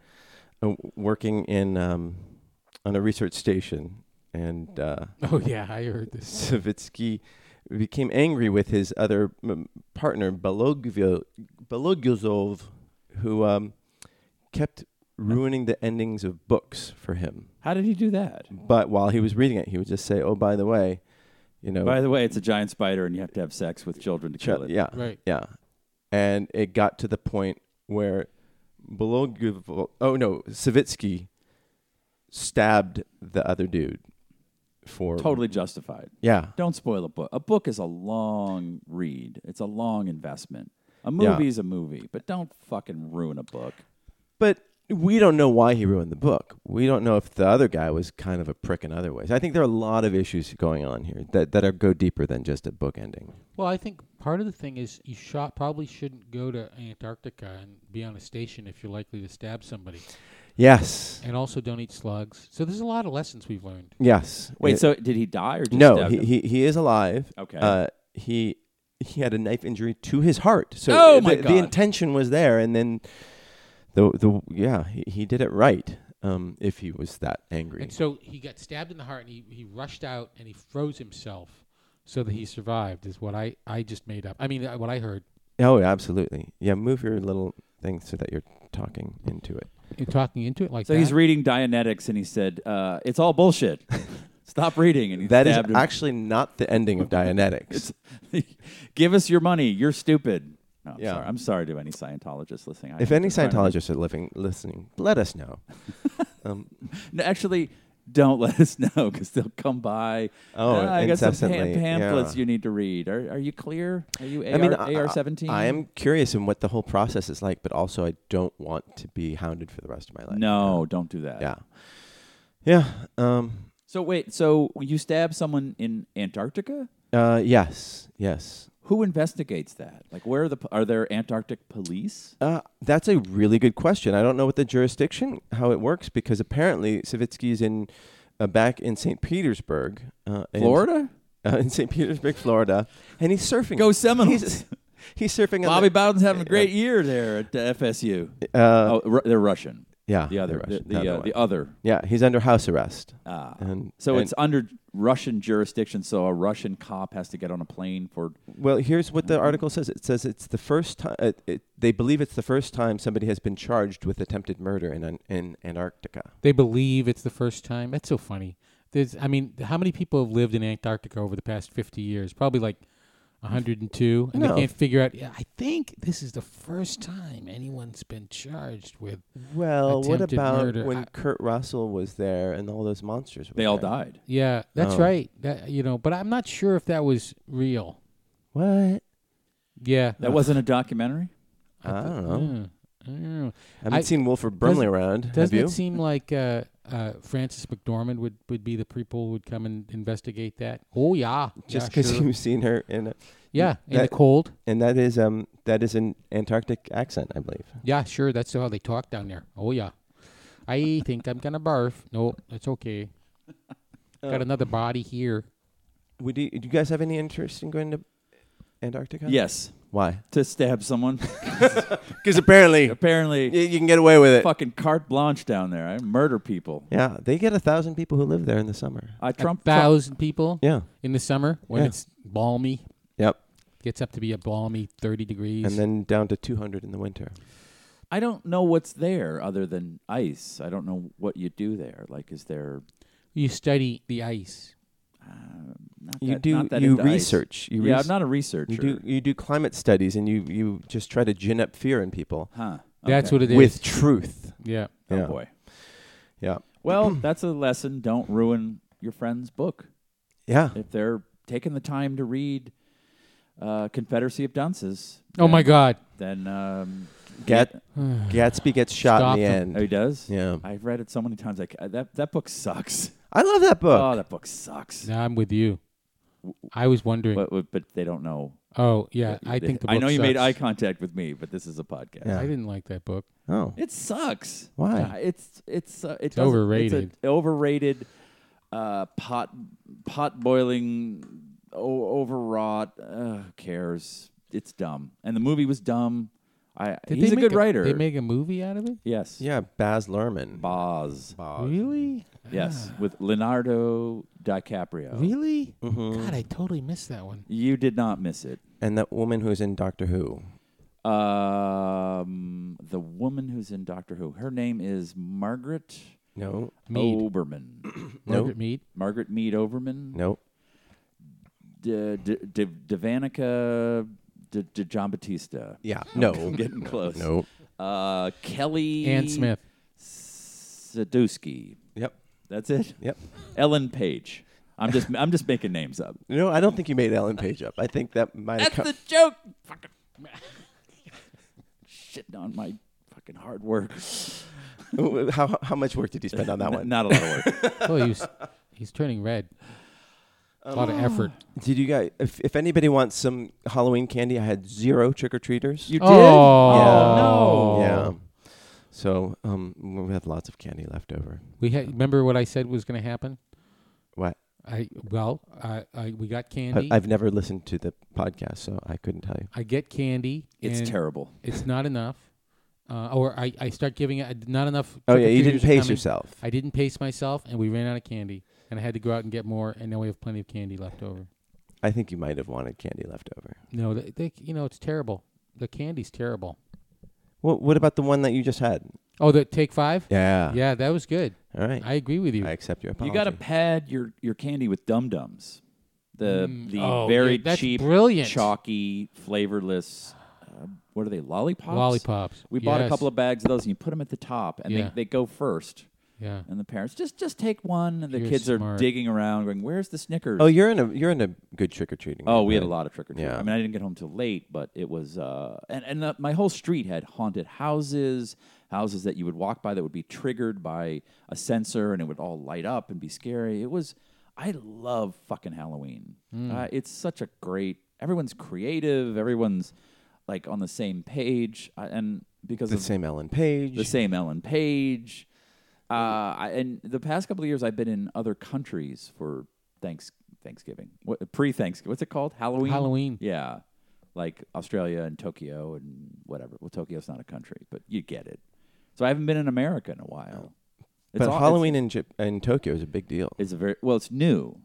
[SPEAKER 3] uh, working in um, on a research station, and uh,
[SPEAKER 4] Oh yeah, I heard this.
[SPEAKER 3] Savitsky became angry with his other m- partner Balogvio- Balogyozov, who um, kept ruining the endings of books for him.
[SPEAKER 6] How did he do that?
[SPEAKER 3] But while he was reading it, he would just say, "Oh, by the way, you know,
[SPEAKER 6] By the way, it's a giant spider, and you have to have sex with children to kill it.
[SPEAKER 3] yeah,
[SPEAKER 4] Right.
[SPEAKER 3] yeah." And it got to the point where Bologyov, oh no, Savitsky stabbed the other dude for
[SPEAKER 6] Totally justified.
[SPEAKER 3] yeah.
[SPEAKER 6] Don't spoil a book. A book is a long read. It's a long investment. A movie is a movie, but don't fucking ruin a book.
[SPEAKER 3] But we don't know why he ruined the book. We don't know if the other guy was kind of a prick in other ways. I think there are a lot of issues going on here that that are go deeper than just a book ending.
[SPEAKER 4] Well, I think part of the thing is you shot probably shouldn't go to Antarctica and be on a station if you're likely to stab somebody,
[SPEAKER 3] Yes,
[SPEAKER 4] and also don't eat slugs. So there's a lot of lessons we've learned.
[SPEAKER 3] yes.
[SPEAKER 6] Wait,
[SPEAKER 3] It-
[SPEAKER 6] so did he die or just
[SPEAKER 3] no,
[SPEAKER 6] stabbed
[SPEAKER 3] he,
[SPEAKER 6] him?
[SPEAKER 3] he he is alive.
[SPEAKER 6] Okay.
[SPEAKER 3] Uh, he he had a knife injury to his heart. So
[SPEAKER 6] Oh,
[SPEAKER 3] the,
[SPEAKER 6] my
[SPEAKER 3] the
[SPEAKER 6] God.
[SPEAKER 3] intention was there, and then the the yeah he, he did it right. Um, if he was that angry,
[SPEAKER 4] And so he got stabbed in the heart, and he, he rushed out and he froze himself so that he survived. Is what I I just made up. I mean, uh, what I heard.
[SPEAKER 3] oh absolutely, yeah. Move your little thing so that you're talking into it.
[SPEAKER 4] you talking into it like
[SPEAKER 6] So
[SPEAKER 4] that.
[SPEAKER 6] he's reading Dianetics and he said, uh, it's all bullshit. Stop reading. And he
[SPEAKER 3] That is
[SPEAKER 6] stabbed him.
[SPEAKER 3] actually not the ending of Dianetics.
[SPEAKER 6] Give us your money. You're stupid. No, I'm,
[SPEAKER 3] Yeah.
[SPEAKER 6] sorry. I'm sorry to any Scientologists listening. I
[SPEAKER 3] if
[SPEAKER 6] am
[SPEAKER 3] any
[SPEAKER 6] trying to-
[SPEAKER 3] Scientologists are living, listening, let us know.
[SPEAKER 6] No, actually, don't let us know because they'll come by.
[SPEAKER 3] Oh,
[SPEAKER 6] "Ah, I got some pam-
[SPEAKER 3] incessantly,
[SPEAKER 6] pamphlets
[SPEAKER 3] yeah.
[SPEAKER 6] you need to read. Are, are you clear? Are you AR,
[SPEAKER 3] I mean, I-
[SPEAKER 6] AR-17?
[SPEAKER 3] I, I am curious in what the whole process is like, but also I don't want to be hounded for the rest of my life.
[SPEAKER 6] No, don't do that.
[SPEAKER 3] Yeah. Yeah. Um,
[SPEAKER 6] So wait, so you stab someone in Antarctica?
[SPEAKER 3] uh, yes. Yes.
[SPEAKER 6] Who investigates that? Like, where are the are there Antarctic police?
[SPEAKER 3] Uh, that's a really good question. I don't know what the jurisdiction, how it works, because apparently Savitsky's in uh, back in St. Petersburg, uh, and-
[SPEAKER 6] Florida?
[SPEAKER 3] uh, in St. Petersburg, Florida, and he's surfing.
[SPEAKER 6] Go Seminoles.
[SPEAKER 3] He's, he's surfing. on the-
[SPEAKER 6] Bobby Bowden's having a great year there at uh, FSU.
[SPEAKER 3] Uh,
[SPEAKER 6] oh, Ru- they're Russian.
[SPEAKER 3] yeah,
[SPEAKER 6] The other,
[SPEAKER 3] they're
[SPEAKER 6] the,
[SPEAKER 3] Russian.
[SPEAKER 6] the, uh,
[SPEAKER 3] one.
[SPEAKER 6] the other.
[SPEAKER 3] yeah, he's under house arrest.
[SPEAKER 6] Ah.
[SPEAKER 3] And-
[SPEAKER 6] so
[SPEAKER 3] and-
[SPEAKER 6] it's under Russian jurisdiction. So a Russian cop has to get on a plane for.
[SPEAKER 3] Well, here's what the article says. It says it's the first time it, it, they believe it's the first time somebody has been charged with attempted murder in an, in Antarctica.
[SPEAKER 4] They believe it's the first time. That's so funny. There's, I mean, how many people have lived in Antarctica over the past 50 years? Probably like 102. And
[SPEAKER 3] No.
[SPEAKER 4] they can't figure out. Yeah, I think this is the first time anyone's been charged with.
[SPEAKER 3] Well, what
[SPEAKER 4] Attempted
[SPEAKER 3] about
[SPEAKER 4] murder.
[SPEAKER 3] when
[SPEAKER 4] I-
[SPEAKER 3] Kurt Russell was there and all those monsters? Were
[SPEAKER 6] They all
[SPEAKER 3] there?
[SPEAKER 6] died.
[SPEAKER 4] Yeah, that's
[SPEAKER 3] Oh.
[SPEAKER 4] right. That, you know, but I'm not sure if that was real.
[SPEAKER 3] What?
[SPEAKER 4] Yeah.
[SPEAKER 6] That wasn't a documentary.
[SPEAKER 3] I don't know.
[SPEAKER 4] Mm, I don't know.
[SPEAKER 3] I haven't
[SPEAKER 4] I-
[SPEAKER 3] seen Wilford Brimley around. Have
[SPEAKER 4] Doesn't
[SPEAKER 3] you?
[SPEAKER 4] it seem like uh, uh, Francis McDormand would, would be the people who would come and investigate that? Oh yeah, yeah,
[SPEAKER 3] Just because
[SPEAKER 4] sure.
[SPEAKER 3] you've seen her in, a,
[SPEAKER 4] yeah, in
[SPEAKER 3] that-
[SPEAKER 4] the cold.
[SPEAKER 3] and that is um that is an Antarctic accent, I believe.
[SPEAKER 4] Yeah, sure. That's how they talk down there. Oh yeah, I think I'm gonna barf. No, that's okay. Got another body here.
[SPEAKER 3] Would you, do you guys have any interest in going to Antarctica?
[SPEAKER 6] Yes,
[SPEAKER 3] Why?
[SPEAKER 6] to stab someone.
[SPEAKER 3] Because apparently
[SPEAKER 6] Apparently,
[SPEAKER 3] y- you can get away with it.
[SPEAKER 6] fucking carte blanche down there. I murder people.
[SPEAKER 3] Yeah, they get a thousand people who live there in the summer.
[SPEAKER 6] I
[SPEAKER 4] Trump,
[SPEAKER 6] Trump.
[SPEAKER 4] a thousand people
[SPEAKER 3] Yeah.
[SPEAKER 4] in the summer when
[SPEAKER 3] Yeah.
[SPEAKER 4] it's balmy.
[SPEAKER 3] Yep.
[SPEAKER 4] Gets up to be a balmy 30 degrees.
[SPEAKER 3] And then down to 200 in the winter.
[SPEAKER 6] I don't know what's there other than ice. I don't know what you do there. Like, is there?
[SPEAKER 4] you study the ice.
[SPEAKER 6] Uh, not
[SPEAKER 3] You
[SPEAKER 6] that-
[SPEAKER 3] do
[SPEAKER 6] not that
[SPEAKER 3] you
[SPEAKER 6] into ice.
[SPEAKER 3] research. You
[SPEAKER 6] yeah,
[SPEAKER 3] res-
[SPEAKER 6] I'm not a researcher.
[SPEAKER 3] you do you do climate studies and you you just try to gin up fear in people
[SPEAKER 6] Huh.
[SPEAKER 4] That's
[SPEAKER 6] Okay.
[SPEAKER 4] what it is.
[SPEAKER 3] with truth.
[SPEAKER 4] yeah.
[SPEAKER 6] Oh
[SPEAKER 3] yeah.
[SPEAKER 6] boy.
[SPEAKER 3] Yeah.
[SPEAKER 6] Well, that's a lesson. Don't ruin your friend's book
[SPEAKER 3] Yeah.
[SPEAKER 6] if they're taking the time to read uh, Confederacy of Dunces.
[SPEAKER 4] Oh my God.
[SPEAKER 6] Then um,
[SPEAKER 3] Gat- Gatsby gets shot
[SPEAKER 4] Stop
[SPEAKER 3] in the
[SPEAKER 4] them.
[SPEAKER 6] oh, he
[SPEAKER 3] end.
[SPEAKER 6] does.
[SPEAKER 3] Yeah.
[SPEAKER 6] I've read it so many times. Like uh, that that book sucks.
[SPEAKER 3] I love that
[SPEAKER 6] Oh,
[SPEAKER 3] book.
[SPEAKER 6] that book sucks.
[SPEAKER 4] No, I'm with you. I was wondering.
[SPEAKER 6] But, but but they don't know.
[SPEAKER 4] oh yeah, I
[SPEAKER 6] They-
[SPEAKER 4] think the book
[SPEAKER 6] I know you made
[SPEAKER 4] sucks.
[SPEAKER 6] eye contact with me, but this is a podcast.
[SPEAKER 3] Yeah.
[SPEAKER 4] I didn't like that book.
[SPEAKER 3] Oh.
[SPEAKER 6] It sucks.
[SPEAKER 3] Why?
[SPEAKER 6] Uh, it's it's uh, it
[SPEAKER 4] It's
[SPEAKER 6] doesn't-
[SPEAKER 4] overrated.
[SPEAKER 6] It's an overrated, uh, pot pot boiling, o- overwrought. Uh, who cares? It's dumb. And the movie was dumb. I
[SPEAKER 4] Did
[SPEAKER 6] he's
[SPEAKER 4] they
[SPEAKER 6] a
[SPEAKER 4] make
[SPEAKER 6] good writer.
[SPEAKER 4] They make a movie out of it.
[SPEAKER 6] yes.
[SPEAKER 3] Yeah, Baz Luhrmann.
[SPEAKER 6] Boz.
[SPEAKER 4] Really?
[SPEAKER 6] Yes, with Leonardo DiCaprio.
[SPEAKER 4] Ah. Really?
[SPEAKER 6] Mm-hmm.
[SPEAKER 4] God, I totally missed that one.
[SPEAKER 6] You did not miss it.
[SPEAKER 3] And that woman who's in Doctor Who.
[SPEAKER 6] Um, the woman who's in Doctor Who. Her name is Margaret
[SPEAKER 3] No.
[SPEAKER 4] Mead.
[SPEAKER 6] Oberman.
[SPEAKER 3] No.
[SPEAKER 4] Margaret Mead.
[SPEAKER 6] Margaret Mead Oberman.
[SPEAKER 3] No.
[SPEAKER 6] D- D- D- Devanica D- D- John Batista.
[SPEAKER 3] Yeah. No.
[SPEAKER 6] I'm getting close.
[SPEAKER 3] No.
[SPEAKER 6] Uh, Kelly
[SPEAKER 4] Ann Smith.
[SPEAKER 6] Sadusky.
[SPEAKER 3] Yep.
[SPEAKER 6] That's it.
[SPEAKER 3] Yep.
[SPEAKER 6] Ellen Page. I'm just I'm just making names up.
[SPEAKER 3] No, I don't think you made Ellen Page up. I think that might have
[SPEAKER 6] That's
[SPEAKER 3] come.
[SPEAKER 6] the joke. Fucking shitting on my fucking hard work.
[SPEAKER 3] how how much work did you spend on that
[SPEAKER 6] N-
[SPEAKER 3] one?
[SPEAKER 6] Not a lot of work.
[SPEAKER 4] Oh, he's he's turning red. a lot of effort.
[SPEAKER 3] Did you guys? If, if anybody wants some Halloween candy, I had zero trick or treaters.
[SPEAKER 6] You did?
[SPEAKER 4] Oh.
[SPEAKER 6] no.
[SPEAKER 3] yeah. So um, we have lots of candy left over.
[SPEAKER 4] We had remember what I said was going to happen.
[SPEAKER 3] What?
[SPEAKER 4] I well, I, I we got
[SPEAKER 3] I,
[SPEAKER 4] candy. I,
[SPEAKER 3] I've never listened to the podcast, so I couldn't tell you.
[SPEAKER 4] get candy.
[SPEAKER 6] It's
[SPEAKER 4] and
[SPEAKER 6] terrible.
[SPEAKER 4] It's not enough. Uh, or I, I start giving it not enough.
[SPEAKER 3] Oh yeah, you
[SPEAKER 4] trick-or-treaters
[SPEAKER 3] didn't
[SPEAKER 4] are
[SPEAKER 3] pace
[SPEAKER 4] coming.
[SPEAKER 3] yourself.
[SPEAKER 4] I didn't pace myself, and we ran out of candy, and I had to go out and get more, and now we have plenty of candy left over.
[SPEAKER 3] I think you might have wanted candy left over.
[SPEAKER 4] No, they, they you know it's terrible. The candy's terrible.
[SPEAKER 3] What What about the one that you just had?
[SPEAKER 4] Oh, the take five.
[SPEAKER 3] Yeah.
[SPEAKER 4] Yeah, that was good.
[SPEAKER 3] All right.
[SPEAKER 4] I agree with you.
[SPEAKER 3] I accept your apology.
[SPEAKER 6] You got to pad your, your candy with dum dums. The the
[SPEAKER 4] oh,
[SPEAKER 6] very
[SPEAKER 4] yeah, that's
[SPEAKER 6] cheap,
[SPEAKER 4] brilliant.
[SPEAKER 6] chalky, flavorless. Uh, what are they? Lollipops.
[SPEAKER 4] Lollipops,
[SPEAKER 6] We bought a
[SPEAKER 4] yes.
[SPEAKER 6] couple of bags of those, and you put them at the top, and
[SPEAKER 4] Yeah.
[SPEAKER 6] they, they go first.
[SPEAKER 4] yeah.
[SPEAKER 6] And the parents just just take one, and the
[SPEAKER 4] You're
[SPEAKER 6] kids are
[SPEAKER 4] smart.
[SPEAKER 6] digging around, going, "Where's the Snickers?"
[SPEAKER 3] Oh, you're in a you're in a good trick or treating.
[SPEAKER 6] Oh, we had a lot of trick or treat.
[SPEAKER 3] Yeah.
[SPEAKER 6] I mean, I didn't get home till late, but it was, uh, and and the, my whole street had haunted houses, houses that you would walk by that would be triggered by a sensor, and it would all light up and be scary. It was, I love fucking Halloween.
[SPEAKER 3] Hmm.
[SPEAKER 6] Uh, it's such a great. Everyone's creative. Everyone's like on the same page, uh, and because
[SPEAKER 3] The
[SPEAKER 6] of
[SPEAKER 3] same Ellen Page.
[SPEAKER 6] the same Ellen Page. Uh, I, and the past couple of years, I've been in other countries for thanks, Thanksgiving, what, pre-Thanksgiving. What's it called? Halloween.
[SPEAKER 4] Halloween.
[SPEAKER 6] Yeah, like Australia and Tokyo and whatever. Well, Tokyo's not a country, but you get it. So I haven't been in America in a while.
[SPEAKER 3] Oh. but
[SPEAKER 6] all-
[SPEAKER 3] Halloween in Jap- in Tokyo is a big deal.
[SPEAKER 6] It's, it's a very well. It's new,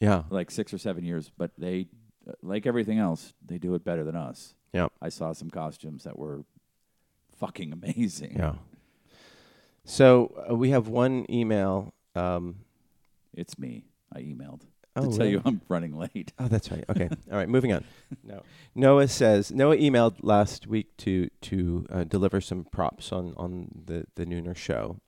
[SPEAKER 3] yeah.
[SPEAKER 6] like six or seven years, but they, uh, like everything else, they do it better than us.
[SPEAKER 3] Yeah.
[SPEAKER 6] I saw some costumes that were fucking amazing.
[SPEAKER 3] Yeah. So uh, we have one email. Um,
[SPEAKER 6] It's me. I emailed
[SPEAKER 3] Oh,
[SPEAKER 6] to tell
[SPEAKER 3] really?
[SPEAKER 6] you I'm running late.
[SPEAKER 3] Oh, that's right. Okay. All right. Moving on. No. Noah says Noah emailed last week to to uh, deliver some props on on the the Nooner show,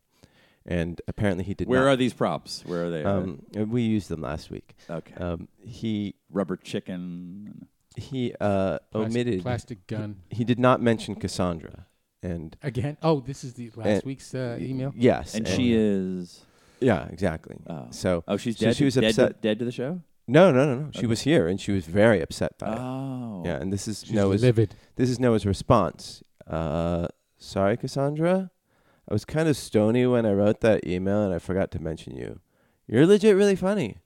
[SPEAKER 3] and apparently he did.
[SPEAKER 6] Where are
[SPEAKER 3] not.
[SPEAKER 6] these props? Where are they?
[SPEAKER 3] um, we used them last week.
[SPEAKER 6] okay.
[SPEAKER 3] Um, he
[SPEAKER 6] Rubber chicken.
[SPEAKER 3] he uh,
[SPEAKER 4] Plas-
[SPEAKER 3] omitted.
[SPEAKER 4] plastic gun
[SPEAKER 3] He did not mention Cassandra, and
[SPEAKER 4] again. Oh, this is the last
[SPEAKER 6] Eh.
[SPEAKER 3] And-
[SPEAKER 4] week's uh, email.
[SPEAKER 3] yes,
[SPEAKER 6] And she is.
[SPEAKER 3] Yeah, exactly.
[SPEAKER 6] Oh.
[SPEAKER 3] So
[SPEAKER 6] Oh, she's
[SPEAKER 3] so
[SPEAKER 6] dead.
[SPEAKER 3] She was
[SPEAKER 6] dead,
[SPEAKER 3] upset.
[SPEAKER 6] To, dead to the show.
[SPEAKER 3] No, no, no, no. She was here, and she was very upset by it.
[SPEAKER 6] Oh.
[SPEAKER 3] Uh, Yeah, and this is
[SPEAKER 4] She's
[SPEAKER 3] Noah's.
[SPEAKER 4] livid.
[SPEAKER 3] This is Noah's response. Uh, sorry, Cassandra. I was kind of stony when I wrote that email and I forgot to mention you. You're legit really funny.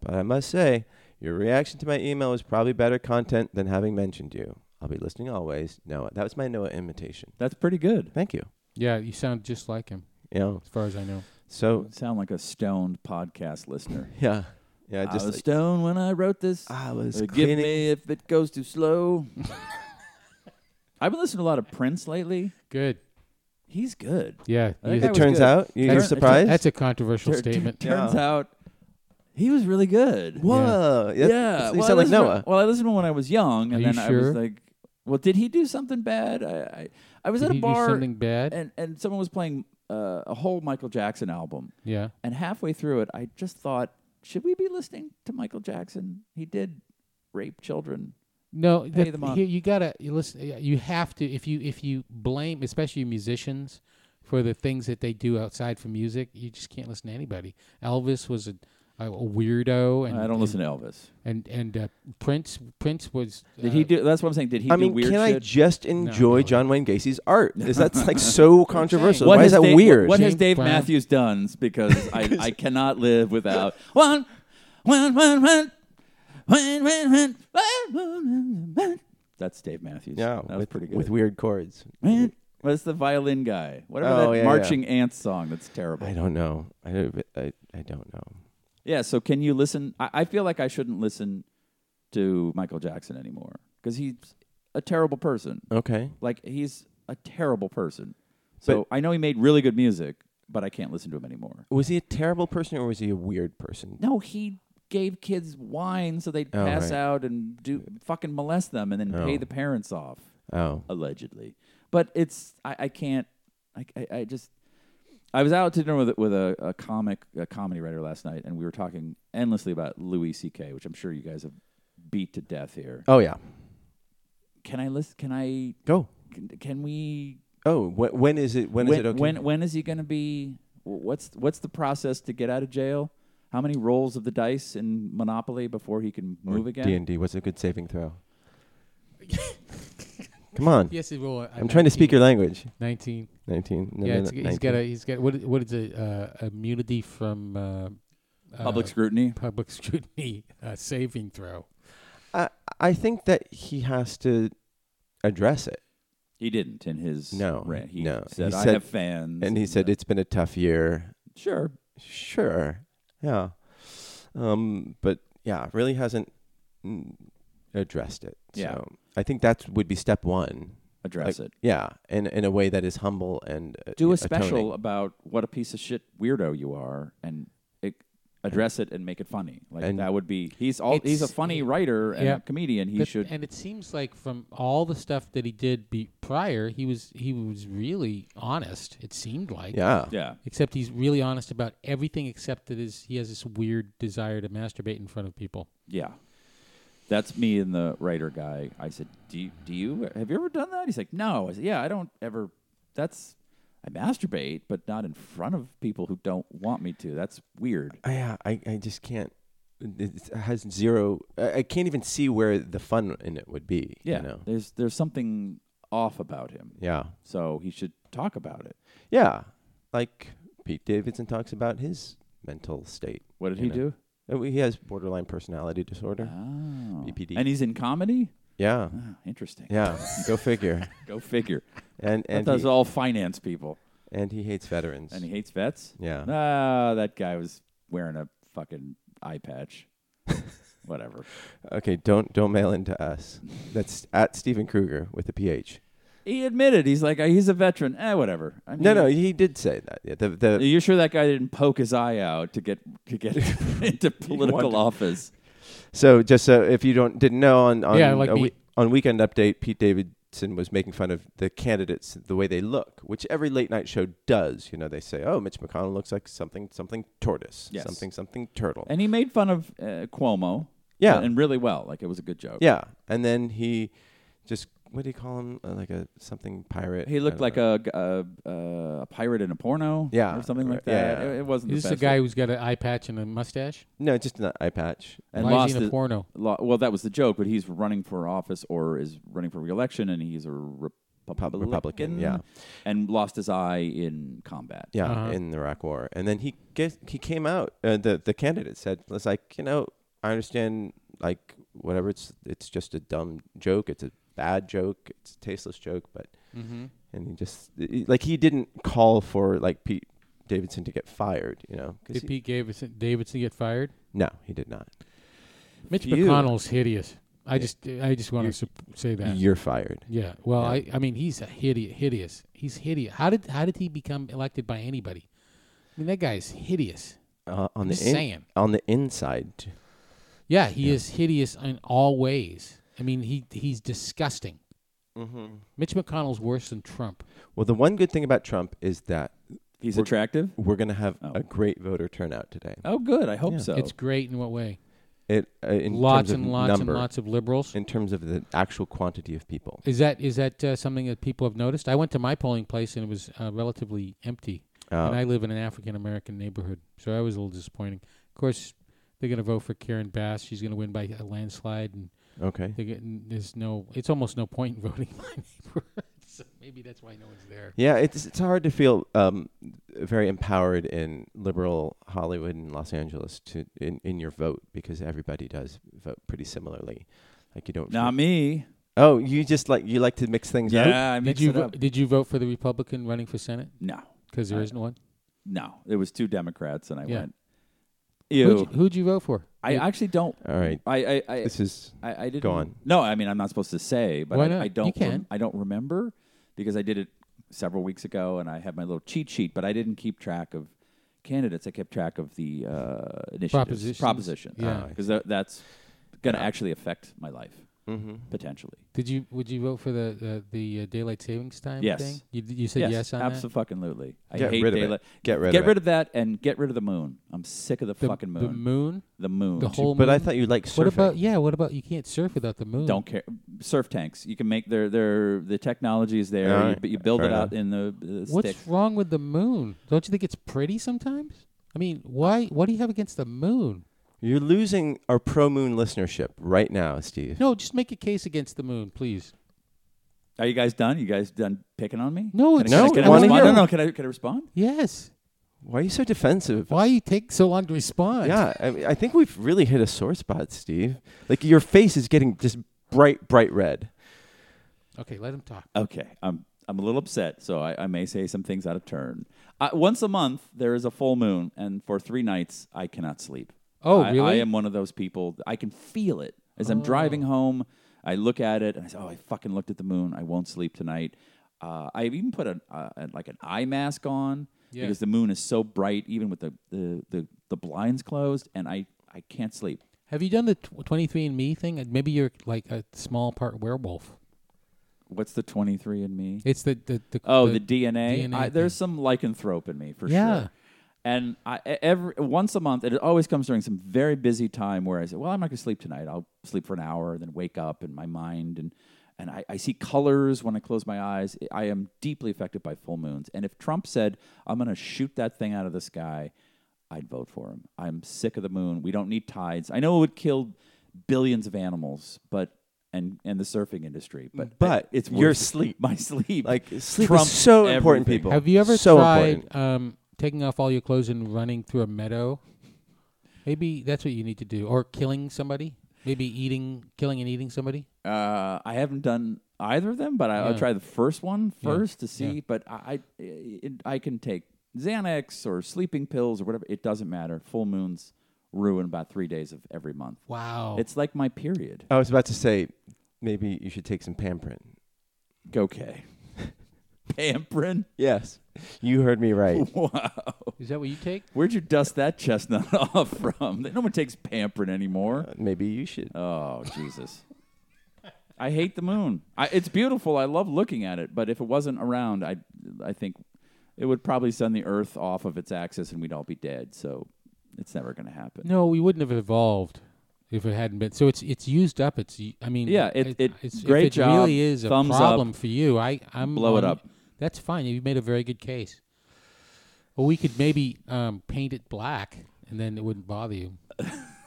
[SPEAKER 3] But I must say, your reaction to my email was probably better content than having mentioned you. I'll be listening always. Noah. That was my Noah imitation.
[SPEAKER 6] That's pretty good.
[SPEAKER 3] Thank you.
[SPEAKER 4] Yeah, you sound just like him,
[SPEAKER 3] You know,
[SPEAKER 4] as far as I know.
[SPEAKER 3] so
[SPEAKER 6] Don't sound like a stoned podcast listener.
[SPEAKER 3] yeah. Yeah,
[SPEAKER 6] I,
[SPEAKER 3] just
[SPEAKER 6] was
[SPEAKER 3] like,
[SPEAKER 6] stoned when I wrote this.
[SPEAKER 3] I was
[SPEAKER 6] Uh, give
[SPEAKER 3] cleaning.
[SPEAKER 6] me if it goes too slow. I've been listening to a lot of Prince lately.
[SPEAKER 4] Good.
[SPEAKER 6] He's good.
[SPEAKER 4] Yeah.
[SPEAKER 6] I think
[SPEAKER 4] you-
[SPEAKER 6] I
[SPEAKER 3] it
[SPEAKER 6] was
[SPEAKER 3] turns
[SPEAKER 6] good.
[SPEAKER 3] out you- you're
[SPEAKER 6] Turn-
[SPEAKER 3] surprised.
[SPEAKER 4] that's a controversial
[SPEAKER 6] Tur- tur-
[SPEAKER 4] statement.
[SPEAKER 6] Turns
[SPEAKER 3] Yeah.
[SPEAKER 6] out he was really good.
[SPEAKER 3] Whoa! Yeah,
[SPEAKER 6] yeah,
[SPEAKER 3] you
[SPEAKER 6] well, I
[SPEAKER 3] sound like
[SPEAKER 6] listened to-
[SPEAKER 3] Noah.
[SPEAKER 6] well, I listened to him when I was young,
[SPEAKER 4] Are
[SPEAKER 6] and
[SPEAKER 4] you
[SPEAKER 6] then I
[SPEAKER 4] sure?
[SPEAKER 6] was like, "Well, did he do something bad?" I I, I was
[SPEAKER 4] Did
[SPEAKER 6] at
[SPEAKER 4] he
[SPEAKER 6] a
[SPEAKER 4] do
[SPEAKER 6] bar,
[SPEAKER 4] something bad?
[SPEAKER 6] and and someone was playing uh, a whole Michael Jackson album,
[SPEAKER 4] Yeah.
[SPEAKER 6] and halfway through it, I just thought, "Should we be listening to Michael Jackson? He did rape children."
[SPEAKER 4] No,
[SPEAKER 6] Pay
[SPEAKER 4] the-
[SPEAKER 6] them off.
[SPEAKER 4] here you gotta you listen. You have to if you if you blame especially musicians for the things that they do outside from music, you just can't listen to anybody. Elvis was a, a weirdo, and
[SPEAKER 6] I don't
[SPEAKER 4] and,
[SPEAKER 6] listen to Elvis.
[SPEAKER 4] And and uh, Prince Prince was
[SPEAKER 6] Did
[SPEAKER 4] uh,
[SPEAKER 6] he do? That's what I'm saying. Did he
[SPEAKER 3] I
[SPEAKER 6] do
[SPEAKER 3] mean,
[SPEAKER 6] weird
[SPEAKER 3] can I
[SPEAKER 6] shit?
[SPEAKER 3] just enjoy
[SPEAKER 4] no.
[SPEAKER 3] John Wayne Gacy's art? Is that's like so controversial?
[SPEAKER 6] what
[SPEAKER 3] Why
[SPEAKER 6] has
[SPEAKER 3] is that
[SPEAKER 6] Dave,
[SPEAKER 3] weird?
[SPEAKER 6] What has
[SPEAKER 4] James
[SPEAKER 6] Dave
[SPEAKER 4] Brown.
[SPEAKER 6] Matthews done? Because I, I cannot live without one, one, one, one, one, one, one, one, one, one. That's Dave Matthews.
[SPEAKER 3] yeah,
[SPEAKER 6] that was
[SPEAKER 3] with,
[SPEAKER 6] pretty good.
[SPEAKER 3] With weird chords.
[SPEAKER 6] Man, what's the violin guy? Whatever
[SPEAKER 3] Oh,
[SPEAKER 6] that
[SPEAKER 3] yeah,
[SPEAKER 6] marching ants song. That's terrible.
[SPEAKER 3] I don't know. I don't, I, I don't know.
[SPEAKER 6] Yeah. So can you listen? I, I feel like I shouldn't listen to Michael Jackson anymore because he's a terrible person.
[SPEAKER 3] Okay.
[SPEAKER 6] Like he's a terrible person. So I know he made really good music, but I can't listen to him anymore.
[SPEAKER 3] Was he a terrible person or was he a weird person?
[SPEAKER 6] No, he gave kids wine so they'd
[SPEAKER 3] Oh,
[SPEAKER 6] pass
[SPEAKER 3] right.
[SPEAKER 6] out and do fucking molest them and then pay
[SPEAKER 3] Oh.
[SPEAKER 6] the parents off
[SPEAKER 3] Oh.
[SPEAKER 6] allegedly. But it's I, I can't I, I I just I was out to dinner with with a, a comic a comedy writer last night and we were talking endlessly about Louis C.K., which I'm sure you guys have beat to death here.
[SPEAKER 3] Oh yeah.
[SPEAKER 6] Can I list? Can I?
[SPEAKER 3] Go.
[SPEAKER 6] Can, can we?
[SPEAKER 3] Oh, wh- when is it? When is
[SPEAKER 6] when,
[SPEAKER 3] it okay?
[SPEAKER 6] when when is he going to be? wh- What's what's the process to get out of jail? How many rolls of the dice in Monopoly before he can move again?
[SPEAKER 3] D and D. What's a good saving throw? Come on.
[SPEAKER 4] Yes, he will.
[SPEAKER 3] I'm trying to speak your language.
[SPEAKER 4] nineteen.
[SPEAKER 3] Nineteen. No,
[SPEAKER 4] yeah,
[SPEAKER 3] no,
[SPEAKER 4] it's,
[SPEAKER 3] no,
[SPEAKER 4] he's got
[SPEAKER 3] 19.
[SPEAKER 4] a he's got what what is it? Uh, immunity from uh,
[SPEAKER 6] Public
[SPEAKER 4] uh,
[SPEAKER 6] scrutiny.
[SPEAKER 4] public scrutiny uh, saving throw.
[SPEAKER 3] I I think that he has to address it.
[SPEAKER 6] He didn't in his
[SPEAKER 3] No,
[SPEAKER 6] rant. He
[SPEAKER 3] no.
[SPEAKER 6] said,
[SPEAKER 3] He
[SPEAKER 6] I
[SPEAKER 3] said-
[SPEAKER 6] have fans,
[SPEAKER 3] And he said it's been a tough year.
[SPEAKER 6] sure.
[SPEAKER 3] Sure. Yeah. Um but yeah, really hasn't mm, addressed it.
[SPEAKER 6] Yeah.
[SPEAKER 3] So I think that would be step 1.
[SPEAKER 6] address it.
[SPEAKER 3] Yeah, in in a way that is humble and uh,
[SPEAKER 6] Do a
[SPEAKER 3] atoning.
[SPEAKER 6] special about what a piece of shit weirdo you are, and it, address it and make it funny. Like
[SPEAKER 3] And-
[SPEAKER 6] that would be. He's all. He's a
[SPEAKER 4] It's-
[SPEAKER 6] funny writer and
[SPEAKER 4] Yeah.
[SPEAKER 6] a comedian. He
[SPEAKER 4] But-
[SPEAKER 6] should.
[SPEAKER 4] And it seems like from all the stuff that he did be, prior, he was he was really honest. It seemed like.
[SPEAKER 3] Yeah.
[SPEAKER 6] yeah.
[SPEAKER 4] Except he's really honest about everything, except that his, he has this weird desire to masturbate in front of people.
[SPEAKER 6] Yeah. That's me and the writer guy. I said, "Do you, do you have you ever done that?" He's like, "No." I said, "Yeah, I don't ever. That's I masturbate, but not in front of people who don't want me to. That's weird."
[SPEAKER 3] I- yeah, I, I just can't. It it has zero. I I can't even see where the fun in it would be.
[SPEAKER 6] Yeah,
[SPEAKER 3] You know?
[SPEAKER 6] there's there's something off about him.
[SPEAKER 3] Yeah.
[SPEAKER 6] So he should talk about it.
[SPEAKER 3] Yeah. Like Pete Davidson talks about his mental state.
[SPEAKER 6] What did
[SPEAKER 3] you
[SPEAKER 6] he
[SPEAKER 3] know?
[SPEAKER 6] do?
[SPEAKER 3] Uh, He has borderline personality disorder.
[SPEAKER 6] Oh.
[SPEAKER 3] BPD.
[SPEAKER 6] And he's in comedy.
[SPEAKER 3] yeah.
[SPEAKER 6] Oh, interesting.
[SPEAKER 3] Yeah. Go figure.
[SPEAKER 6] Go figure.
[SPEAKER 3] And
[SPEAKER 6] And
[SPEAKER 3] and
[SPEAKER 6] those
[SPEAKER 3] he,
[SPEAKER 6] are all finance people.
[SPEAKER 3] and he hates veterans.
[SPEAKER 6] And he hates vets.
[SPEAKER 3] yeah.
[SPEAKER 6] Ah, that guy was wearing a fucking eye patch. Whatever.
[SPEAKER 3] Okay. Don't don't mail in to us. That's at Stephen Kruger with a PH.
[SPEAKER 6] He admitted he's like he's a veteran. Eh, whatever. I mean,
[SPEAKER 3] No, no, he did say that. Yeah, the the
[SPEAKER 6] You're sure that guy didn't poke his eye out to get to get into political office?
[SPEAKER 3] So just so if you don't didn't know on on
[SPEAKER 4] Yeah, like
[SPEAKER 3] a
[SPEAKER 4] me.
[SPEAKER 3] we- on weekend update, Pete Davidson was making fun of the candidates the way they look, which every late night show does. You know, they say, "Oh, Mitch McConnell looks like something something tortoise,
[SPEAKER 6] Yes.
[SPEAKER 3] something something turtle."
[SPEAKER 6] And he made fun of uh, Cuomo.
[SPEAKER 3] Yeah.
[SPEAKER 6] and really well. Like it was a good joke.
[SPEAKER 3] yeah, and then he just what do you call him? Uh, like a something pirate.
[SPEAKER 6] He looked like a, a a pirate in a porno,
[SPEAKER 3] Yeah,
[SPEAKER 6] or something like
[SPEAKER 3] right, yeah,
[SPEAKER 6] that.
[SPEAKER 3] yeah.
[SPEAKER 6] It, it wasn't.
[SPEAKER 4] Is
[SPEAKER 6] the
[SPEAKER 4] this a
[SPEAKER 6] best
[SPEAKER 4] guy
[SPEAKER 6] look.
[SPEAKER 4] who's got an eye patch and a mustache?
[SPEAKER 3] no, just an eye patch.
[SPEAKER 6] and
[SPEAKER 4] Why
[SPEAKER 6] lost
[SPEAKER 4] is he in a
[SPEAKER 6] his-
[SPEAKER 4] porno?
[SPEAKER 6] lo- well, that was the joke, but he's running for office or is running for reelection, and he's a Republican.
[SPEAKER 3] Republican, yeah.
[SPEAKER 6] and lost his eye in combat.
[SPEAKER 3] Yeah,
[SPEAKER 4] Uh-huh.
[SPEAKER 3] in the Iraq War, and then he get, he came out. Uh, the the candidate said, "Was like you know, I understand like whatever. It's it's just a dumb joke. It's a bad joke. It's a tasteless joke. But
[SPEAKER 4] Mm-hmm.
[SPEAKER 3] and he just he- like he didn't call for like Pete Davidson to get fired. You know, 'cause
[SPEAKER 4] Did
[SPEAKER 3] he-
[SPEAKER 4] Pete Davidson, Davidson get fired?
[SPEAKER 3] no, he did not.
[SPEAKER 4] Mitch
[SPEAKER 6] Phew.
[SPEAKER 4] McConnell's hideous. I just I just want to say that.
[SPEAKER 3] You're fired.
[SPEAKER 4] Yeah. Well,
[SPEAKER 3] Yeah.
[SPEAKER 4] I, I mean he's a hideous, hideous. He's hideous. How did how did he become elected by anybody? I mean that guy is hideous.
[SPEAKER 3] Uh, on
[SPEAKER 4] Just
[SPEAKER 3] the in-
[SPEAKER 4] saying.
[SPEAKER 3] on the inside.
[SPEAKER 4] Yeah, he is hideous in all ways. I mean he he's disgusting.
[SPEAKER 3] Mm-hmm.
[SPEAKER 4] Mitch McConnell's worse than Trump.
[SPEAKER 3] Well, the one good thing about Trump is that
[SPEAKER 6] He's
[SPEAKER 3] We're-
[SPEAKER 6] attractive.
[SPEAKER 3] we're gonna have
[SPEAKER 6] Oh.
[SPEAKER 3] a great voter turnout today.
[SPEAKER 6] Oh, good. I hope
[SPEAKER 3] Yeah.
[SPEAKER 6] so.
[SPEAKER 4] It's great in what way?
[SPEAKER 3] It uh, in
[SPEAKER 4] lots
[SPEAKER 3] terms of
[SPEAKER 4] and lots
[SPEAKER 3] number.
[SPEAKER 4] and lots of liberals.
[SPEAKER 3] in terms of the actual quantity of people.
[SPEAKER 4] Is that is that uh, something that people have noticed? I went to my polling place and it was uh, relatively empty,
[SPEAKER 6] Oh.
[SPEAKER 4] and I live in an African American neighborhood, so that was a little disappointing. Of course, they're going to vote for Karen Bass. She's going to win by a landslide, and
[SPEAKER 3] Okay.
[SPEAKER 4] they're getting, there's no. It's almost no point in voting in my neighborhood. So maybe that's why no one's there.
[SPEAKER 3] Yeah, it's it's hard to feel um, very empowered in liberal Hollywood and Los Angeles to in, in your vote because everybody does vote pretty similarly. Like you don't. feel-
[SPEAKER 6] Not me.
[SPEAKER 3] Oh, you just like you like to mix things up.
[SPEAKER 6] Yeah, I
[SPEAKER 4] Did
[SPEAKER 6] mixed
[SPEAKER 4] you
[SPEAKER 6] it
[SPEAKER 4] vo-
[SPEAKER 6] up.
[SPEAKER 4] did you vote for the Republican running for Senate?
[SPEAKER 6] No,
[SPEAKER 4] Because there
[SPEAKER 6] I-
[SPEAKER 4] isn't one.
[SPEAKER 6] no. It was two Democrats, and I
[SPEAKER 4] Yeah.
[SPEAKER 6] went.
[SPEAKER 4] Who'd
[SPEAKER 6] Ew.
[SPEAKER 4] you, who'd you vote for?
[SPEAKER 6] I
[SPEAKER 4] Did-
[SPEAKER 6] actually don't.
[SPEAKER 3] All right.
[SPEAKER 6] I I I,
[SPEAKER 3] This is
[SPEAKER 6] I, I didn't.
[SPEAKER 3] Go on.
[SPEAKER 6] No, I mean I'm not supposed to say, but
[SPEAKER 4] Why
[SPEAKER 6] I,
[SPEAKER 4] not?
[SPEAKER 6] I
[SPEAKER 4] You
[SPEAKER 6] don't.
[SPEAKER 4] can.
[SPEAKER 6] I don't remember because I did it several weeks ago, and I had my little cheat sheet, but I didn't keep track of candidates. I kept track of the uh, initiatives,
[SPEAKER 4] Propositions.
[SPEAKER 6] propositions,
[SPEAKER 4] Yeah.
[SPEAKER 6] because that's going to actually affect my life
[SPEAKER 3] Mm-hmm.
[SPEAKER 6] potentially.
[SPEAKER 4] Did you would you vote for the the, the uh, daylight savings time
[SPEAKER 6] Yes.
[SPEAKER 4] thing? You, you said yes, on that?
[SPEAKER 6] absolutely. I
[SPEAKER 3] Get
[SPEAKER 6] hate
[SPEAKER 3] rid of it.
[SPEAKER 6] daylight.
[SPEAKER 3] Get rid
[SPEAKER 6] Get
[SPEAKER 3] of
[SPEAKER 6] rid
[SPEAKER 3] it.
[SPEAKER 6] of that, and get rid of the moon. I'm sick of the,
[SPEAKER 4] The-
[SPEAKER 6] fucking
[SPEAKER 4] The
[SPEAKER 6] moon.
[SPEAKER 4] moon.
[SPEAKER 6] The moon.
[SPEAKER 4] The whole.
[SPEAKER 3] But I
[SPEAKER 4] moon?
[SPEAKER 3] thought you liked surfing.
[SPEAKER 4] What about yeah? What about you can't surf without the moon?
[SPEAKER 6] don't care. Surf tanks. You can make their their the technology is there.
[SPEAKER 3] All
[SPEAKER 6] you,
[SPEAKER 3] right.
[SPEAKER 6] but you build
[SPEAKER 3] Fair
[SPEAKER 6] it out
[SPEAKER 3] enough.
[SPEAKER 6] in the uh,
[SPEAKER 4] What's
[SPEAKER 6] stick.
[SPEAKER 4] wrong with the moon? Don't you think it's pretty sometimes? I mean, why? What do you have against the moon?
[SPEAKER 3] You're losing our pro moon listenership right now, Steve.
[SPEAKER 4] No, just make a case against the moon, please.
[SPEAKER 6] Are you guys done? You guys done picking on me?
[SPEAKER 4] No,
[SPEAKER 6] Can I-
[SPEAKER 4] it's
[SPEAKER 6] can I-
[SPEAKER 4] just-
[SPEAKER 6] can
[SPEAKER 3] I
[SPEAKER 6] I
[SPEAKER 3] wanna
[SPEAKER 6] respond? No,
[SPEAKER 3] hear.
[SPEAKER 6] no, can I can I respond?
[SPEAKER 4] Yes.
[SPEAKER 3] Why are you so defensive?
[SPEAKER 4] Why you take so long to respond?
[SPEAKER 3] Yeah, I, mean, I think we've really hit a sore spot, Steve. Like your face is getting just bright, bright red.
[SPEAKER 4] Okay, let him talk.
[SPEAKER 6] Okay, I'm I'm a little upset, so I, I may say some things out of turn. I, once a month, there is a full moon, and for three nights, I cannot sleep.
[SPEAKER 4] Oh,
[SPEAKER 6] I, I
[SPEAKER 4] really? Oh.
[SPEAKER 6] am one of those people. I can feel it as I'm driving home. I look at it and I say, "Oh, I fucking looked at the moon. I won't sleep tonight." Uh, I even put a, uh, like an eye mask on
[SPEAKER 4] Yeah.
[SPEAKER 6] because the moon is so bright, even with the the, the, the blinds closed, and I, I can't sleep.
[SPEAKER 4] Have you done the twenty three and Me thing? Uh, Maybe you're like a small part werewolf.
[SPEAKER 6] What's the twenty three and me?
[SPEAKER 4] It's the the, the
[SPEAKER 6] Oh, the, DNA.
[SPEAKER 4] DNA
[SPEAKER 6] I, there's some lycanthrope in me for
[SPEAKER 4] Yeah.
[SPEAKER 6] sure. And I, e- every once a month, and it always comes during some very busy time where I say, "Well, I'm not going to sleep tonight. I'll sleep for an hour, then wake up, and my mind and and I, I see colors when I close my eyes. I am deeply affected by full moons. And if Trump said, "I'm going to shoot that thing out of the sky," I'd vote for him. I'm sick of the moon. We don't need tides. I know it would kill billions of animals, but and and the surfing industry, but
[SPEAKER 3] But
[SPEAKER 6] it's
[SPEAKER 3] your
[SPEAKER 6] worth it.
[SPEAKER 3] sleep.
[SPEAKER 6] my sleep,
[SPEAKER 3] Like, sleep is
[SPEAKER 6] trumps
[SPEAKER 3] so important,
[SPEAKER 6] everything.
[SPEAKER 3] people.
[SPEAKER 4] Have you ever
[SPEAKER 3] So
[SPEAKER 4] tried
[SPEAKER 3] important.
[SPEAKER 4] um, taking off all your clothes and running through a meadow? Maybe that's what you need to do, or killing somebody. Maybe eating, killing and eating somebody.
[SPEAKER 6] Uh, I haven't done either of them, but I, I'll
[SPEAKER 4] Yeah.
[SPEAKER 6] try the first one
[SPEAKER 4] Yeah.
[SPEAKER 6] first to see.
[SPEAKER 4] Yeah.
[SPEAKER 6] But I, I, it, I can take Xanax or sleeping pills or whatever. It doesn't matter. Full moons ruin about three days of every month.
[SPEAKER 4] Wow,
[SPEAKER 6] It's like my period.
[SPEAKER 3] I was about to say, maybe you should take some Pamprin.
[SPEAKER 6] Okay. Pampering.
[SPEAKER 3] Yes, you heard me right.
[SPEAKER 6] Wow.
[SPEAKER 4] is that what you take?
[SPEAKER 6] Where'd you dust that chestnut off from? No one takes Pampering anymore.
[SPEAKER 3] maybe you should.
[SPEAKER 6] Oh Jesus! I hate the moon. I, it's beautiful. I love looking at it. But if it wasn't around, I I think it would probably send the Earth off of its axis, and we'd all be dead. So it's never going to happen.
[SPEAKER 4] No, we wouldn't have evolved if it hadn't been. So it's it's used up. It's I mean,
[SPEAKER 6] Yeah, it- it-
[SPEAKER 4] it's, if
[SPEAKER 6] great
[SPEAKER 4] it
[SPEAKER 6] job.
[SPEAKER 4] really is a
[SPEAKER 6] Thumbs up.
[SPEAKER 4] problem for you. I I'm
[SPEAKER 6] Blow it
[SPEAKER 4] on-
[SPEAKER 6] up.
[SPEAKER 4] That's fine. You made a very good case. Well, we could maybe um, paint it black, and then it wouldn't bother you.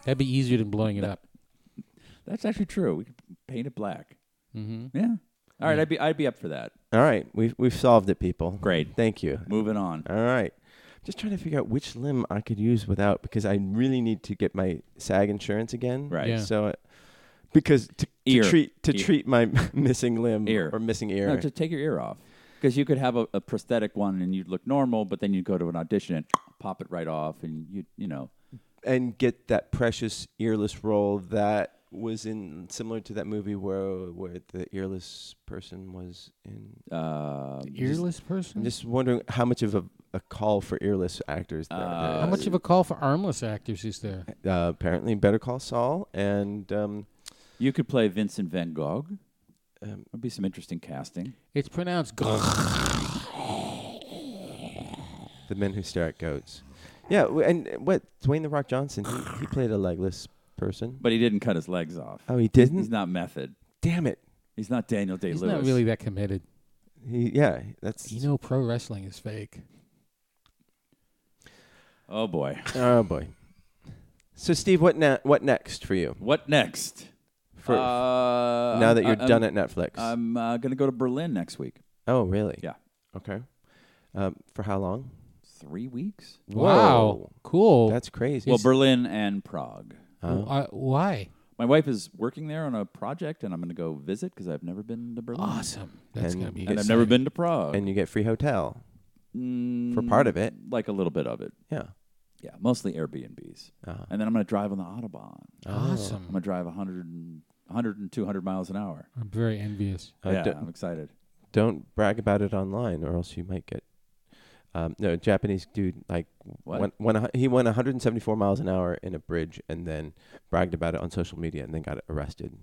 [SPEAKER 4] That'd be easier than blowing it up.
[SPEAKER 6] That's actually true. We could paint it black. Mm-hmm. Yeah. All right. I'd be I'd be up for that.
[SPEAKER 3] All right, we've we've solved it, people.
[SPEAKER 6] Great.
[SPEAKER 3] Thank you.
[SPEAKER 6] Moving on.
[SPEAKER 3] All right. Just trying to figure out which limb I could use without because I really need to get my SAG insurance again.
[SPEAKER 6] Right.
[SPEAKER 4] Yeah.
[SPEAKER 3] So, uh, because to,
[SPEAKER 6] Ear.
[SPEAKER 3] to treat to
[SPEAKER 6] Ear.
[SPEAKER 3] treat my missing limb
[SPEAKER 6] Ear.
[SPEAKER 3] or missing ear.
[SPEAKER 6] No, just take your ear off because you could have a, a prosthetic one and you'd look normal, but then you'd go to an audition and pop it right off, and you you know.
[SPEAKER 3] and get that precious earless roll that was in similar to that movie where where the earless person was in.
[SPEAKER 6] Uh,
[SPEAKER 4] Earless person.
[SPEAKER 3] I'm just wondering how much of a, a call for earless actors
[SPEAKER 6] Uh,
[SPEAKER 3] there, there
[SPEAKER 4] How
[SPEAKER 3] is.
[SPEAKER 4] much of a call for armless actors is there?
[SPEAKER 3] uh, apparently Better Call Saul and um,
[SPEAKER 6] You could play Vincent Van Gogh.
[SPEAKER 3] Um,
[SPEAKER 6] That'd be some interesting casting.
[SPEAKER 4] It's pronounced grrr.
[SPEAKER 3] The Men Who Stare at Goats. Yeah, w- and uh, what Dwayne the Rock Johnson? He, he played a legless person.
[SPEAKER 6] But he didn't cut his legs off.
[SPEAKER 3] Oh, he didn't.
[SPEAKER 6] He's not method.
[SPEAKER 3] Damn it.
[SPEAKER 6] He's not Daniel Day
[SPEAKER 4] He's
[SPEAKER 6] Lewis.
[SPEAKER 4] not really that committed.
[SPEAKER 3] He yeah. That's
[SPEAKER 4] You know, pro wrestling is fake.
[SPEAKER 6] Oh boy.
[SPEAKER 3] Oh boy. So Steve, what ne- what next for you?
[SPEAKER 6] What next?
[SPEAKER 3] For
[SPEAKER 6] uh,
[SPEAKER 3] now that
[SPEAKER 6] I'm-
[SPEAKER 3] you're
[SPEAKER 6] I'm-
[SPEAKER 3] done at Netflix.
[SPEAKER 6] I'm uh, gonna go to Berlin next week.
[SPEAKER 3] oh really?
[SPEAKER 6] Yeah.
[SPEAKER 3] Okay. Um, for how long?
[SPEAKER 6] Three weeks.
[SPEAKER 4] Wow,
[SPEAKER 3] Whoa.
[SPEAKER 4] cool.
[SPEAKER 3] That's crazy.
[SPEAKER 6] Well, Berlin and Prague.
[SPEAKER 3] Oh.
[SPEAKER 4] Uh, why?
[SPEAKER 6] My wife is working there on a project, and I'm gonna go visit because I've never been to Berlin.
[SPEAKER 4] Awesome. That's
[SPEAKER 3] And-
[SPEAKER 4] gonna be.
[SPEAKER 6] And I've
[SPEAKER 4] exciting.
[SPEAKER 6] never been to Prague.
[SPEAKER 3] and you get free hotel
[SPEAKER 6] Mm,
[SPEAKER 3] for part of it.
[SPEAKER 6] like a little bit of it.
[SPEAKER 3] Yeah.
[SPEAKER 6] Yeah, mostly Airbnbs.
[SPEAKER 3] Uh-huh.
[SPEAKER 6] And then I'm gonna drive on the autobahn. I'm
[SPEAKER 4] Awesome.
[SPEAKER 6] gonna drive 100 and, 100 and 200 miles an hour.
[SPEAKER 4] I'm very envious.
[SPEAKER 3] Uh,
[SPEAKER 6] yeah,
[SPEAKER 3] d-
[SPEAKER 6] I'm excited.
[SPEAKER 3] Don't brag about it online, or else you might get. Um, no, Japanese dude like
[SPEAKER 6] What?
[SPEAKER 3] went, went, a hu- he went 174 miles an hour in a bridge and then bragged about it on social media and then got arrested.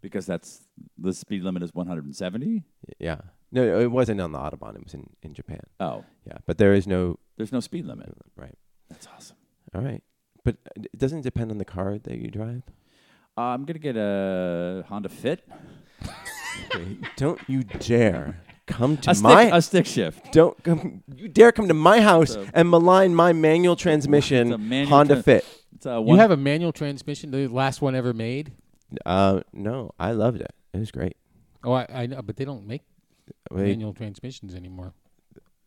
[SPEAKER 6] Because that's the speed limit is 170.
[SPEAKER 3] Y- Yeah, no, no, it wasn't on the autobahn. It was in, in Japan.
[SPEAKER 6] Oh,
[SPEAKER 3] Yeah, but there is no uh,
[SPEAKER 6] there's no speed limit.
[SPEAKER 3] right.
[SPEAKER 6] That's awesome.
[SPEAKER 3] All right, but uh, d- doesn't it depend on the car that you drive?
[SPEAKER 6] Uh, I'm gonna get a Honda Fit,
[SPEAKER 3] Don't you dare come to
[SPEAKER 6] a
[SPEAKER 3] my
[SPEAKER 6] stick, a stick shift.
[SPEAKER 3] don't come you dare come to my house and malign my manual transmission
[SPEAKER 6] a manual
[SPEAKER 3] Honda
[SPEAKER 6] tran-
[SPEAKER 3] Fit.
[SPEAKER 6] It's a
[SPEAKER 4] You
[SPEAKER 6] one,
[SPEAKER 4] have a manual transmission, the last one ever made.
[SPEAKER 3] Uh, no, I loved it. It was great.
[SPEAKER 4] Oh, I, I know, but they don't make
[SPEAKER 3] They,
[SPEAKER 4] manual transmissions anymore.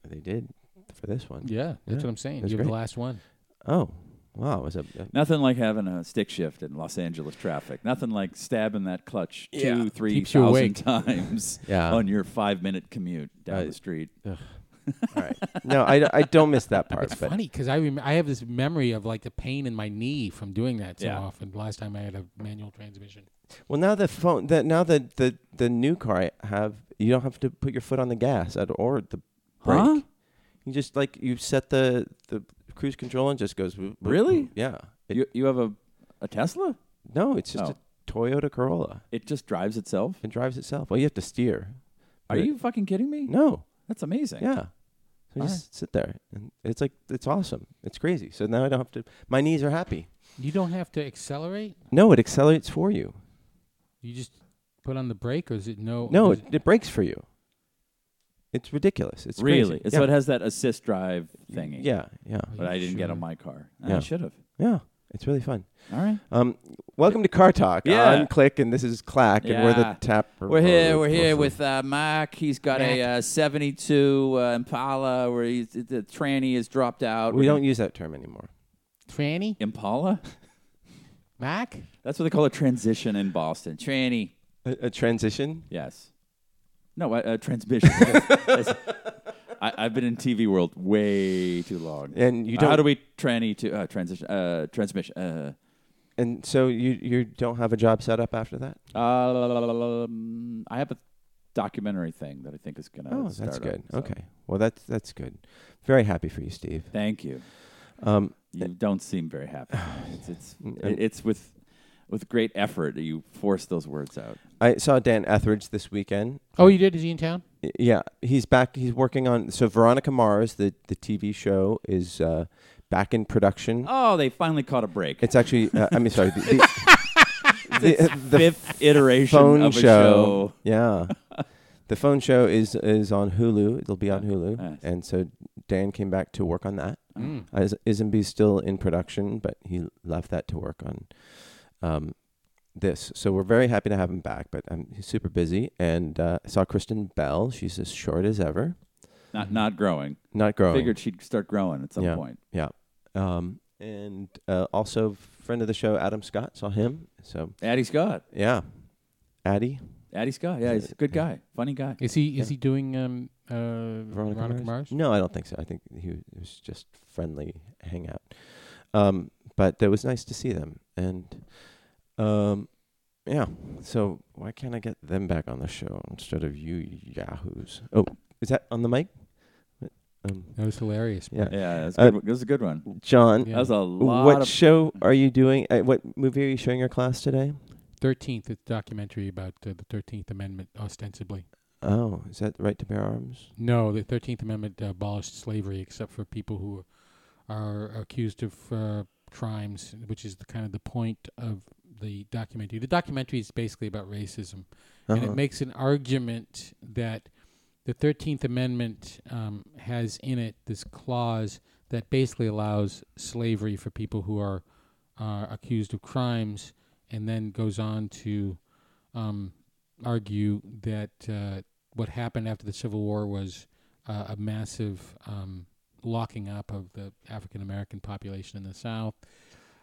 [SPEAKER 3] they did for this one.
[SPEAKER 4] Yeah, that's
[SPEAKER 3] Yeah,
[SPEAKER 4] what I'm saying.
[SPEAKER 3] that's
[SPEAKER 4] You have the
[SPEAKER 3] great.
[SPEAKER 4] last one.
[SPEAKER 3] Oh, wow, it was a, a
[SPEAKER 6] nothing like having a stick shift in Los Angeles traffic. Nothing like stabbing that clutch two, three
[SPEAKER 4] Keeps you
[SPEAKER 6] thousand
[SPEAKER 4] awake.
[SPEAKER 6] times
[SPEAKER 3] Yeah.
[SPEAKER 6] on your five minute commute down
[SPEAKER 3] Right.
[SPEAKER 6] the street.
[SPEAKER 3] All right. No, I, I don't miss that part.
[SPEAKER 4] It's
[SPEAKER 3] but
[SPEAKER 4] funny because I rem- I have this memory of like the pain in my knee from doing that so
[SPEAKER 6] Yeah.
[SPEAKER 4] often. Last time I had a manual transmission.
[SPEAKER 3] Well, now the phone that now the, the the new car I have, you don't have to put your foot on the gas at or the brake.
[SPEAKER 6] Huh?
[SPEAKER 3] You just like you set the the cruise control and just goes. whoop, whoop,
[SPEAKER 6] Really?
[SPEAKER 3] whoop. Yeah. It-
[SPEAKER 6] You you have a a Tesla?
[SPEAKER 3] no, it's just
[SPEAKER 6] Oh.
[SPEAKER 3] a Toyota Corolla.
[SPEAKER 6] It just drives itself.
[SPEAKER 3] It drives itself. Well, you have to steer.
[SPEAKER 6] Are
[SPEAKER 3] But-
[SPEAKER 6] you fucking kidding me?
[SPEAKER 3] No.
[SPEAKER 6] That's amazing.
[SPEAKER 3] Yeah. So
[SPEAKER 6] All
[SPEAKER 3] just sit there, and it's like it's awesome. It's crazy. So now I don't have to. My knees are happy.
[SPEAKER 4] You don't have to accelerate.
[SPEAKER 3] No, it accelerates for you.
[SPEAKER 4] You just put on the brake, or is it no?
[SPEAKER 3] No,
[SPEAKER 4] is
[SPEAKER 3] it, it breaks for you. It's ridiculous. It's
[SPEAKER 6] Really?
[SPEAKER 3] Crazy.
[SPEAKER 6] So
[SPEAKER 3] yeah.
[SPEAKER 6] it has that assist drive thingy.
[SPEAKER 3] Yeah, yeah,
[SPEAKER 6] But I didn't get on
[SPEAKER 4] Sure.
[SPEAKER 6] my car.
[SPEAKER 3] Yeah.
[SPEAKER 6] I should have.
[SPEAKER 3] yeah. It's really fun.
[SPEAKER 6] All right.
[SPEAKER 3] Um, welcome to Car Talk.
[SPEAKER 6] Yeah.
[SPEAKER 3] I'm Click, and this is Clack, and we're
[SPEAKER 6] Yeah.
[SPEAKER 3] the tap.
[SPEAKER 6] We're here. We're here with uh, Mark. He's got a uh, 72 uh, Impala where he's, the tranny is dropped out.
[SPEAKER 3] We don't use that term anymore.
[SPEAKER 4] tranny
[SPEAKER 6] Impala?
[SPEAKER 4] Mac?
[SPEAKER 6] That's what they call a transition in Boston. Tranny.
[SPEAKER 3] A, a transition.
[SPEAKER 6] Yes. No, a, a transmission. That's- I, I've been in TV world way too long.
[SPEAKER 3] And you
[SPEAKER 6] Uh, How
[SPEAKER 3] don't-
[SPEAKER 6] do we tranny to uh, transition? Uh, transmission. Uh,
[SPEAKER 3] And so you you don't have a job set up after that.
[SPEAKER 6] Um, I have a documentary thing that I think is gonna.
[SPEAKER 3] oh,
[SPEAKER 6] start
[SPEAKER 3] that's
[SPEAKER 6] up,
[SPEAKER 3] good.
[SPEAKER 6] so.
[SPEAKER 3] Okay. Well, that's that's good. Very happy for you, Steve.
[SPEAKER 6] Thank you.
[SPEAKER 3] Um,
[SPEAKER 6] You don't seem very happy. It's it's,
[SPEAKER 3] I'm-
[SPEAKER 6] it's with with great effort that you force those words out.
[SPEAKER 3] I saw Dan Etheridge this weekend.
[SPEAKER 4] Oh, you did? Is he in town?
[SPEAKER 3] Y- Yeah, he's back. He's working on so Veronica Mars, the the TV show, is uh, back in production.
[SPEAKER 6] Oh, they finally caught a break.
[SPEAKER 3] It's actually. Uh, I mean, sorry. The, the, the, the
[SPEAKER 6] fifth iteration
[SPEAKER 3] phone
[SPEAKER 6] of a
[SPEAKER 3] show.
[SPEAKER 6] show.
[SPEAKER 3] Yeah. the phone show is is on Hulu. It'll be on Hulu.
[SPEAKER 6] Nice.
[SPEAKER 3] And so Dan came back to work on that.
[SPEAKER 4] Mm.
[SPEAKER 3] Is- Isenby's still in production, but he left that to work on um, this. So we're very happy to have him back, but um, he's super busy. And uh, I saw Kristen Bell. She's as short as ever.
[SPEAKER 6] Not not growing.
[SPEAKER 3] Not growing.
[SPEAKER 6] Figured she'd start growing at some
[SPEAKER 3] Yeah.
[SPEAKER 6] point.
[SPEAKER 3] Yeah. Um, and uh, also, friend of the show, Adam Scott, saw him. So,
[SPEAKER 6] Addie Scott.
[SPEAKER 3] yeah. Addie.
[SPEAKER 6] Addie Scott. Yeah, he's a good guy. Funny guy.
[SPEAKER 4] Is he? Is he doing um uh Veronica, Mars?
[SPEAKER 3] No, I don't think so. I think he was, it was just friendly hangout. Um, but it was nice to see them, and um, yeah. So why can't I get them back on the show instead of you yahoos? Oh, is that on the mic? Um,
[SPEAKER 4] That was hilarious.
[SPEAKER 3] yeah,
[SPEAKER 6] Yeah, that's
[SPEAKER 3] Uh,
[SPEAKER 6] good. that was a good one.
[SPEAKER 3] John.
[SPEAKER 4] Yeah.
[SPEAKER 6] That was a lot
[SPEAKER 3] What
[SPEAKER 6] of
[SPEAKER 3] show are you doing? Uh, what movie are you showing your class today?
[SPEAKER 4] Thirteenth documentary about uh, the Thirteenth Amendment, ostensibly.
[SPEAKER 3] Oh, is that Right to Bear Arms?
[SPEAKER 4] No, the Thirteenth Amendment abolished slavery, except for people who are accused of uh, crimes, which is the kind of the point of the documentary. The documentary is basically about racism, and
[SPEAKER 3] Uh-huh.
[SPEAKER 4] it makes an argument that the Thirteenth Amendment um, has in it this clause that basically allows slavery for people who are uh, accused of crimes, and then goes on to um, argue that uh, what happened after the Civil War was uh, a massive um, locking up of the African American population in the South,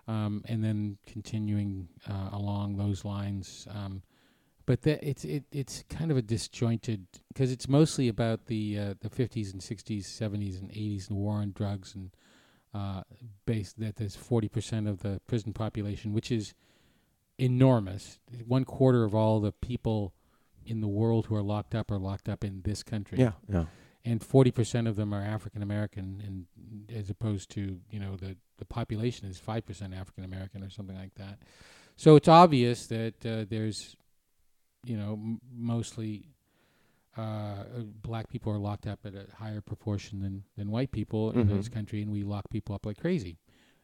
[SPEAKER 4] um, and then continuing uh, along those lines. Um, but that it's it, it's kind of a disjointed because it's mostly about the uh, the 50s and 60s, 70s and 80s, and war on drugs and uh, based that there's 40% of the prison population, which is enormous. One quarter of all the people in the world who are locked up are locked up in this country
[SPEAKER 3] Yeah, yeah.
[SPEAKER 4] and 40% of them are African American and as opposed to, you know, the the population is 5% African American or something like that. So it's obvious that uh, there's you know, m- mostly uh, black people are locked up at a higher proportion than than white people in
[SPEAKER 3] Mhm.
[SPEAKER 4] this country and we lock people up like crazy.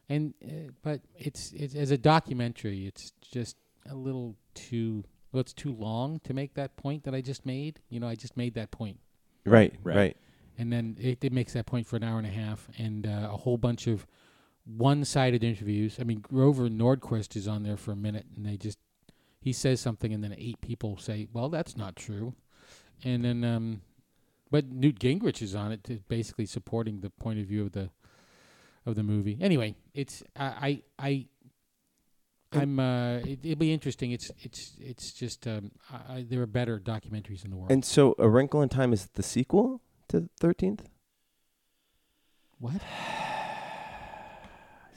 [SPEAKER 4] And uh, but it's it's as a documentary, it's just a little too well, it's too long to make that point that I just made. You know, I just made that point
[SPEAKER 3] Right, right.
[SPEAKER 6] Right.
[SPEAKER 4] and then it, it makes that point for an hour and a half and uh, a whole bunch of one-sided interviews i mean grover nordquist is on there for a minute and they just he says something and then eight people say well that's not true and then um but newt gingrich is on it to basically supporting the point of view of the of the movie anyway it's i i, I I'm. Uh, it, it'll be interesting. It's. It's. It's just. Um. I, I, there are better documentaries in the world.
[SPEAKER 3] And so, A Wrinkle in Time is the sequel to Thirteenth.
[SPEAKER 4] What?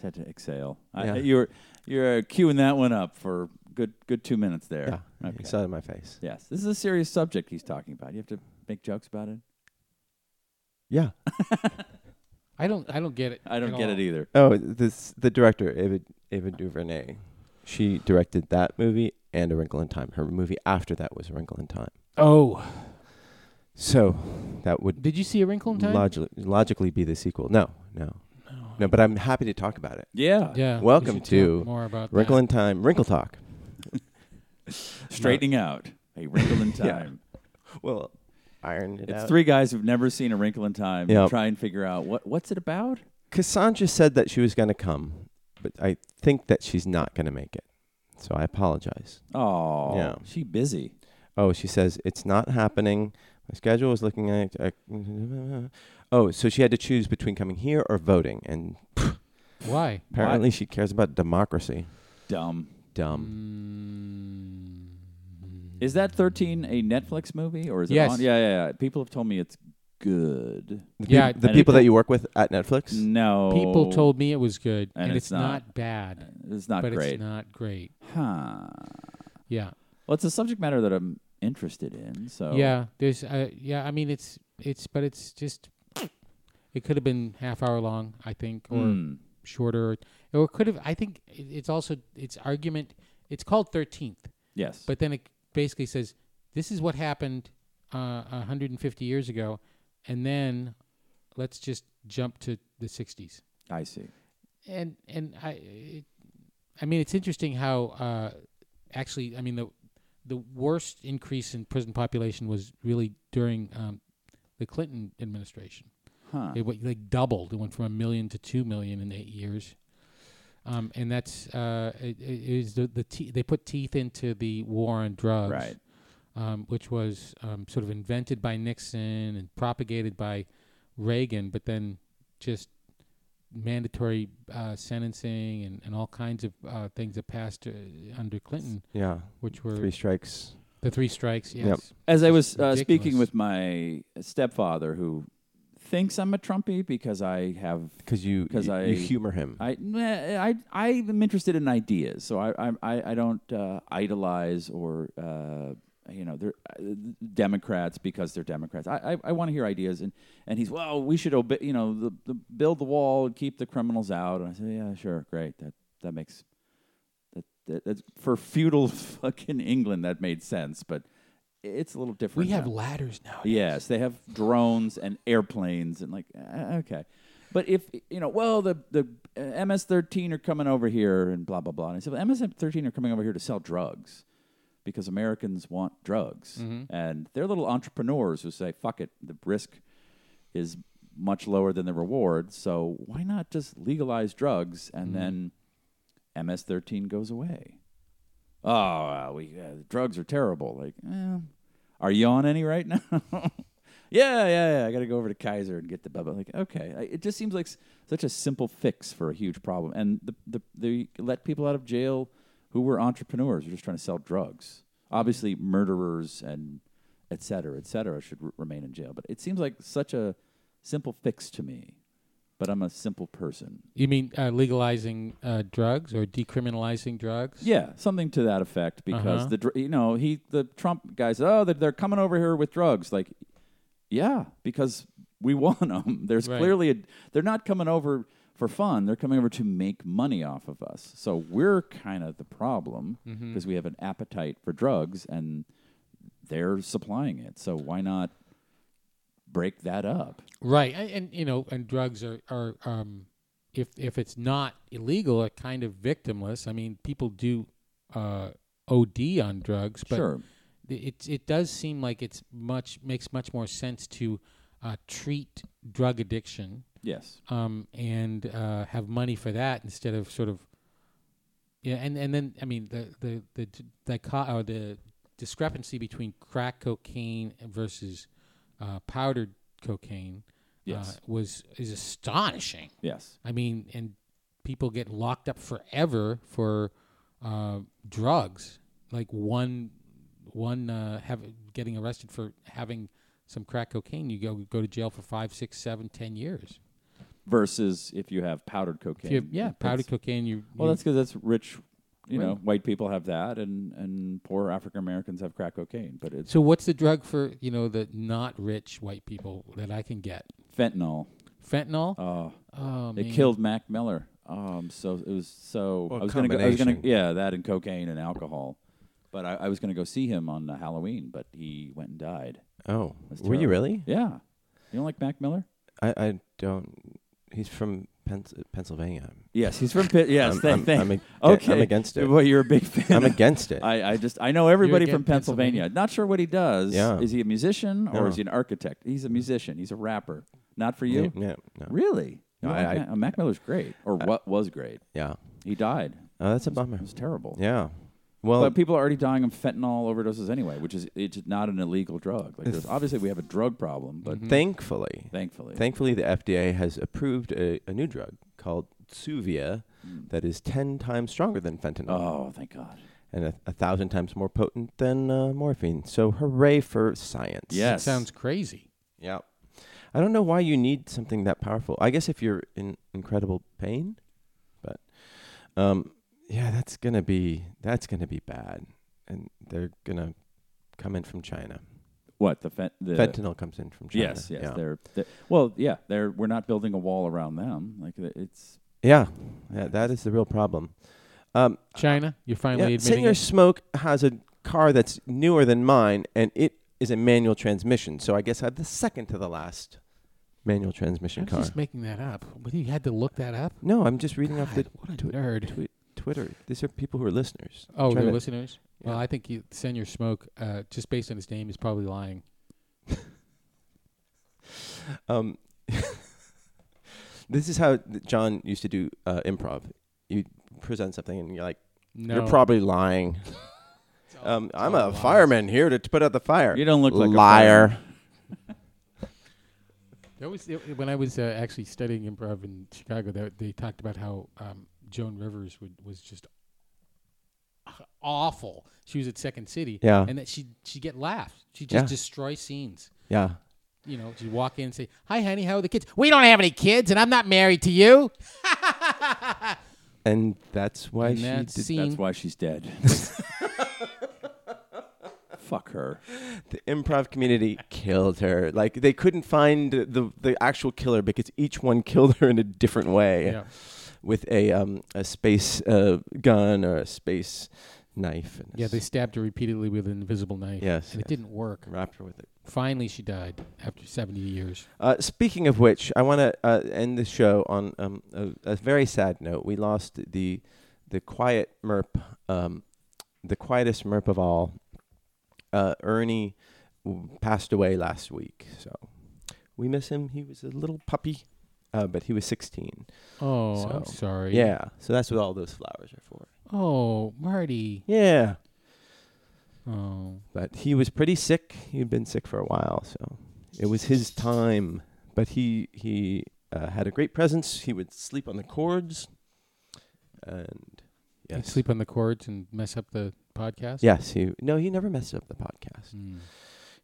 [SPEAKER 6] I had to exhale.
[SPEAKER 3] Yeah.
[SPEAKER 6] I, you're you're queuing that one up for good good two minutes there.
[SPEAKER 3] Yeah,
[SPEAKER 6] Okay.
[SPEAKER 3] inside of my face.
[SPEAKER 6] Yes, this is a serious subject he's talking about. You have to make jokes about it.
[SPEAKER 3] Yeah.
[SPEAKER 4] I don't. I don't get it.
[SPEAKER 6] I don't
[SPEAKER 4] at
[SPEAKER 6] get
[SPEAKER 4] all.
[SPEAKER 6] it either.
[SPEAKER 3] Oh, this the director Ava Ava DuVernay. She directed that movie and A Wrinkle in Time. Her movie after that was A Wrinkle in Time.
[SPEAKER 4] Oh,
[SPEAKER 3] So that would
[SPEAKER 4] did you see a wrinkle in time?
[SPEAKER 3] logically logically be the sequel. No, no, no. But I'm happy to talk about it.
[SPEAKER 6] Yeah.
[SPEAKER 4] Yeah. we
[SPEAKER 3] Welcome
[SPEAKER 4] should talk
[SPEAKER 3] to
[SPEAKER 4] more about
[SPEAKER 3] Wrinkle
[SPEAKER 4] that.
[SPEAKER 3] in Time, Wrinkle Talk.
[SPEAKER 6] Straightening out. A wrinkle in
[SPEAKER 3] Yeah.
[SPEAKER 6] time.
[SPEAKER 3] Well, iron it
[SPEAKER 6] It's
[SPEAKER 3] out.
[SPEAKER 6] three guys who've never seen a wrinkle in time
[SPEAKER 3] Yep.
[SPEAKER 6] try and figure out what what's it about?
[SPEAKER 3] Cassandra said that she was going to come, but I think that she's not going to make it. So I apologize.
[SPEAKER 6] Oh
[SPEAKER 3] Yeah.
[SPEAKER 6] she busy.
[SPEAKER 3] Oh, she says it's not happening. My schedule is looking like. I, oh, so she had to choose between coming here or voting, and
[SPEAKER 4] Why?
[SPEAKER 3] apparently she cares about democracy.
[SPEAKER 6] Dumb. Mm.
[SPEAKER 3] Dumb.
[SPEAKER 6] Um,
[SPEAKER 4] Mm,
[SPEAKER 6] Is that thirteen a Netflix movie or is
[SPEAKER 4] Yes.
[SPEAKER 6] it on? Yeah, yeah, yeah. People have told me it's good.
[SPEAKER 3] The
[SPEAKER 4] Yeah,
[SPEAKER 3] peop- the
[SPEAKER 6] and it-
[SPEAKER 3] people that you work with at Netflix.
[SPEAKER 6] No.
[SPEAKER 4] People told me it was good,
[SPEAKER 6] Oh. And
[SPEAKER 4] and,
[SPEAKER 6] it's
[SPEAKER 4] it's,
[SPEAKER 6] not.
[SPEAKER 4] not, bad,
[SPEAKER 6] it's not
[SPEAKER 4] but
[SPEAKER 6] great.
[SPEAKER 4] it's not great.
[SPEAKER 6] Huh.
[SPEAKER 4] Yeah.
[SPEAKER 6] Well, it's a subject matter that I'm interested in. So
[SPEAKER 4] Yeah, there's uh, yeah, I mean it's it's but it's just it could have been half hour long, I think, or
[SPEAKER 6] Mm.
[SPEAKER 4] shorter, or it could have. I think it- it's also its argument. It's called Thirteenth,
[SPEAKER 6] Yes.
[SPEAKER 4] but then it basically says this is what happened uh, 150 years ago, and then let's just jump to the 60s.
[SPEAKER 6] I see.
[SPEAKER 4] And and I, it, I mean, it's interesting how uh, actually, I mean the the worst increase in prison population was really during um, the Clinton administration.
[SPEAKER 6] Huh.
[SPEAKER 4] It went, like doubled. It went from a million to two million in eight years. Um, and that's uh, it, it is the, the te- they put teeth into the war on drugs,
[SPEAKER 6] Right.
[SPEAKER 4] Um, which was um, sort of invented by Nixon and propagated by Reagan, but then just mandatory uh, sentencing and, and all kinds of uh, things that passed uh, under Clinton,
[SPEAKER 3] Yeah.
[SPEAKER 4] which were
[SPEAKER 3] Three strikes.
[SPEAKER 4] the three strikes. Yes.
[SPEAKER 3] Yep.
[SPEAKER 6] As I was
[SPEAKER 4] Just
[SPEAKER 6] uh, speaking
[SPEAKER 4] ridiculous.
[SPEAKER 6] with my stepfather, who thinks I'm a Trumpy because I have
[SPEAKER 3] Because you,
[SPEAKER 6] 'Cause
[SPEAKER 3] you,
[SPEAKER 6] I-
[SPEAKER 3] you humor him.
[SPEAKER 6] I nah, I I am interested in ideas, so I I- I I don't uh, idolize or uh, you know they're uh, Democrats because they're Democrats. I I, I want to hear ideas, and and he's well, we should obey, you know, the, the build the wall and keep the criminals out. And I said, yeah, sure, great, that that makes that, that that's for feudal fucking England that made sense, but it's a little different.
[SPEAKER 4] We have
[SPEAKER 6] now.
[SPEAKER 4] ladders now.
[SPEAKER 6] Yes, they have drones and airplanes and like uh, okay, but if you know, well, the the uh, MS-13 are coming over here and blah blah blah. And I said, well, MS-13 are coming over here to sell drugs because Americans want drugs, and they're little entrepreneurs who say, "Fuck it, the risk is much lower than the reward, so why not just legalize drugs and then MS-13 goes away." Oh, uh, we uh, drugs are terrible. Like, eh, are you on any right now? yeah, yeah, yeah. I got to go over to Kaiser and get the bubble. Like, okay, I, it just seems like s- such a simple fix for a huge problem. And the the they let people out of jail who were entrepreneurs, who were just trying to sell drugs. Obviously, murderers and et cetera, et cetera, should r- remain in jail. But it seems like such a simple fix to me. But I'm a simple person.
[SPEAKER 4] You mean uh, legalizing uh, drugs or decriminalizing drugs?
[SPEAKER 6] Yeah, something to that effect. Because
[SPEAKER 4] Uh-huh.
[SPEAKER 6] the dr- you know he the Trump guys oh they're, they're coming over here with drugs like yeah because we want them. There's
[SPEAKER 4] Right.
[SPEAKER 6] clearly a they're not coming over for fun. They're coming over to make money off of us. So we're kind of the problem because
[SPEAKER 4] Mm-hmm.
[SPEAKER 6] we have an appetite for drugs and they're supplying it. So why not break that up?
[SPEAKER 4] Right. And, and you know, and drugs are are um, if if it's not illegal, are kind of victimless. I mean, people do uh, OD on drugs, but
[SPEAKER 6] Sure.
[SPEAKER 4] th- it it does seem like it's much makes much more sense to uh, treat drug addiction
[SPEAKER 6] Yes.
[SPEAKER 4] um, and uh, have money for that instead of sort of yeah and, and then I mean the the the d- dicho- or the discrepancy between crack cocaine versus uh, powdered cocaine
[SPEAKER 6] Yes.
[SPEAKER 4] uh, was is astonishing.
[SPEAKER 6] Yes.
[SPEAKER 4] I mean, and people get locked up forever for uh, drugs. Like one, one uh, have getting arrested for having some crack cocaine, you go go to jail for five, six, seven, ten years.
[SPEAKER 6] versus if you have powdered cocaine.
[SPEAKER 4] If you have- yeah, powdered
[SPEAKER 6] That's-
[SPEAKER 4] cocaine. You,
[SPEAKER 6] Well,
[SPEAKER 4] you-
[SPEAKER 6] that's because that's rich. You know, white people have that, and and poor African Americans have crack cocaine, but it's
[SPEAKER 4] so. What's the drug for you know the not rich white people that I can get?
[SPEAKER 6] fentanyl.
[SPEAKER 4] Fentanyl.
[SPEAKER 6] Oh,
[SPEAKER 4] oh,
[SPEAKER 6] it
[SPEAKER 4] man.
[SPEAKER 6] killed Mac Miller. Um, so it was so
[SPEAKER 3] Well,
[SPEAKER 6] I was gonna go, I was gonna
[SPEAKER 3] combination.
[SPEAKER 6] yeah that and cocaine and alcohol, but I, I was gonna go see him on uh, Halloween, but he went and died.
[SPEAKER 3] Oh,
[SPEAKER 6] That's
[SPEAKER 3] were you
[SPEAKER 6] terrible.
[SPEAKER 3] really?
[SPEAKER 6] Yeah, you don't like Mac Miller?
[SPEAKER 3] I, I don't. He's from Pens- Pennsylvania.
[SPEAKER 6] Yes, he's from Pitt. Yes,
[SPEAKER 3] I'm-
[SPEAKER 6] thank-
[SPEAKER 3] I'm-
[SPEAKER 6] thank-
[SPEAKER 3] I'm ag- I'm
[SPEAKER 6] okay.
[SPEAKER 3] against it.
[SPEAKER 6] Well, you're a big fan.
[SPEAKER 3] I'm
[SPEAKER 6] of-
[SPEAKER 3] against it.
[SPEAKER 6] I, I just I know everybody
[SPEAKER 4] You're
[SPEAKER 6] from
[SPEAKER 4] against Pennsylvania.
[SPEAKER 6] Pennsylvania. Not sure what he does.
[SPEAKER 3] Yeah.
[SPEAKER 6] Is he a musician or
[SPEAKER 3] No.
[SPEAKER 6] is he an architect? He's a musician. He's a rapper. Not for you.
[SPEAKER 3] Yeah, yeah, no.
[SPEAKER 6] Really?
[SPEAKER 3] No,
[SPEAKER 6] You don't
[SPEAKER 3] I-
[SPEAKER 6] like
[SPEAKER 3] I-
[SPEAKER 6] Mac, oh, Mac Miller's great, or what was great.
[SPEAKER 3] Yeah.
[SPEAKER 6] He died.
[SPEAKER 3] Oh, that's a bummer.
[SPEAKER 6] It was terrible.
[SPEAKER 3] Yeah. Well,
[SPEAKER 6] but people are already dying of fentanyl overdoses anyway, which is it's not an illegal drug. Like there's, obviously we have a drug problem, but
[SPEAKER 3] thankfully,
[SPEAKER 6] thankfully,
[SPEAKER 3] thankfully, the FDA has approved a, a new drug called Suvia that is 10 times stronger than fentanyl
[SPEAKER 6] oh thank God.
[SPEAKER 3] and a, a thousand times more potent than uh, morphine. So, hooray for science.
[SPEAKER 6] Yes.
[SPEAKER 4] Sounds crazy.
[SPEAKER 3] Yeah. I don't know why you need something that powerful. I guess if you're in incredible pain, but um, yeah, that's gonna be that's gonna be bad, and they're gonna come in from China.
[SPEAKER 6] what the, fent- the
[SPEAKER 3] Fentanyl comes in from China.
[SPEAKER 6] Yes, yes.
[SPEAKER 3] yeah.
[SPEAKER 6] They're, they're well, yeah. They're we're not building a wall around them. Like th- it's
[SPEAKER 3] yeah, yeah. That is the real problem. Um,
[SPEAKER 4] China, you're finally
[SPEAKER 3] yeah,
[SPEAKER 4] admitting
[SPEAKER 3] Singer
[SPEAKER 4] it.
[SPEAKER 3] Smoke has a car that's newer than mine, and it is a manual transmission. So I guess I have the second to the last manual transmission
[SPEAKER 4] I'm
[SPEAKER 3] car.
[SPEAKER 4] just making that up. What, you had to look that up.
[SPEAKER 3] no, I'm just reading off the
[SPEAKER 4] God, what a
[SPEAKER 3] twi-
[SPEAKER 4] nerd.
[SPEAKER 3] twi- Twitter. These are people who are listeners.
[SPEAKER 4] Oh,
[SPEAKER 3] Try
[SPEAKER 4] they're
[SPEAKER 3] to-
[SPEAKER 4] listeners. Well,
[SPEAKER 3] Yeah.
[SPEAKER 4] I think you send your smoke uh, just based on his name is probably lying.
[SPEAKER 3] Um, this is how th- John used to do uh, improv. You present something and you're like,
[SPEAKER 4] No,
[SPEAKER 3] you're probably lying. um, I'm a fireman here to t- put out the fire.
[SPEAKER 6] You don't look like a
[SPEAKER 3] liar.
[SPEAKER 4] There was it, when I was uh, actually studying improv in Chicago. They, they talked about how um, Joan Rivers would, was just awful. She was at Second City,
[SPEAKER 3] Yeah.
[SPEAKER 4] and that she she get laughs. She just
[SPEAKER 3] Yeah.
[SPEAKER 4] destroy scenes.
[SPEAKER 3] yeah.
[SPEAKER 4] You know, she'd walk in and say, "Hi, honey, how are the kids? We don't have any kids, and I'm not married to you."
[SPEAKER 3] And that's why
[SPEAKER 4] And
[SPEAKER 3] she
[SPEAKER 4] that
[SPEAKER 3] did
[SPEAKER 4] scene,
[SPEAKER 6] that's why she's dead. Fuck her.
[SPEAKER 3] the improv community killed her. Like they couldn't find the the actual killer because each one killed her in a different way,
[SPEAKER 4] Yeah.
[SPEAKER 3] with a um a space uh, gun or a space knife. And a
[SPEAKER 4] yeah, they
[SPEAKER 3] s-
[SPEAKER 4] stabbed her repeatedly with an invisible knife.
[SPEAKER 3] Yes,
[SPEAKER 4] and it
[SPEAKER 3] yes.
[SPEAKER 4] didn't work.
[SPEAKER 3] wrapped her with it.
[SPEAKER 4] Finally, she died after 70 years.
[SPEAKER 3] Uh, speaking of which, I want to uh, end the show on um, a, a very sad note. We lost the the quiet merp, um, the quietest merp of all. Uh, Ernie w- passed away last week, so we miss him. He was a little puppy, uh, but he was 16.
[SPEAKER 4] Oh, I'm
[SPEAKER 3] So,
[SPEAKER 4] sorry.
[SPEAKER 3] Yeah, so that's what all those flowers are for.
[SPEAKER 4] Oh, Marty.
[SPEAKER 3] Yeah,
[SPEAKER 4] Oh.
[SPEAKER 3] but he was pretty sick. He'd been sick for a while, so it was his time. But he he uh, had a great presence. He would sleep on the cords, and
[SPEAKER 4] You'd
[SPEAKER 3] yes,
[SPEAKER 4] Sleep on the cords and mess up the podcast?
[SPEAKER 3] yes, he no, he never messed up the podcast.
[SPEAKER 4] Hmm.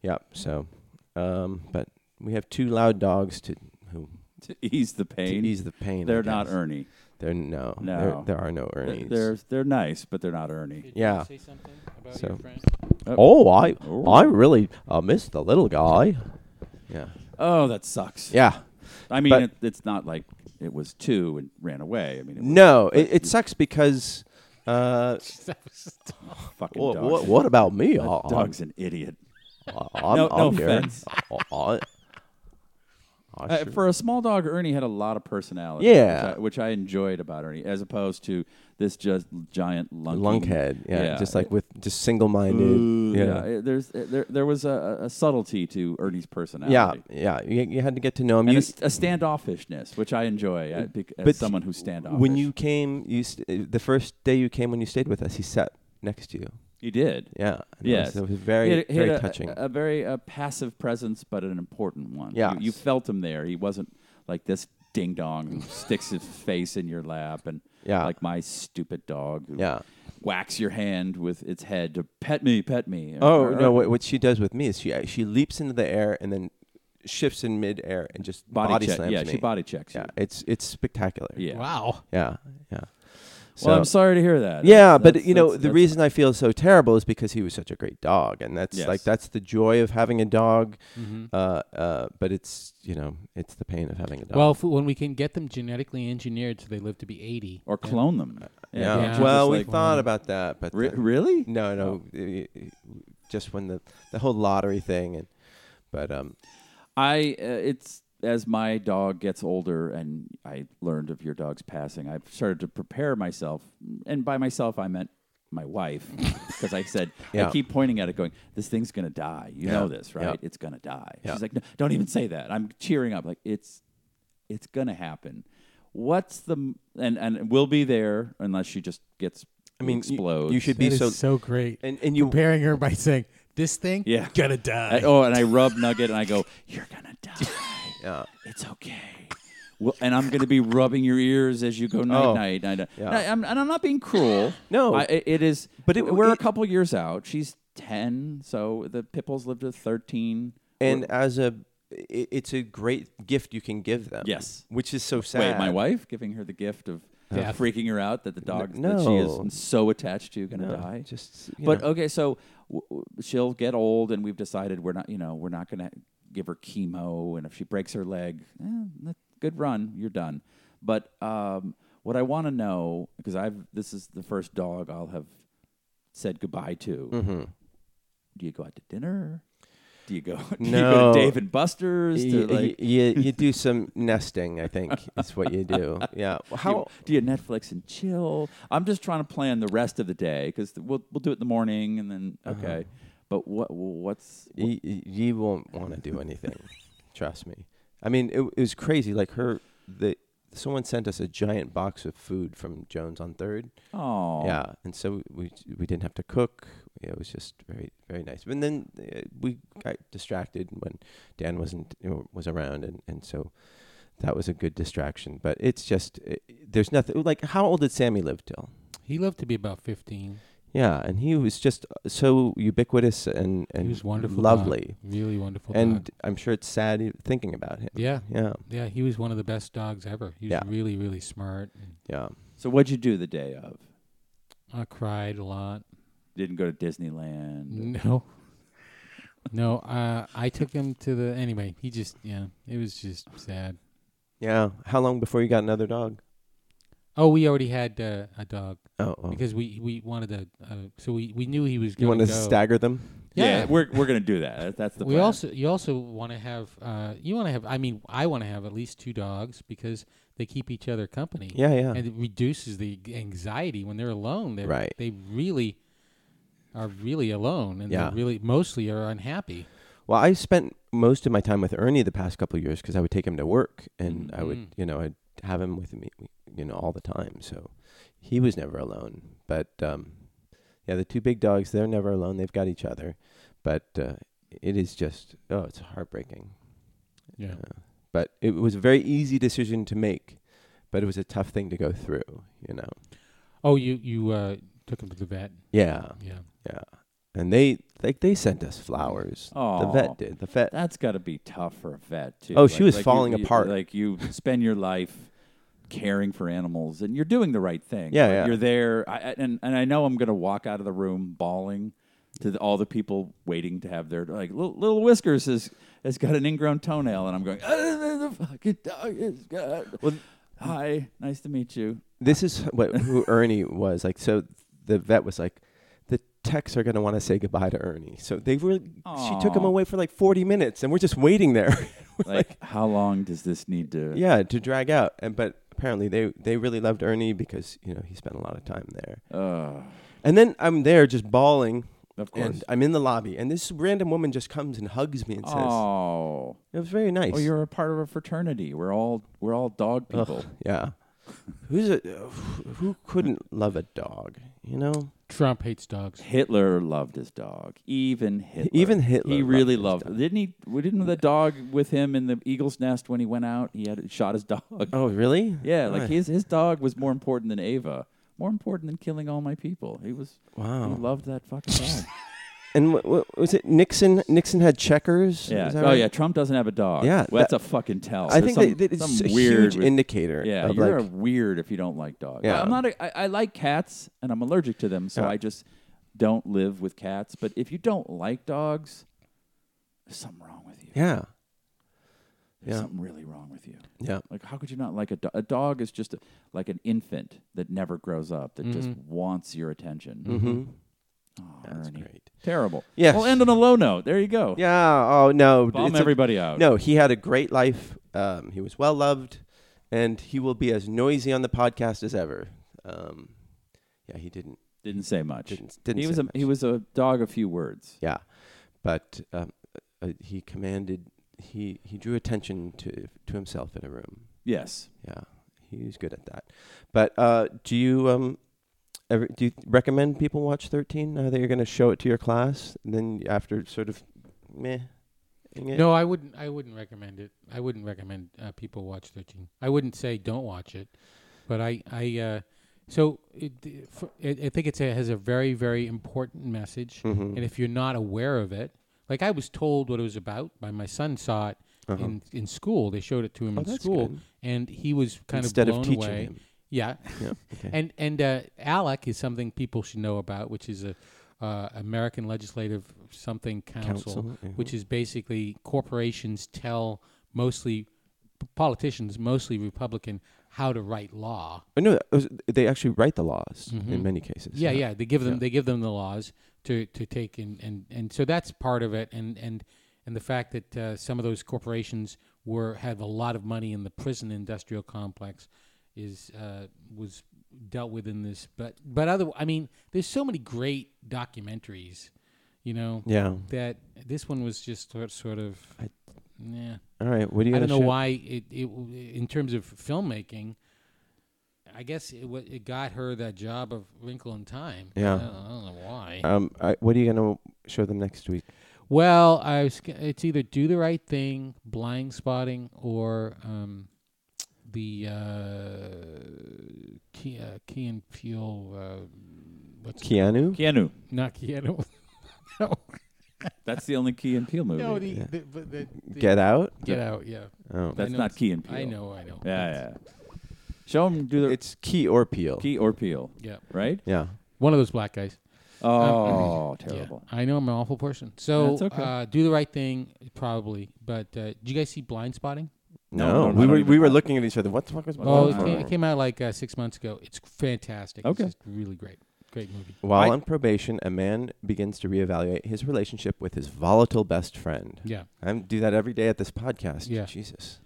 [SPEAKER 3] Yeah, so, um, but we have two loud dogs to who
[SPEAKER 6] To ease the
[SPEAKER 3] to
[SPEAKER 6] pain.
[SPEAKER 3] ease the pain. I
[SPEAKER 6] they're not
[SPEAKER 3] guess.
[SPEAKER 6] Ernie.
[SPEAKER 3] They're no,
[SPEAKER 6] No.
[SPEAKER 3] There, there are no
[SPEAKER 6] They're,
[SPEAKER 3] Ernies.
[SPEAKER 6] they're they're nice, but they're not Ernie.
[SPEAKER 4] Did you wanna
[SPEAKER 3] Yeah.
[SPEAKER 4] Say something about
[SPEAKER 3] So-
[SPEAKER 4] your friend?
[SPEAKER 3] oh, I
[SPEAKER 6] Oh.
[SPEAKER 3] I really uh, miss the little guy. Yeah,
[SPEAKER 6] Oh, that sucks.
[SPEAKER 3] yeah.
[SPEAKER 6] I mean,
[SPEAKER 3] but-
[SPEAKER 6] it, it's not like it was two and ran away. I mean, it was
[SPEAKER 3] No, it, it sucks because. Uh,
[SPEAKER 6] fucking
[SPEAKER 3] What,
[SPEAKER 6] dogs.
[SPEAKER 3] what, what about me? I,
[SPEAKER 6] That dog's an idiot.
[SPEAKER 3] I'm, I'm,
[SPEAKER 6] No- no
[SPEAKER 3] I'm here.
[SPEAKER 6] offense.
[SPEAKER 3] I, I, I
[SPEAKER 6] Uh,
[SPEAKER 3] should-
[SPEAKER 6] for a small dog, Ernie had a lot of personality.
[SPEAKER 3] Yeah.
[SPEAKER 6] which I, which I enjoyed about Ernie, as opposed to this just giant lunk
[SPEAKER 3] lunkhead, yeah, just like with just single-minded,
[SPEAKER 6] yeah.
[SPEAKER 3] yeah.
[SPEAKER 6] it- There's it- there there was a, a subtlety to Ernie's
[SPEAKER 3] yeah,
[SPEAKER 6] personality.
[SPEAKER 3] yeah, You, you had to get to know him.
[SPEAKER 6] And
[SPEAKER 3] You,
[SPEAKER 6] a, st- a standoffishness, which I enjoy uh, bec- as
[SPEAKER 3] but
[SPEAKER 6] someone who's standoffish.
[SPEAKER 3] when you came, you st- uh, the first day you came when you stayed with us, he sat next to you.
[SPEAKER 6] he did.
[SPEAKER 3] Yeah, and it
[SPEAKER 6] Yes.
[SPEAKER 3] was, it was
[SPEAKER 6] He
[SPEAKER 3] very,
[SPEAKER 6] had, he had
[SPEAKER 3] very
[SPEAKER 6] a,
[SPEAKER 3] touching.
[SPEAKER 6] A, a very uh, passive presence, but an important one.
[SPEAKER 3] Yes.
[SPEAKER 6] You, you felt him there. He wasn't like this ding dong who sticks his face in your lap and
[SPEAKER 3] Yeah.
[SPEAKER 6] like my stupid dog who
[SPEAKER 3] Yeah.
[SPEAKER 6] whacks your hand with its head to pet me, pet me.
[SPEAKER 3] oh
[SPEAKER 6] Or-
[SPEAKER 3] uh, no, what, what she does with me is she she leaps into the air and then shifts in midair and just
[SPEAKER 6] Body
[SPEAKER 3] body,
[SPEAKER 6] check-
[SPEAKER 3] slams
[SPEAKER 6] yeah,
[SPEAKER 3] me.
[SPEAKER 6] she body checks
[SPEAKER 3] Yeah,
[SPEAKER 6] you.
[SPEAKER 3] it's it's spectacular.
[SPEAKER 6] Yeah.
[SPEAKER 4] Wow.
[SPEAKER 3] yeah, yeah. So,
[SPEAKER 6] well, I'm sorry to hear that.
[SPEAKER 3] Yeah,
[SPEAKER 6] That's-
[SPEAKER 3] but
[SPEAKER 6] that's-
[SPEAKER 3] you know
[SPEAKER 6] that's-
[SPEAKER 3] the
[SPEAKER 6] that's-
[SPEAKER 3] reason I feel so terrible is because he was such a great dog, and that's
[SPEAKER 6] Yes. Mm-hmm.
[SPEAKER 3] like that's the joy of having a dog. Uh, uh, but it's you know it's the pain of having a dog.
[SPEAKER 4] Well, if, when we can get them genetically engineered so they live to be 80.
[SPEAKER 6] or clone them.
[SPEAKER 3] yeah.
[SPEAKER 4] yeah.
[SPEAKER 3] Well, we
[SPEAKER 6] Just like-
[SPEAKER 3] thought about that, but
[SPEAKER 6] Re- oh.
[SPEAKER 3] the-
[SPEAKER 6] really?
[SPEAKER 3] no, no, i- i- just when the the whole lottery thing and but um
[SPEAKER 6] I uh, it's as my dog gets older and I learned of your dog's passing, I've started to prepare myself, and by myself I meant my wife, because I said I
[SPEAKER 3] Yeah.
[SPEAKER 6] keep pointing at it, going, "This thing's gonna die. You know
[SPEAKER 3] Yeah.
[SPEAKER 6] this, right?
[SPEAKER 3] Yeah.
[SPEAKER 6] It's gonna die."
[SPEAKER 3] Yeah.
[SPEAKER 6] She's like, no, "Don't even say that." I'm cheering up, like it's it's gonna happen. What's the m- and and we'll be there unless she just gets
[SPEAKER 3] I mean you-
[SPEAKER 6] explodes.
[SPEAKER 3] You, should
[SPEAKER 4] That
[SPEAKER 3] be
[SPEAKER 4] is
[SPEAKER 3] so,
[SPEAKER 4] so, great.
[SPEAKER 3] and and you
[SPEAKER 4] Comparing her by saying, this thing,
[SPEAKER 6] Yeah.
[SPEAKER 4] gonna die.
[SPEAKER 6] I- oh, and I rub Nugget and I go, "You're gonna die.
[SPEAKER 3] Yeah.
[SPEAKER 6] It's okay." Well, and I'm gonna be rubbing your ears as you go night
[SPEAKER 3] Oh,
[SPEAKER 6] night. night, night.
[SPEAKER 3] yeah.
[SPEAKER 6] And I- I'm, and I'm not being cruel.
[SPEAKER 3] No.
[SPEAKER 6] I, it- it is.
[SPEAKER 3] But
[SPEAKER 6] But
[SPEAKER 3] it-
[SPEAKER 6] we're a
[SPEAKER 3] it-
[SPEAKER 6] couple years out. She's ten, so the Pipples lived to thirteen.
[SPEAKER 3] and as a i it's a great gift you can give them.
[SPEAKER 6] Yes.
[SPEAKER 3] which is so sad.
[SPEAKER 6] Wait, my wife giving her the gift of
[SPEAKER 4] Death.
[SPEAKER 6] freaking her out that the dog that
[SPEAKER 3] no.
[SPEAKER 6] she is so attached to gonna
[SPEAKER 3] No,
[SPEAKER 6] die.
[SPEAKER 3] just
[SPEAKER 6] but
[SPEAKER 3] but
[SPEAKER 6] okay, so w- w- she'll get old, and we've decided we're not, you know, we're not going to give her chemo. And if she breaks her leg, eh, that- good run, you're done. But um, what I want to know, because I've this is the first dog I'll have said goodbye to.
[SPEAKER 3] Mm-hmm.
[SPEAKER 6] Do you go out to dinner? Do you go? Do you go
[SPEAKER 3] No.
[SPEAKER 6] to Dave and Buster's?
[SPEAKER 3] you,
[SPEAKER 6] To, like,
[SPEAKER 3] you, you do some nesting, I think is what you do. Yeah. Well,
[SPEAKER 6] Do you-
[SPEAKER 3] How
[SPEAKER 6] do you Netflix and chill? I'm just trying to plan the rest of the day because we'll we'll do it in the morning and then
[SPEAKER 3] Uh-huh.
[SPEAKER 6] okay. But what what's
[SPEAKER 3] you, you won't want to do anything. Trust me. I mean, it, it was crazy. Like her, the someone sent us a giant box of food from Jones on Third.
[SPEAKER 6] oh
[SPEAKER 3] Yeah, and so we we didn't have to cook. Yeah, It was just very very nice. And then uh, we got distracted when Dan wasn't you know, was around, and and so that was a good distraction. But it's just uh there's nothing like how old did Sammy live till?
[SPEAKER 4] he lived to be about 15.
[SPEAKER 3] Yeah, and he was just uh, so ubiquitous and and
[SPEAKER 4] he was wonderful. dog.
[SPEAKER 3] lovely.
[SPEAKER 4] Really wonderful.
[SPEAKER 3] And
[SPEAKER 4] dog.
[SPEAKER 3] I'm sure it's sad e- thinking about him.
[SPEAKER 4] yeah.
[SPEAKER 3] Yeah,
[SPEAKER 4] Yeah, he was one of the best dogs ever. He was
[SPEAKER 3] Yeah.
[SPEAKER 4] really, really smart. and
[SPEAKER 3] yeah.
[SPEAKER 6] So what'd you do the day of?
[SPEAKER 4] I cried a lot.
[SPEAKER 6] Didn't go to Disneyland.
[SPEAKER 4] No. No, uh, I took him to the. Anyway, he just, yeah, it was just sad.
[SPEAKER 3] Yeah. How long before you got another dog?
[SPEAKER 4] Oh, we already had uh, a dog
[SPEAKER 3] Oh, oh.
[SPEAKER 4] because we we wanted to. Uh, so we, we knew he was
[SPEAKER 3] you
[SPEAKER 4] going
[SPEAKER 3] want to
[SPEAKER 4] go.
[SPEAKER 3] stagger them?
[SPEAKER 4] Yeah.
[SPEAKER 6] we're we're gonna do that. That- That's the
[SPEAKER 4] we
[SPEAKER 6] plan.
[SPEAKER 4] also you also want to have uh, you want to have. I mean, I want to have at least two dogs because they keep each other company.
[SPEAKER 3] Yeah, yeah.
[SPEAKER 4] and it reduces the anxiety when they're alone. They
[SPEAKER 3] Right.
[SPEAKER 4] they really are really alone, and
[SPEAKER 3] Yeah.
[SPEAKER 4] they really mostly are unhappy.
[SPEAKER 3] Well, I spent most of my time with Ernie the past couple of years because I would take him to work and I would,
[SPEAKER 4] Mm-hmm.
[SPEAKER 3] you know, I'd have him with me, you know, all the time. So he was never alone. But um, yeah, the two big dogs, they're never alone. They've got each other. But uh, it is just, oh, it's heartbreaking.
[SPEAKER 4] Yeah.
[SPEAKER 3] Uh, but it was a very easy decision to make, but it was a tough thing to go through, you know.
[SPEAKER 4] Oh, you you uh, took him to the vet.
[SPEAKER 3] Yeah,
[SPEAKER 4] Yeah.
[SPEAKER 3] yeah. And they like they sent us flowers. The
[SPEAKER 6] Aw.
[SPEAKER 3] vet did. The vet.
[SPEAKER 6] That's got to be tough for a vet too.
[SPEAKER 3] Oh, she was
[SPEAKER 6] you-
[SPEAKER 3] falling
[SPEAKER 6] you-
[SPEAKER 3] apart.
[SPEAKER 6] Like you spend your life caring for animals, and you're doing the right thing.
[SPEAKER 3] Yeah,
[SPEAKER 6] Like,
[SPEAKER 3] yeah.
[SPEAKER 6] You're there, I, I- and and I know I'm gonna walk out of the room bawling to the, all the people waiting to have their like little, little whiskers has has got an ingrown toenail, and I'm going. "Ah, the fucking dog is got-" Hi, nice to meet you.
[SPEAKER 3] this is what who Ernie was like. So the vet was like, the techs are gonna want to say goodbye to Ernie. So they were. She took him
[SPEAKER 6] Aw.
[SPEAKER 3] away for like forty minutes, and we're just waiting there. We're
[SPEAKER 6] Like, how long does this need to?
[SPEAKER 3] yeah, to drag out. And but apparently they they really loved Ernie because you know he spent a lot of time there.
[SPEAKER 6] Ugh.
[SPEAKER 3] And then I'm there just bawling.
[SPEAKER 6] Of course.
[SPEAKER 3] And I'm in the lobby, and this random woman just comes and hugs me and says,
[SPEAKER 6] oh.
[SPEAKER 3] "It was very nice."
[SPEAKER 6] Oh, you're a part of a fraternity. We're all we're all dog
[SPEAKER 3] Ugh,
[SPEAKER 6] people.
[SPEAKER 3] yeah. Who's a who couldn't love a dog? You know.
[SPEAKER 4] Trump hates dogs.
[SPEAKER 6] Hitler loved his dog. Even Hitler.
[SPEAKER 3] Even Hitler
[SPEAKER 6] He
[SPEAKER 3] loved
[SPEAKER 6] really
[SPEAKER 3] his
[SPEAKER 6] loved.
[SPEAKER 3] dog.
[SPEAKER 6] Didn't he? Didn't the dog with him in the eagle's nest when he went out? He had shot his dog.
[SPEAKER 3] Oh, really?
[SPEAKER 6] Yeah, like
[SPEAKER 3] Why?
[SPEAKER 6] his his dog was more important than Ava. More important than killing all my people. He was.
[SPEAKER 3] Wow.
[SPEAKER 6] He loved that fucking dog.
[SPEAKER 3] And what, what was it? Nixon. Nixon had checkers.
[SPEAKER 6] Yeah.
[SPEAKER 3] Is
[SPEAKER 6] Oh
[SPEAKER 3] that right?
[SPEAKER 6] yeah. Trump doesn't have a dog.
[SPEAKER 3] Yeah,
[SPEAKER 6] Well, that's
[SPEAKER 3] that-
[SPEAKER 6] a fucking tell.
[SPEAKER 3] I
[SPEAKER 6] There's
[SPEAKER 3] think
[SPEAKER 6] some,
[SPEAKER 3] that, that it's
[SPEAKER 6] some
[SPEAKER 3] a
[SPEAKER 6] weird
[SPEAKER 3] huge
[SPEAKER 6] with-
[SPEAKER 3] indicator.
[SPEAKER 6] Yeah,
[SPEAKER 3] of,
[SPEAKER 6] you're
[SPEAKER 3] like,
[SPEAKER 6] a weird if you don't like dogs.
[SPEAKER 3] Yeah.
[SPEAKER 6] I'm not. A, I, I like cats, and I'm allergic to them, so
[SPEAKER 3] Yeah.
[SPEAKER 6] I just don't live with cats. But if you don't like dogs, there's something wrong with you.
[SPEAKER 3] yeah,
[SPEAKER 6] There's
[SPEAKER 3] yeah.
[SPEAKER 6] something really wrong with you.
[SPEAKER 3] yeah.
[SPEAKER 6] Like, how could you not like a dog? A dog is just a, like an infant that never grows up, that just wants your attention.
[SPEAKER 3] Mm-hmm.
[SPEAKER 6] Oh,
[SPEAKER 3] That's
[SPEAKER 6] Ernie.
[SPEAKER 3] great.
[SPEAKER 6] Terrible.
[SPEAKER 3] Yes.
[SPEAKER 6] We'll end on a low note. There you go.
[SPEAKER 3] Yeah. Oh no.
[SPEAKER 6] Bomb
[SPEAKER 3] it's a-
[SPEAKER 6] everybody out.
[SPEAKER 3] No, he had a great life. Um, he was well loved, and he will be as noisy on the podcast as ever. Um, yeah, he didn't.
[SPEAKER 6] Didn't say much.
[SPEAKER 3] Didn't- didn't
[SPEAKER 6] he
[SPEAKER 3] say
[SPEAKER 6] was a
[SPEAKER 3] much.
[SPEAKER 6] he was a dog of few words.
[SPEAKER 3] Yeah, but um, uh, he commanded. He he drew attention to to himself in a room.
[SPEAKER 6] Yes.
[SPEAKER 3] Yeah, he's good at that. But uh, do you um, ever do you recommend people watch Thirteen now that you're going to show it to your class? And then after sort of meh.
[SPEAKER 4] No, I wouldn't. I wouldn't recommend it. I wouldn't recommend uh, people watch Thirteen. I wouldn't say don't watch it, but I, I, uh, so it, for, it, I think it's a, has a very, very important message.
[SPEAKER 3] Mm-hmm.
[SPEAKER 4] And if you're not aware of it, like I was told what it was about by my son saw it in in school. They showed it to him
[SPEAKER 3] Uh-huh. Oh,
[SPEAKER 4] in
[SPEAKER 3] that's
[SPEAKER 4] school,
[SPEAKER 3] good.
[SPEAKER 4] and he was kind
[SPEAKER 3] Instead
[SPEAKER 4] of
[SPEAKER 3] of
[SPEAKER 4] blown
[SPEAKER 3] teaching
[SPEAKER 4] away.
[SPEAKER 3] him.
[SPEAKER 4] Yeah. And and uh, ALEC is something people should know about, which is a uh, American Legislative Something Council,
[SPEAKER 3] Council, yeah.
[SPEAKER 4] which is basically corporations tell mostly politicians, mostly Republican, how to write law.
[SPEAKER 3] Oh, no, it was- they actually write the laws in many cases.
[SPEAKER 4] Mm-hmm. Yeah, yeah. They give them they give them the laws to, to take and, and, and so that's part of it and and, and the fact that uh, some of those corporations were had a lot of money in the prison industrial complex is uh, was dealt with in this but but other I mean there's so many great documentaries you know
[SPEAKER 3] Yeah.
[SPEAKER 4] that this one was just sort sort of
[SPEAKER 3] I-
[SPEAKER 4] yeah
[SPEAKER 3] All right. What do you?
[SPEAKER 4] I don't know why it, it in terms of filmmaking. I guess it wa- it got her that job of Wrinkle in Time.
[SPEAKER 3] Yeah.
[SPEAKER 4] I don't, I don't know why.
[SPEAKER 3] Um. I, what are you gonna show them next week?
[SPEAKER 4] well, I was, g- it's either Do the Right Thing, Blind Spotting, or um, the uh, Key, uh, Key and Peele. Uh, what's it-
[SPEAKER 3] Keanu.
[SPEAKER 6] Keanu.
[SPEAKER 4] not Keanu? no,
[SPEAKER 6] That's the only Key and Peele movie.
[SPEAKER 4] no, the, the, the, the,
[SPEAKER 3] Get out.
[SPEAKER 4] Get out. Yeah,
[SPEAKER 3] Oh.
[SPEAKER 6] That's
[SPEAKER 4] know
[SPEAKER 6] not
[SPEAKER 4] it's-
[SPEAKER 6] Key and Peele.
[SPEAKER 4] I know, I know.
[SPEAKER 6] Yeah, yeah. Show him do the
[SPEAKER 3] It's Key or Peel.
[SPEAKER 6] Key or Peele,
[SPEAKER 4] yeah.
[SPEAKER 6] right?
[SPEAKER 3] Yeah.
[SPEAKER 4] One of those black guys.
[SPEAKER 6] Oh,
[SPEAKER 4] Um, Yeah,
[SPEAKER 6] terrible.
[SPEAKER 4] I know I'm an awful person. So
[SPEAKER 6] That's okay.
[SPEAKER 4] uh, do the right thing, probably. But uh, do you guys see Blind Spotting?
[SPEAKER 6] No,
[SPEAKER 3] No,
[SPEAKER 6] no, no,
[SPEAKER 3] we
[SPEAKER 6] no,
[SPEAKER 3] were
[SPEAKER 6] you
[SPEAKER 3] we were
[SPEAKER 6] don't.
[SPEAKER 3] looking at each other. What the fuck was?
[SPEAKER 4] Oh,
[SPEAKER 6] Blind
[SPEAKER 4] it came,
[SPEAKER 6] Spotting.
[SPEAKER 4] it came out like uh, six months ago. It's fantastic.
[SPEAKER 6] Okay.
[SPEAKER 4] it's just really great. Great movie.
[SPEAKER 3] While
[SPEAKER 6] I-
[SPEAKER 3] on probation, a man begins to reevaluate his relationship with his volatile best friend.
[SPEAKER 4] Yeah.
[SPEAKER 3] I do that every day at this podcast.
[SPEAKER 4] Yeah.
[SPEAKER 3] Jesus.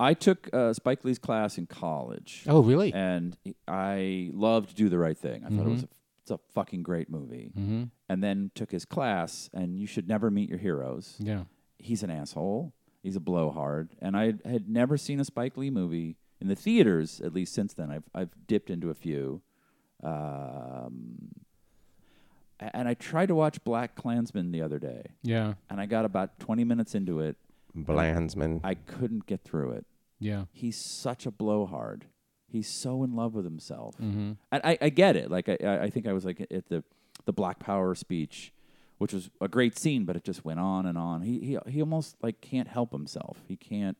[SPEAKER 6] I took uh, Spike Lee's class in college,
[SPEAKER 4] Oh, really?
[SPEAKER 6] and I loved Do the Right Thing. I thought it was a, it's a fucking great movie.
[SPEAKER 4] mm-hmm.
[SPEAKER 6] And then took his class, and you should never meet your heroes.
[SPEAKER 4] Yeah.
[SPEAKER 6] he's an asshole. He's a blowhard. And I had never seen a Spike Lee movie in the theaters, at least since then. I've, I've dipped into a few. Um, a- and I tried to watch Black Klansman the other day,
[SPEAKER 4] Yeah.
[SPEAKER 6] and I got about 20 minutes into it.
[SPEAKER 3] Blandsman.
[SPEAKER 6] I couldn't get through it.
[SPEAKER 4] Yeah.
[SPEAKER 6] He's such a blowhard. He's so in love with himself. And I, I get it. Like, I- I, I think I was like at the, the Black Power speech, which was a great scene, but it just went on and on. He, he, he almost like can't help himself. He can't.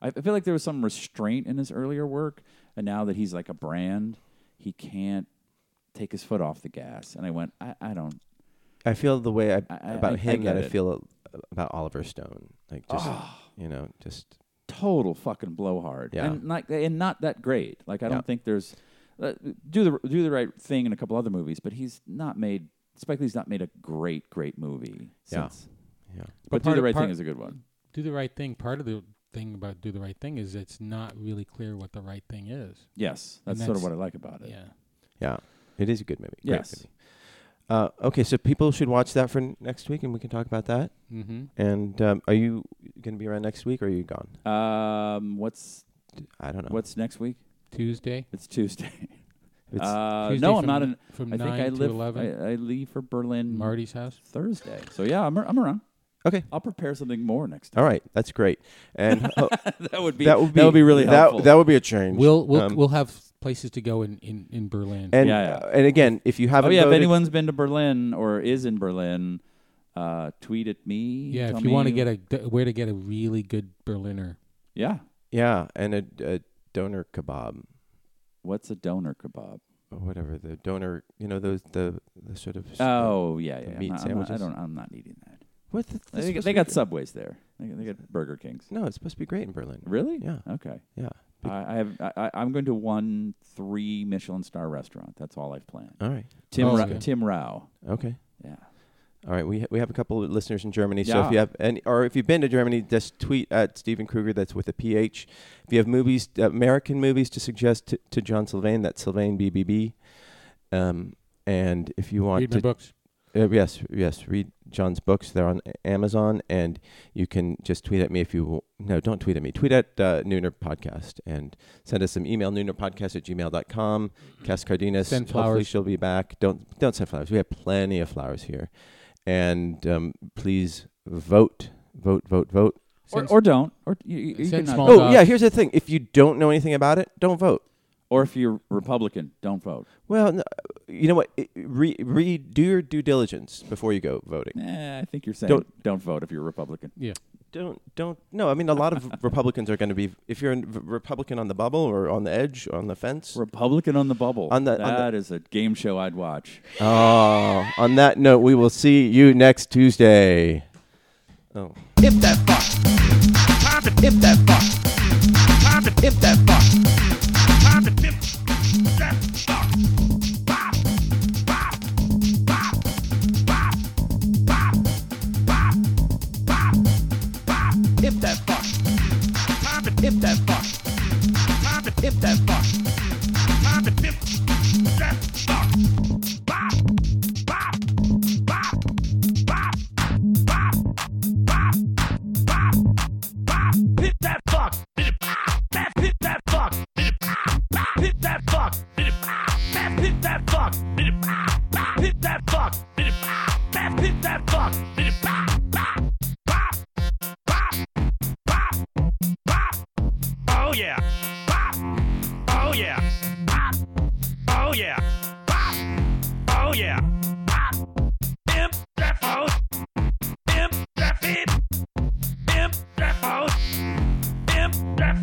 [SPEAKER 6] I, I feel like there was some restraint in his earlier work, and now that he's like a brand, he can't take his foot off the gas. And I went, I, I don't.
[SPEAKER 3] I feel the way I,
[SPEAKER 6] I- I-
[SPEAKER 3] about
[SPEAKER 6] I
[SPEAKER 3] him
[SPEAKER 6] get
[SPEAKER 3] that I
[SPEAKER 6] it. Ah.
[SPEAKER 3] feel a- about Oliver Stone. Like just you know, just
[SPEAKER 6] total fucking blowhard.
[SPEAKER 3] Yeah.
[SPEAKER 6] And not and not that great. Like I
[SPEAKER 3] Yeah.
[SPEAKER 6] don't think there's uh, do the do the right thing in a couple other movies, but he's not made Spike Lee's not made a great great movie
[SPEAKER 3] Yeah.
[SPEAKER 6] since.
[SPEAKER 3] yeah.
[SPEAKER 6] But, do
[SPEAKER 4] part
[SPEAKER 6] the
[SPEAKER 4] of-
[SPEAKER 6] right
[SPEAKER 4] part-
[SPEAKER 6] thing is a good one.
[SPEAKER 4] Do the right thing. Part of the thing about do the right thing is it's not really clear what the right thing is.
[SPEAKER 6] Yes,
[SPEAKER 4] And
[SPEAKER 6] that's, sort of
[SPEAKER 4] that's-
[SPEAKER 6] what I like about it.
[SPEAKER 4] Yeah.
[SPEAKER 3] Yeah, it is a good movie. Great
[SPEAKER 6] Yes.
[SPEAKER 3] movie. Uh, okay, so people should watch that for n- next week, and we can talk about that.
[SPEAKER 4] Mm-hmm.
[SPEAKER 3] And um, are you going to be around next week, or are you gone?
[SPEAKER 6] Um, what's
[SPEAKER 3] I don't know.
[SPEAKER 6] what's next week?
[SPEAKER 4] Tuesday.
[SPEAKER 6] It's Tuesday.
[SPEAKER 3] It's,
[SPEAKER 6] uh,
[SPEAKER 4] Tuesday
[SPEAKER 6] no, I'm
[SPEAKER 4] from-
[SPEAKER 6] not in.
[SPEAKER 4] From
[SPEAKER 6] I think
[SPEAKER 4] nine
[SPEAKER 6] I
[SPEAKER 4] to
[SPEAKER 6] live.
[SPEAKER 4] eleven.
[SPEAKER 6] I, um, I leave for Berlin
[SPEAKER 4] Marty's house.
[SPEAKER 6] Thursday. So yeah, I'm ar- I'm around.
[SPEAKER 3] okay.
[SPEAKER 6] I'll prepare something more next time.
[SPEAKER 3] All right, that's great. And ho-
[SPEAKER 6] that would be
[SPEAKER 3] that would be
[SPEAKER 6] really
[SPEAKER 3] that,
[SPEAKER 6] helpful.
[SPEAKER 3] That would be a change.
[SPEAKER 4] We'll we'll
[SPEAKER 3] Um,
[SPEAKER 4] we'll have places to go in in in Berlin.
[SPEAKER 3] and
[SPEAKER 6] Yeah, yeah.
[SPEAKER 3] uh, and again, if you
[SPEAKER 6] Oh
[SPEAKER 3] haven't,
[SPEAKER 6] yeah, if
[SPEAKER 3] voted-
[SPEAKER 6] anyone's been to Berlin or is in Berlin, Uh, tweet at me.
[SPEAKER 4] Yeah,
[SPEAKER 6] tell
[SPEAKER 4] if you want to
[SPEAKER 6] me-
[SPEAKER 4] get a where to get a really good Berliner,
[SPEAKER 6] yeah.
[SPEAKER 3] Yeah, and a, a donor kebab
[SPEAKER 6] What's a doner kebab?
[SPEAKER 3] or whatever the donor. You know those the, the sort of
[SPEAKER 6] Oh yeah, yeah.
[SPEAKER 3] meat
[SPEAKER 6] I'm not- I'm not-
[SPEAKER 3] sandwiches.
[SPEAKER 6] I don't. I'm not eating that.
[SPEAKER 3] what the,
[SPEAKER 6] They,
[SPEAKER 3] this
[SPEAKER 6] they
[SPEAKER 3] supposed to be
[SPEAKER 6] got
[SPEAKER 3] great.
[SPEAKER 6] subways there. They, they got Burger Kings.
[SPEAKER 3] No, it's supposed to be great in Berlin.
[SPEAKER 6] Really?
[SPEAKER 3] Yeah,
[SPEAKER 6] Okay.
[SPEAKER 3] yeah.
[SPEAKER 6] I, I have. I- I, I'm going to one three Michelin star restaurant. That's all I've planned.
[SPEAKER 3] All right.
[SPEAKER 6] Tim
[SPEAKER 4] Oh,
[SPEAKER 6] Ra-
[SPEAKER 4] okay.
[SPEAKER 6] Tim Rao.
[SPEAKER 3] Okay.
[SPEAKER 6] Yeah.
[SPEAKER 3] All right, we ha- we have a couple of listeners in Germany. So
[SPEAKER 6] Yeah.
[SPEAKER 3] if you have any, or if you've been to Germany, just tweet at Stephen Kruger. That's with a PH. If you have movies, uh, American movies to suggest to, to John Sylvain, that's Sylvain BBB. Um, and if you want
[SPEAKER 4] read
[SPEAKER 3] to,
[SPEAKER 4] my books.
[SPEAKER 3] uh, yes, yes, read John's books. They're on A- Amazon, and you can just tweet at me if you will. No, don't tweet at me. Tweet at uh, Nooner Podcast and send us some email. Noonerpodcast at gmail.com. Cass Cardenas.
[SPEAKER 4] Send
[SPEAKER 3] Hopefully
[SPEAKER 4] flowers.
[SPEAKER 3] she'll be back. Don't don't send flowers. We have plenty of flowers here, and um, please vote, vote, vote, vote.
[SPEAKER 6] Or,
[SPEAKER 4] Since-
[SPEAKER 6] or don't. Or you, you you
[SPEAKER 4] Send
[SPEAKER 6] can not-
[SPEAKER 4] small-
[SPEAKER 3] Oh
[SPEAKER 4] dogs.
[SPEAKER 3] yeah, here's the thing. If you don't know anything about it, don't vote.
[SPEAKER 6] Or if you're Republican, don't vote.
[SPEAKER 3] Well, no, you know what? It- Re, re, do your due diligence before you go voting.
[SPEAKER 6] Eh, I think you're saying don't,
[SPEAKER 3] Don't-
[SPEAKER 6] vote if you're Republican.
[SPEAKER 4] Yeah,
[SPEAKER 3] Don't don't no. I mean, a lot of Republicans are going to be if you're a Republican on the bubble or on the edge, on the fence.
[SPEAKER 6] Republican on the bubble.
[SPEAKER 3] On the- on the-
[SPEAKER 6] That is a game show I'd watch.
[SPEAKER 3] Oh, on that note, we will see you next Tuesday. Oh.
[SPEAKER 2] If that fuck. Time to if that fuck. Time to if that fuck. Time to if that fuck. Bop, bop, bop, bop, bop, bop, bop, bop. If that fuck. Time to if that fuck. Time to if that fuck. Time to if that fuck. Bop, bop, bop, bop, bop, bop hit that fuck. Hit it, pow, bap, hit that fuck. Hit it, pow, bap, hit that fuck. Hit it, pow, bap, hit that fuck. Hit it, pow, bap, hit that fuck. Hit it, pow, bap, hit that fuck. Hit it, pow, bap, bap, bap, bap, bap. Oh yeah. Bap. Oh yeah. Bap. Oh yeah. Bap. Oh yeah. Bap. Imp that phone. Imp that beat. Imp that phone. Imp that